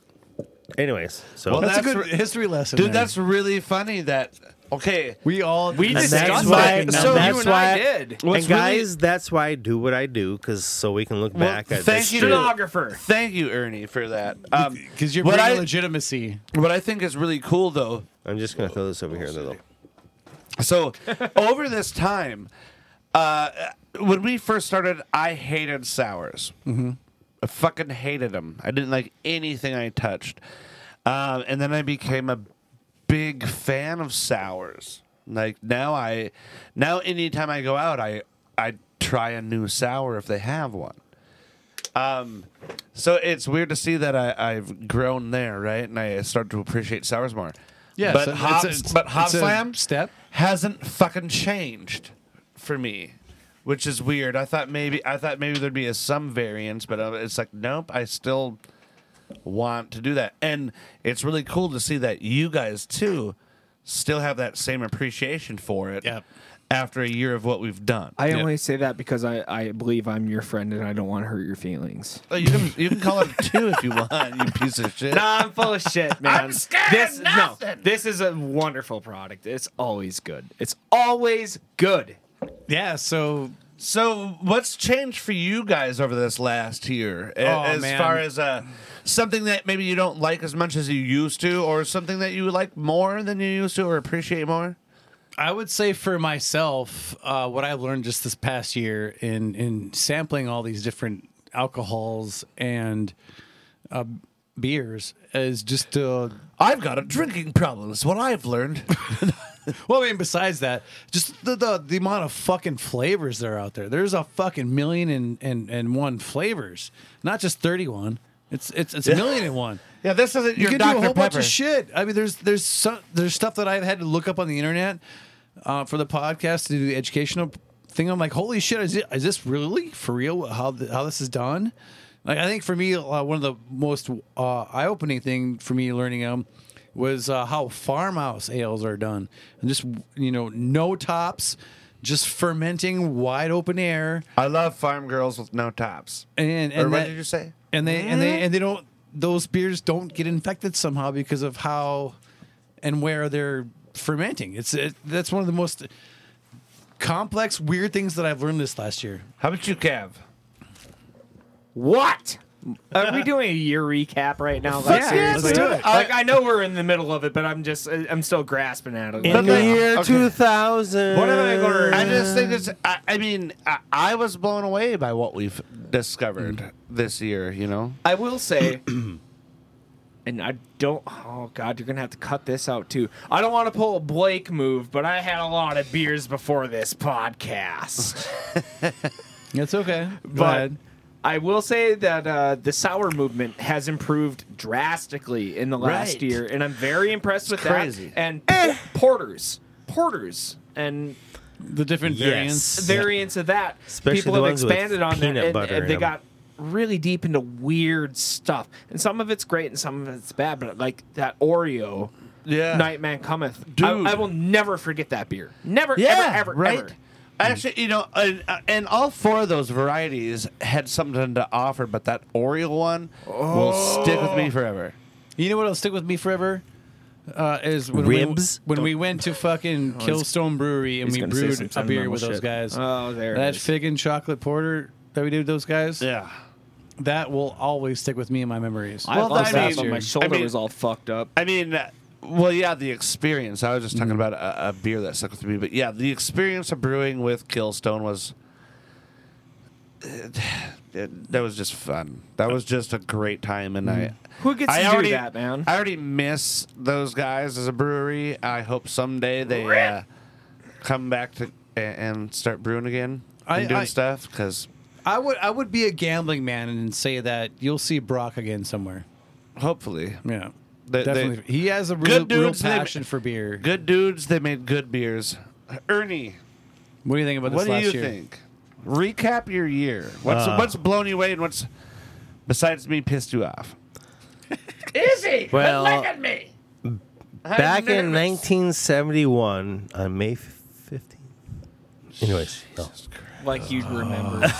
Speaker 1: anyways. So
Speaker 3: Well, that's,
Speaker 2: That's
Speaker 3: a good
Speaker 2: re-
Speaker 3: history lesson,
Speaker 2: Dude,
Speaker 3: there.
Speaker 2: that's really funny that okay.
Speaker 3: we all
Speaker 4: We
Speaker 1: And
Speaker 4: discussed
Speaker 1: that's why-
Speaker 4: that.
Speaker 1: and
Speaker 4: So
Speaker 1: that's
Speaker 4: you and I
Speaker 1: why-
Speaker 4: did.
Speaker 1: and
Speaker 2: what's really-
Speaker 1: guys, that's why I do what I do, because so we can look
Speaker 2: Well,
Speaker 1: back at
Speaker 2: thank
Speaker 1: this.
Speaker 2: you.
Speaker 1: shit.
Speaker 4: Stenographer.
Speaker 2: Thank you, Ernie, for that. Um,
Speaker 3: because you're
Speaker 2: what
Speaker 3: bringing
Speaker 2: I
Speaker 3: legitimacy.
Speaker 2: what I think is really cool though
Speaker 1: I'm just gonna throw this over here, though.
Speaker 2: So over this time, uh, when we first started, I hated sours. Mm-hmm. I fucking hated them. I didn't like anything I touched. Um, and then I became a big fan of sours. Like now, I now anytime I go out, I I try a new sour if they have one. Um, So it's weird to see that I, I've grown there, right? And I start to appreciate sours more.
Speaker 3: Yeah,
Speaker 2: but
Speaker 3: so it's a-
Speaker 2: Hop,
Speaker 3: it's-
Speaker 2: but Hop
Speaker 3: it's a
Speaker 2: Slam
Speaker 3: step.
Speaker 2: hasn't fucking changed for me, which is weird. I thought maybe I thought maybe there'd be a, some variance, but uh, it's like nope. I still want to do that, and it's really cool to see that you guys too still have that same appreciation for it.
Speaker 3: Yep.
Speaker 2: After a year of what we've done,
Speaker 4: I only say that because I, I believe I'm your friend and I don't want to hurt your feelings.
Speaker 2: Oh, you can you can call it a two if you want, you piece of shit.
Speaker 4: Nah, I'm full of shit, man. I'm scared this, No, this is a wonderful product. It's always good. It's always good.
Speaker 3: Yeah, so
Speaker 2: So, what's changed for you guys over this last year, A-
Speaker 3: Oh,
Speaker 2: as
Speaker 3: man.
Speaker 2: far as uh, something that maybe you don't like as much as you used to, or something that you like more than you used to, or appreciate more?
Speaker 3: I would say for myself, uh, what I learned just this past year in in sampling all these different alcohols and uh, beers is just uh,
Speaker 2: I've got a drinking problem. Is what I've learned.
Speaker 3: well, I mean, besides that, just the, the the amount of fucking flavors that are out there. There's a fucking million and and, and one flavors, not just thirty one. It's it's it's a million and one.
Speaker 2: yeah, this isn't
Speaker 3: you
Speaker 2: your
Speaker 3: can
Speaker 2: Dr.
Speaker 3: do a whole
Speaker 2: Pepper.
Speaker 3: bunch of shit. I mean, there's there's some, there's stuff that I've had to look up on the internet uh, for the podcast to do the educational thing. I'm like, holy shit, is, it, is this really for real? How th- how this is done? Like, I think for me, uh, one of the most uh, eye opening thing for me learning um was uh, how farmhouse ales are done, and just you know, no tops, just fermenting wide open air
Speaker 2: I love farm girls with no tops.
Speaker 3: and,
Speaker 2: Or
Speaker 3: and
Speaker 2: what
Speaker 3: that-
Speaker 2: did you say?
Speaker 3: And they and they and they don't those beers don't get infected somehow because of how and where they're fermenting. It's it, that's one of the most complex weird things that I've learned this last year.
Speaker 2: How about you, Cav?
Speaker 4: What? Are we doing a year recap right now?
Speaker 2: yeah,
Speaker 4: Like,
Speaker 2: let's do it.
Speaker 4: Like, I know we're in the middle of it, but I'm just, I'm still grasping at it.
Speaker 1: In
Speaker 4: Like,
Speaker 1: the
Speaker 2: like-
Speaker 1: year
Speaker 2: okay.
Speaker 1: 2000.
Speaker 4: What am I gonna-
Speaker 2: I just think it's. I, I mean, I, I was blown away by what we've discovered this year. You know,
Speaker 4: I will say, and I don't. Oh God, you're gonna have to cut this out too. I don't want to pull a Blake move, but I had a lot of beers before this podcast.
Speaker 3: It's okay,
Speaker 4: but I will say that uh, the sour movement has improved drastically in the last
Speaker 2: Right.
Speaker 4: year, and I'm very impressed with
Speaker 2: crazy.
Speaker 4: that. And porters, porters, and
Speaker 3: the different
Speaker 1: Yes.
Speaker 3: variants.
Speaker 4: variants of that.
Speaker 1: Especially
Speaker 4: people
Speaker 1: the
Speaker 4: have
Speaker 1: ones with
Speaker 4: expanded on that,
Speaker 1: peanut
Speaker 4: and,
Speaker 1: butter
Speaker 4: and
Speaker 1: in
Speaker 4: they
Speaker 1: them.
Speaker 4: got really deep into weird stuff. And some of it's great, and some of it's bad. But like that Oreo,
Speaker 2: Yeah.
Speaker 4: Nightman Cometh, I,
Speaker 2: Dude.
Speaker 4: I will never forget that beer. Never, ever, ever, ever.
Speaker 2: Actually, you know, and, uh, and all four of those varieties had something to offer, but that Oreo one will stick with
Speaker 4: Oh.
Speaker 2: me forever.
Speaker 3: You know what'll stick with me forever? Uh, is when
Speaker 1: Ribs?
Speaker 3: we when we went to
Speaker 4: Oh,
Speaker 3: fucking Killstone Brewery and
Speaker 4: he's
Speaker 3: we
Speaker 4: gonna say
Speaker 3: brewed
Speaker 4: some
Speaker 3: a beer
Speaker 4: sentimental
Speaker 3: with those
Speaker 4: shit.
Speaker 3: guys.
Speaker 4: Oh, there it
Speaker 3: that
Speaker 4: is.
Speaker 3: fig and chocolate porter that we did with those guys,
Speaker 2: Yeah.
Speaker 3: that will always stick with me in my memories.
Speaker 2: Well,
Speaker 6: I lost
Speaker 2: I
Speaker 6: that,
Speaker 2: mean-
Speaker 6: but my shoulder
Speaker 2: I mean-
Speaker 6: was all fucked up.
Speaker 2: I mean, uh, well, yeah, the experience. I was just
Speaker 4: Mm-hmm.
Speaker 2: talking about a, a beer that stuck with me, but yeah, the experience of brewing with Killstone was. it- that was just fun. That was just a great time, and I.
Speaker 4: Mm-hmm. Who gets to
Speaker 2: I
Speaker 4: do
Speaker 2: already,
Speaker 4: that, man?
Speaker 2: I already miss those guys as a brewery. I hope someday they uh, come back to a- and start brewing again
Speaker 3: I-
Speaker 2: and doing
Speaker 3: I-
Speaker 2: stuff because
Speaker 3: I would I would be a gambling man and say that you'll see Brock again somewhere.
Speaker 2: hopefully
Speaker 3: Yeah,
Speaker 2: They-
Speaker 3: definitely. he has a real,
Speaker 2: Good
Speaker 3: real
Speaker 2: dudes, they-
Speaker 3: passion for beer.
Speaker 2: good dudes. They made good beers. Ernie,
Speaker 3: What do you think about this
Speaker 2: What do
Speaker 3: last
Speaker 2: you
Speaker 3: year?
Speaker 2: think? Recap your year. What's
Speaker 1: Uh.
Speaker 2: what's blown you away and what's besides me pissed you off?
Speaker 1: Well, look at me. Back in 1971, on May 15th. Anyways, no, Uh,
Speaker 4: Like you remember.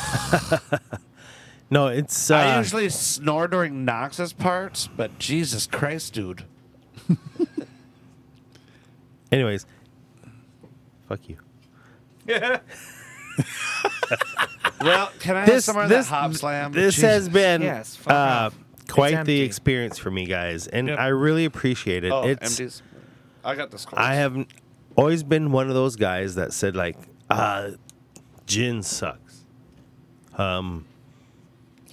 Speaker 1: no it's. Uh,
Speaker 2: I usually snore during Knox's parts, but Jesus Christ, dude.
Speaker 1: Anyways, fuck you.
Speaker 2: Well, can I have some more of that Hop Slam?
Speaker 1: This
Speaker 2: Jesus.
Speaker 1: has been
Speaker 4: Yes, fuck
Speaker 1: uh,
Speaker 4: off.
Speaker 1: quite
Speaker 4: It's empty.
Speaker 1: the experience for me, guys, and
Speaker 2: Yep.
Speaker 1: I really appreciate it.
Speaker 2: Oh,
Speaker 1: it's
Speaker 2: MDs. I got this.
Speaker 1: I have always been one of those guys that said like, uh, gin sucks. Um,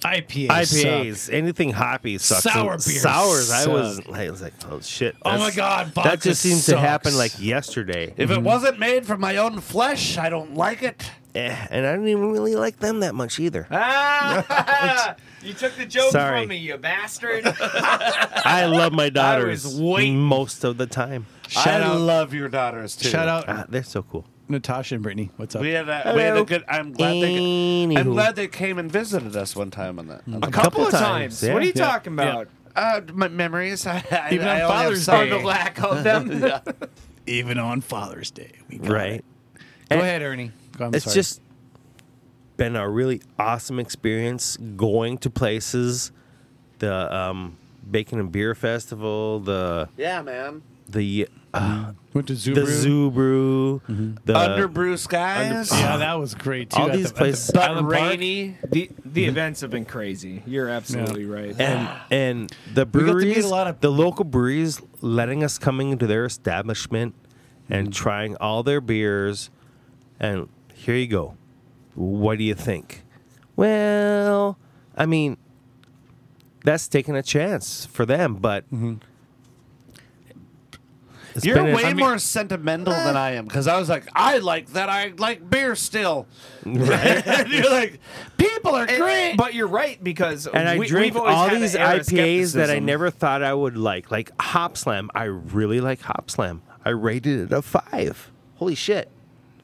Speaker 3: IPA.
Speaker 1: IPAs, anything hoppy sucks.
Speaker 3: Sour
Speaker 1: And
Speaker 3: beers
Speaker 1: sours. I was,
Speaker 3: suck.
Speaker 1: I was like, oh shit.
Speaker 3: Oh my
Speaker 1: that's-
Speaker 3: God, vodka
Speaker 1: that just seems to happen
Speaker 3: sucks.
Speaker 1: like yesterday.
Speaker 2: If it wasn't made from my own flesh, I don't like it.
Speaker 1: Eh, and I didn't even really like them that much either.
Speaker 4: ah, you took the joke
Speaker 1: Sorry.
Speaker 4: from me, you bastard.
Speaker 1: I love my daughters
Speaker 4: waiting.
Speaker 1: most of the time.
Speaker 2: I
Speaker 3: Shout out-
Speaker 2: love your daughters too.
Speaker 3: Shout out
Speaker 1: Ah, they're so cool.
Speaker 3: Natasha and Brittany. What's up?
Speaker 2: We had a, we had a
Speaker 1: Hello.
Speaker 2: good. I'm glad they.
Speaker 1: Anywho.
Speaker 2: I'm glad they came and visited us one time on that. on
Speaker 4: A
Speaker 2: that.
Speaker 4: couple,
Speaker 1: couple
Speaker 4: of times.
Speaker 1: times, yeah.
Speaker 4: What are you
Speaker 1: Yeah.
Speaker 4: talking about?
Speaker 2: Uh, my memories. I, I,
Speaker 3: Even on
Speaker 2: I only have
Speaker 3: Father's
Speaker 2: some.
Speaker 3: Day.
Speaker 4: The lack of them.
Speaker 3: Even on Father's Day. We got
Speaker 1: Right.
Speaker 3: it. Go ahead, Ernie. Go, I'm
Speaker 1: it's
Speaker 3: sorry.
Speaker 1: just been a really awesome experience going to places the um, bacon and beer festival the
Speaker 2: Yeah, man.
Speaker 1: the uh,
Speaker 3: went to Zoo
Speaker 1: the
Speaker 3: Brew.
Speaker 1: zoo brew
Speaker 3: Mm-hmm.
Speaker 1: the
Speaker 2: Under Brew Skies.
Speaker 3: Yeah, that was great too.
Speaker 1: All
Speaker 3: at
Speaker 1: these
Speaker 3: the- at
Speaker 1: places-
Speaker 3: the
Speaker 1: But
Speaker 3: Island Park.
Speaker 2: rainy.
Speaker 4: the the events have been crazy. You're absolutely right.
Speaker 1: and and the
Speaker 3: got to meet a
Speaker 1: breweries
Speaker 3: lot of-
Speaker 1: the local breweries letting us come into their establishment and trying all their beers and here you go what do you think well i mean that's taking a chance for them but it's
Speaker 2: You're
Speaker 1: been an-
Speaker 2: way
Speaker 1: I mean,
Speaker 2: more sentimental than I am because I was like, I like that. I like beer still. and you're like, people are
Speaker 4: And-
Speaker 2: great.
Speaker 4: But you're right because
Speaker 1: and I
Speaker 4: we,
Speaker 1: drink
Speaker 4: we've always
Speaker 1: all
Speaker 4: had an
Speaker 1: these
Speaker 4: era of
Speaker 1: IPAs that I
Speaker 4: skepticism.
Speaker 1: never thought I would like. Like Hop Slam, I really like Hop Slam. I rated it a five. Holy shit!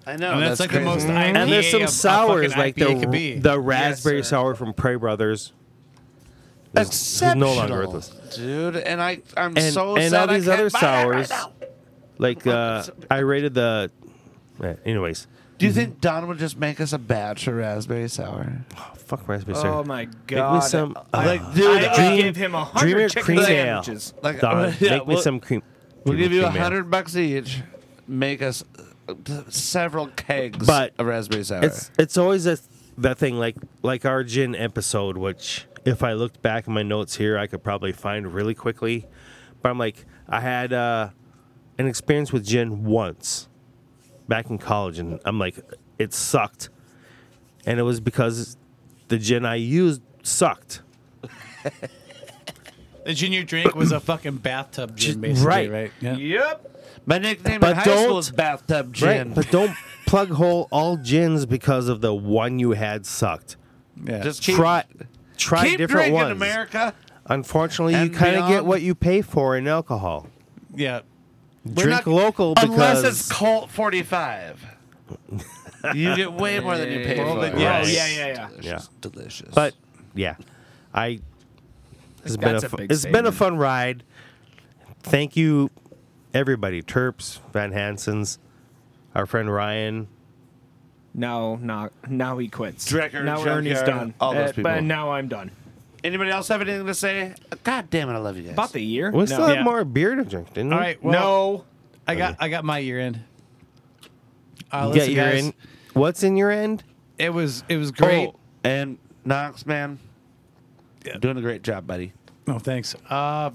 Speaker 2: I know.
Speaker 3: And that's, like the most.
Speaker 2: Mm-hmm.
Speaker 3: IPA
Speaker 1: and there's some
Speaker 3: a- a
Speaker 1: sours
Speaker 3: fucking
Speaker 1: like
Speaker 3: IPA
Speaker 1: the
Speaker 3: could be.
Speaker 1: the raspberry
Speaker 4: Yes, sir.
Speaker 1: sour from Prairie Brothers. It's
Speaker 2: exceptional,
Speaker 1: no longer with us.
Speaker 2: dude. And I, I'm
Speaker 1: And-
Speaker 2: so
Speaker 1: and
Speaker 2: sad
Speaker 1: all these
Speaker 2: I can't
Speaker 1: other
Speaker 2: buy that right
Speaker 1: sours.
Speaker 2: now.
Speaker 1: Like uh, I rated the. eh, Anyways,
Speaker 2: Do you think Don would just make us a batch of raspberry sour?
Speaker 1: oh, fuck raspberry sour.
Speaker 4: Oh my
Speaker 1: Make
Speaker 4: god!
Speaker 1: me some. uh,
Speaker 2: like, dude,
Speaker 4: I would
Speaker 2: dream-
Speaker 4: give him a
Speaker 1: Dreamer
Speaker 4: hundred chicken
Speaker 1: cream ale.
Speaker 4: sandwiches.
Speaker 2: Like,
Speaker 1: Don,
Speaker 2: yeah,
Speaker 1: make me
Speaker 2: we'll-
Speaker 1: some cream.
Speaker 2: We'll
Speaker 1: Dreamer
Speaker 2: give you a
Speaker 1: cream ale.
Speaker 2: hundred bucks each. Make us uh, several kegs
Speaker 1: But
Speaker 2: of raspberry sour.
Speaker 1: It's it's always a that thing like like our gin episode, which if I looked back in my notes here, I could probably find really quickly. But I'm like, I had uh, an experience with gin once back in college, and I'm like, it sucked, and it was because the gin I used sucked.
Speaker 3: The gin you drink was a fucking bathtub gin, basically. Right.
Speaker 1: right.
Speaker 3: Right. Yeah.
Speaker 4: Yep.
Speaker 2: My nickname
Speaker 1: But
Speaker 2: in high school
Speaker 1: don't-
Speaker 2: was bathtub
Speaker 1: Right,
Speaker 2: gin.
Speaker 1: but don't plug hole all gins because of the one you had sucked.
Speaker 3: yeah.
Speaker 2: just keep,
Speaker 1: try try
Speaker 2: keep
Speaker 1: different
Speaker 2: drinking,
Speaker 1: ones.
Speaker 2: America.
Speaker 1: Unfortunately, you
Speaker 2: And
Speaker 1: kind of get
Speaker 2: beyond.
Speaker 1: what you pay for in alcohol.
Speaker 3: yeah.
Speaker 1: Drink
Speaker 2: not-
Speaker 1: local
Speaker 2: Unless
Speaker 1: because
Speaker 2: it's Colt 45. you get way more than you pay
Speaker 4: Well,
Speaker 2: for.
Speaker 4: then,
Speaker 2: it.
Speaker 1: yeah,
Speaker 2: It's
Speaker 4: yeah, yeah, yeah.
Speaker 2: Delicious. Delicious.
Speaker 1: but yeah, I it's been a,
Speaker 4: That's a
Speaker 1: fu-
Speaker 4: big
Speaker 1: it's been a
Speaker 4: statement.
Speaker 1: fun ride. Thank you, everybody. Terps, Van Hansens, our friend Ryan.
Speaker 4: No, not now. He quits.
Speaker 2: Drecker,
Speaker 4: now
Speaker 2: Junkyard,
Speaker 4: Ernie's done.
Speaker 2: all those
Speaker 4: Uh,
Speaker 2: people.
Speaker 4: But now I'm done.
Speaker 2: anybody else have anything to say? God damn it, I love you guys.
Speaker 4: About the year.
Speaker 1: We
Speaker 4: no.
Speaker 1: still have
Speaker 3: Yeah.
Speaker 1: more beer to drink, didn't we?
Speaker 3: All right. Well,
Speaker 4: no.
Speaker 3: I got I got my year end. Uh,
Speaker 1: You
Speaker 3: listen,
Speaker 1: got your
Speaker 3: guys,
Speaker 1: end- What's in your end?
Speaker 3: It was it was great.
Speaker 1: Oh,
Speaker 2: And Knox, man, doing a great job, buddy.
Speaker 3: No, thanks. Uh,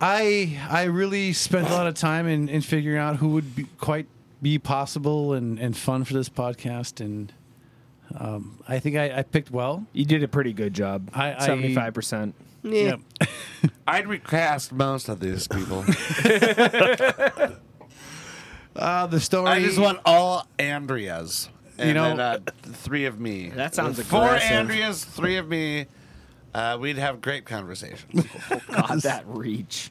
Speaker 3: I I really spent a lot of time in, in figuring out who would be quite be possible and, and fun for this podcast, and um, I think I, I picked well.
Speaker 4: You did a pretty good job.
Speaker 3: I- I-
Speaker 4: Seventy-five percent.
Speaker 3: Yeah.
Speaker 2: I'd recast most of these people.
Speaker 3: Uh, the story.
Speaker 2: I just want all Andreas. And
Speaker 3: You know-
Speaker 2: then, uh, three of me.
Speaker 4: That sounds
Speaker 2: Four
Speaker 4: aggressive.
Speaker 2: Andreas, three of me. Uh, we'd have great conversations.
Speaker 4: God, that reach.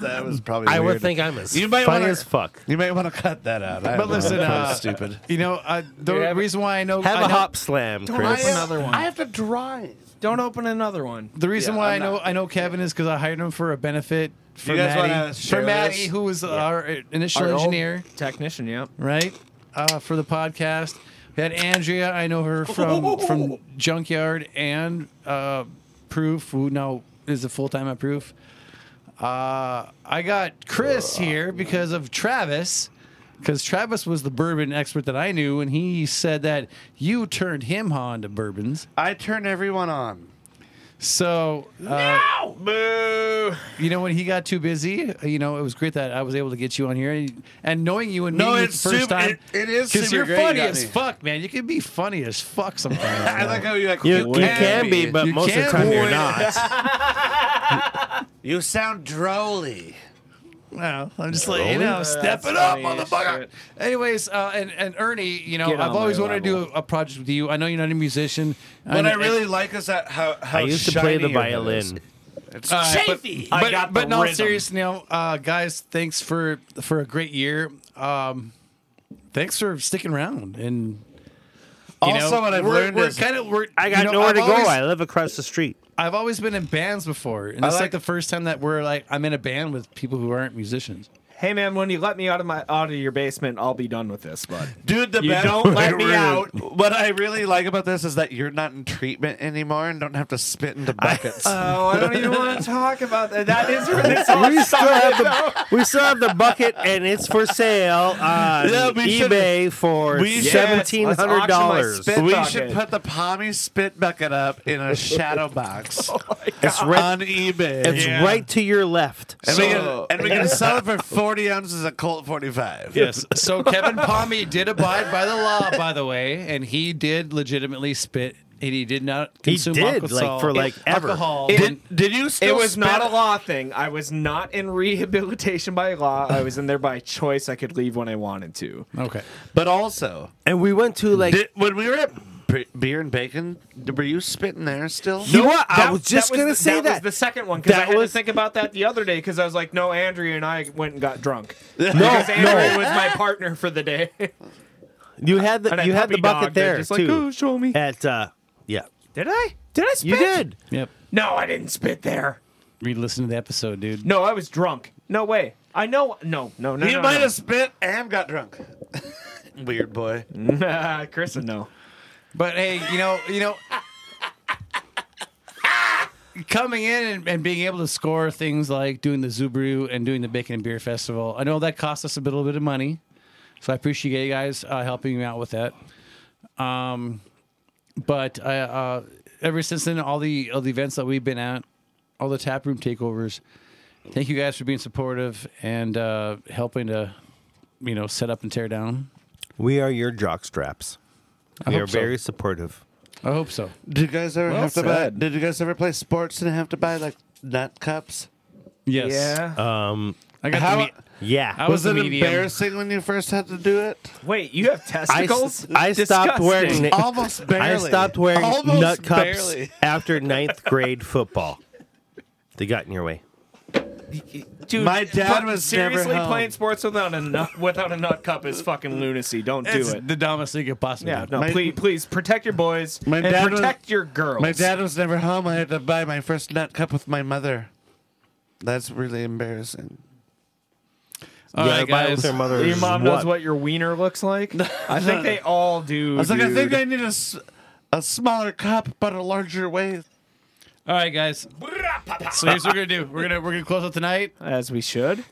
Speaker 2: that was probably.
Speaker 1: I would
Speaker 2: weird.
Speaker 1: think I'm as
Speaker 2: You might
Speaker 1: funny
Speaker 2: wanna-
Speaker 1: as fuck.
Speaker 2: You might want to cut that out.
Speaker 3: But
Speaker 2: I don't know.
Speaker 3: listen,
Speaker 2: That
Speaker 3: uh,
Speaker 2: was stupid.
Speaker 3: You know, uh, the
Speaker 4: Yeah, but-
Speaker 3: reason why I know
Speaker 1: Have
Speaker 3: I
Speaker 1: a
Speaker 3: know-
Speaker 1: hop slam, Chris.
Speaker 4: another one.
Speaker 2: I have to drive.
Speaker 4: Don't open another one.
Speaker 3: The reason
Speaker 2: Yeah,
Speaker 3: why i
Speaker 2: I'm
Speaker 3: know
Speaker 2: not-
Speaker 3: I know Kevin is because I hired him for a benefit for
Speaker 2: You guys wanna
Speaker 3: Maddie,
Speaker 2: share
Speaker 3: for Maddie,
Speaker 2: this?
Speaker 3: who was our initial
Speaker 4: Our old
Speaker 3: engineer,
Speaker 4: technician. Yep.
Speaker 3: right, uh, for the podcast. We had Andrea, I know her from from Junkyard and uh, Proof, who now is a full time at Proof. Uh, I got Chris here because of Travis, because Travis was the bourbon expert that I knew, and he said that you turned him on to bourbons.
Speaker 2: I turn everyone on.
Speaker 3: So uh, You know when he got too busy, you know it was great that I was able to get you on here, and, and knowing you and
Speaker 2: No,
Speaker 3: meeting you
Speaker 2: it's
Speaker 3: the first
Speaker 2: super-
Speaker 3: time,
Speaker 2: it- it is
Speaker 3: because
Speaker 2: super
Speaker 3: you're
Speaker 2: great you
Speaker 3: funny
Speaker 2: got
Speaker 3: as
Speaker 2: me.
Speaker 3: fuck, man. You can be funny as fuck sometimes.
Speaker 2: I like how you like.
Speaker 1: You, you can be, but
Speaker 3: You
Speaker 1: most of the
Speaker 3: can
Speaker 1: time
Speaker 3: be.
Speaker 1: you're not.
Speaker 2: you sound drolly.
Speaker 3: Well, I'm just like you know, step it up,
Speaker 4: funny as
Speaker 3: motherfucker.
Speaker 4: shit.
Speaker 3: Anyways, uh, and and Ernie, you know,
Speaker 4: Get on
Speaker 3: I've always
Speaker 4: my
Speaker 3: wanted to do a, a project with you. I know you're not a musician,
Speaker 2: What
Speaker 3: and-
Speaker 2: I really like is that how how
Speaker 1: I used to play
Speaker 2: shiny
Speaker 1: the
Speaker 2: your head is.
Speaker 1: violin.
Speaker 2: It's
Speaker 3: Uh, but-
Speaker 2: chafy.
Speaker 3: but, but no, seriously, now, uh, guys, thanks for for a great year. Um, thanks for sticking around and. you
Speaker 2: Also,
Speaker 3: know,
Speaker 2: what I've
Speaker 3: we're,
Speaker 2: learned
Speaker 3: we're
Speaker 2: is
Speaker 3: kind of we're,
Speaker 1: I got
Speaker 3: you know,
Speaker 1: nowhere
Speaker 3: I've
Speaker 1: to go.
Speaker 3: always-
Speaker 1: I live across the street.
Speaker 3: I've always been in bands before, and it's like,
Speaker 2: like-
Speaker 3: the first time that we're like I'm in a band with people who aren't musicians.
Speaker 4: Hey man, when you let me out of my out of your basement, I'll be done with this, bud.
Speaker 2: Dude, the
Speaker 4: You
Speaker 2: best-
Speaker 4: don't let me out.
Speaker 2: What I really like about this is that you're not in treatment anymore and don't have to spit into buckets.
Speaker 4: Oh, I don't even want to talk about that. That is really
Speaker 1: we still have the we still have the bucket, and it's for sale on
Speaker 2: Yeah, we should-
Speaker 1: eBay for
Speaker 2: we should-
Speaker 1: seventeen hundred dollars.
Speaker 4: Let's auction my spit.
Speaker 2: we
Speaker 4: bucket.
Speaker 2: should put the Pommy spit bucket up in a shadow box
Speaker 1: It's right,
Speaker 2: on eBay.
Speaker 1: it's
Speaker 2: Yeah.
Speaker 1: right to your left.
Speaker 2: And, we can, and we can sell it for 40 ounces of Colt 45.
Speaker 3: Yes. so Kevin Palmy did abide by the law, by the way, and he did legitimately spit, and he did not consume
Speaker 1: did,
Speaker 3: alcohol,
Speaker 1: like, for, like, ever.
Speaker 3: alcohol.
Speaker 2: Did, did you still
Speaker 4: It was not
Speaker 2: spit-
Speaker 4: a law thing. I was not in rehabilitation by law. I was in there by choice. I could leave when I wanted to.
Speaker 3: okay.
Speaker 2: But also,
Speaker 1: And we went to like
Speaker 2: did, when we were at B- Beer and Bacon, were you spitting there still?
Speaker 1: You know what? I was just gonna
Speaker 4: the,
Speaker 1: say
Speaker 4: was
Speaker 1: that.
Speaker 4: the second one because I
Speaker 1: That
Speaker 4: had
Speaker 1: was-
Speaker 4: to think about that the other day because I was like, no, Andrea and I went and got drunk.
Speaker 1: no,
Speaker 4: Because Andrea
Speaker 1: no.
Speaker 4: was my partner for the day.
Speaker 1: You had
Speaker 4: And
Speaker 1: the
Speaker 4: I
Speaker 1: you had
Speaker 4: puppy
Speaker 1: the bucket
Speaker 4: dogged her,
Speaker 1: there
Speaker 4: just like,
Speaker 1: too.
Speaker 4: "Ooh, show me."
Speaker 1: At uh, yeah,
Speaker 4: Did I? Did I spit?
Speaker 1: you did.
Speaker 3: Yep.
Speaker 4: No, I didn't spit there.
Speaker 3: Re-listen to the episode, dude.
Speaker 4: No, I was drunk. No way. I know. No, no, no.
Speaker 2: You
Speaker 4: no,
Speaker 2: might
Speaker 4: no.
Speaker 2: have spit and got drunk. Weird boy.
Speaker 4: Nah, Chris would know.
Speaker 3: But hey, you know, you know, coming in and, and being able to score things like doing the Zubru and doing the Bacon and Beer Festival, I know that cost us a little bit of money, so I appreciate you guys uh, helping me out with that. Um, but I, uh, ever since then, all the all the events that we've been at, all the taproom takeovers, thank you guys for being supportive and uh, helping to, you know, set up and tear down.
Speaker 1: We are your jock straps. We
Speaker 3: hope
Speaker 1: are
Speaker 3: so.
Speaker 1: very supportive.
Speaker 3: I hope so.
Speaker 2: Did you guys ever
Speaker 4: Well
Speaker 2: have to
Speaker 4: said.
Speaker 2: buy? Did you guys ever play sports and have to buy like nut cups?
Speaker 3: Yes.
Speaker 2: Uh,
Speaker 3: I got
Speaker 2: How-
Speaker 3: to meet.
Speaker 1: Yeah,
Speaker 3: I
Speaker 2: Was
Speaker 3: the
Speaker 2: it
Speaker 3: medium.
Speaker 2: embarrassing when you first had to do it?
Speaker 4: Wait, you have
Speaker 1: I,
Speaker 4: testicles?
Speaker 1: s- I stopped
Speaker 4: Disgusting.
Speaker 1: wearing it.
Speaker 2: Almost
Speaker 1: I
Speaker 2: barely.
Speaker 1: stopped wearing
Speaker 2: Almost
Speaker 1: nut cups
Speaker 2: barely.
Speaker 1: after ninth grade football. They got in your way.
Speaker 4: Dude,
Speaker 2: My dad
Speaker 4: but
Speaker 2: was never
Speaker 4: seriously
Speaker 2: home.
Speaker 4: playing sports without a nut, without a nut cup is fucking lunacy. Don't do
Speaker 3: It's
Speaker 4: it.
Speaker 3: The dumbest thing you could possibly
Speaker 4: Yeah,
Speaker 3: do.
Speaker 4: no,
Speaker 2: My-
Speaker 4: please, please protect your boys
Speaker 2: My
Speaker 4: and
Speaker 2: dad was-
Speaker 4: protect your girls.
Speaker 2: My dad was never home. I had to buy my first nut cup with my mother. That's really embarrassing.
Speaker 3: All right,
Speaker 1: buy it
Speaker 3: guys.
Speaker 1: with their mother.
Speaker 4: your mom knows what your wiener looks like. I think they all do.
Speaker 2: I was like, I think
Speaker 4: dude.
Speaker 2: I need a, s- a smaller cup but a larger waist.
Speaker 3: All right, guys. So here's what we're gonna do. We're gonna we're gonna close out tonight.
Speaker 4: as we should.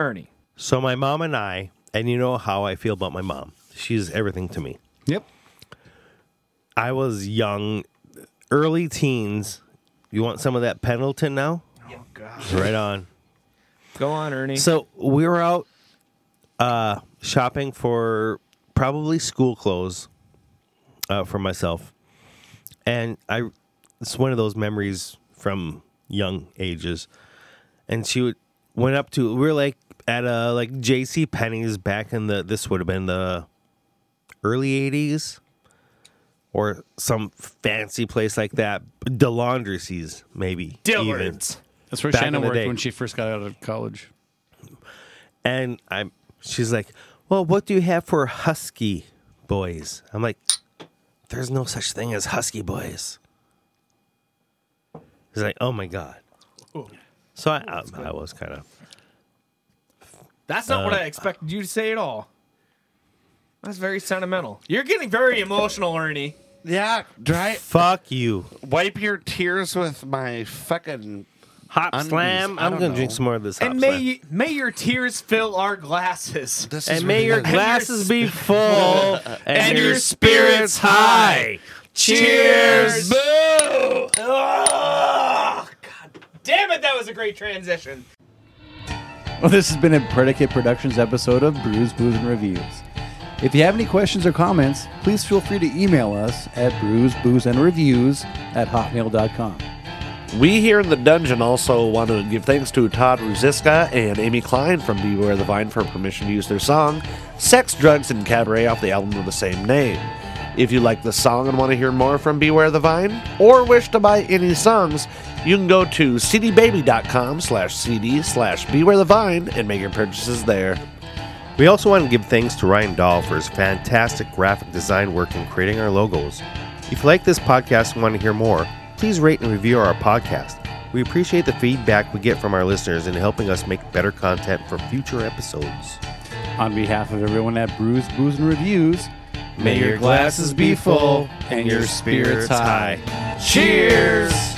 Speaker 4: Ernie,
Speaker 1: So my mom and I, and you know how I feel about my mom. She's everything to me.
Speaker 3: Yep.
Speaker 1: I was young, early teens. You want some of that Pendleton now?
Speaker 4: Oh, God.
Speaker 1: Right on.
Speaker 4: Go on, Ernie.
Speaker 1: So we were out uh, shopping for probably school clothes uh, for myself, and I. It's one of those memories from young ages, and she would went up to. We were like at a like J.C. Penney's back in the. This would have been the early '80s, or some fancy place like that. DeLaundrie's maybe. even.
Speaker 4: Dillard's.
Speaker 7: That's where
Speaker 1: Back in
Speaker 7: Shannon
Speaker 1: the
Speaker 7: worked
Speaker 1: day.
Speaker 7: when she first got out of college.
Speaker 1: And I'm she's like, Well, what do you have for husky boys? I'm like, There's no such thing as husky boys. He's like, Oh my god. So I I, I was kind of
Speaker 4: That's not what
Speaker 2: uh,
Speaker 4: I expected you to say at all. That's very sentimental. You're getting very emotional, Ernie.
Speaker 8: Yeah, dry.
Speaker 1: fuck you.
Speaker 8: Wipe your tears with my fucking.
Speaker 1: Hop
Speaker 8: Undies,
Speaker 1: slam.
Speaker 8: I
Speaker 1: I'm
Speaker 8: don't
Speaker 1: gonna
Speaker 8: know.
Speaker 1: drink some more of this hop
Speaker 4: and may you, may your tears fill our glasses.
Speaker 8: This
Speaker 1: slam.
Speaker 8: is
Speaker 1: And may your
Speaker 8: really-
Speaker 1: glasses be full and,
Speaker 8: your spirits high.
Speaker 4: Cheers! Boo! Oh, God damn it, that was a great transition.
Speaker 3: Well, this has been a Predicate Productions episode of Brews, Booze, and Reviews. If you have any questions or comments, please feel free to email us at brews, booze, and reviews at hotmail.com.
Speaker 8: We here in the dungeon also want to give thanks to Todd Ruziska and Amy Klein from Beware the Vine for permission to use their song, Sex, Drugs, and Cabaret off the album of the same name. If you like the song and want to hear more from Beware the Vine, or wish to buy any songs, you can go to cdbaby.com slash cd slash beware the vine and make your purchases there.
Speaker 1: We also want to give thanks to Ryan Dahl for his fantastic graphic design work in creating our logos. If you like this podcast and want to hear more, please rate and review our podcast. We appreciate the feedback we get from our listeners in helping us make better content for future episodes.
Speaker 3: On behalf of everyone at Brews, Booze, and Reviews, may your glasses be full and your spirits high. Cheers!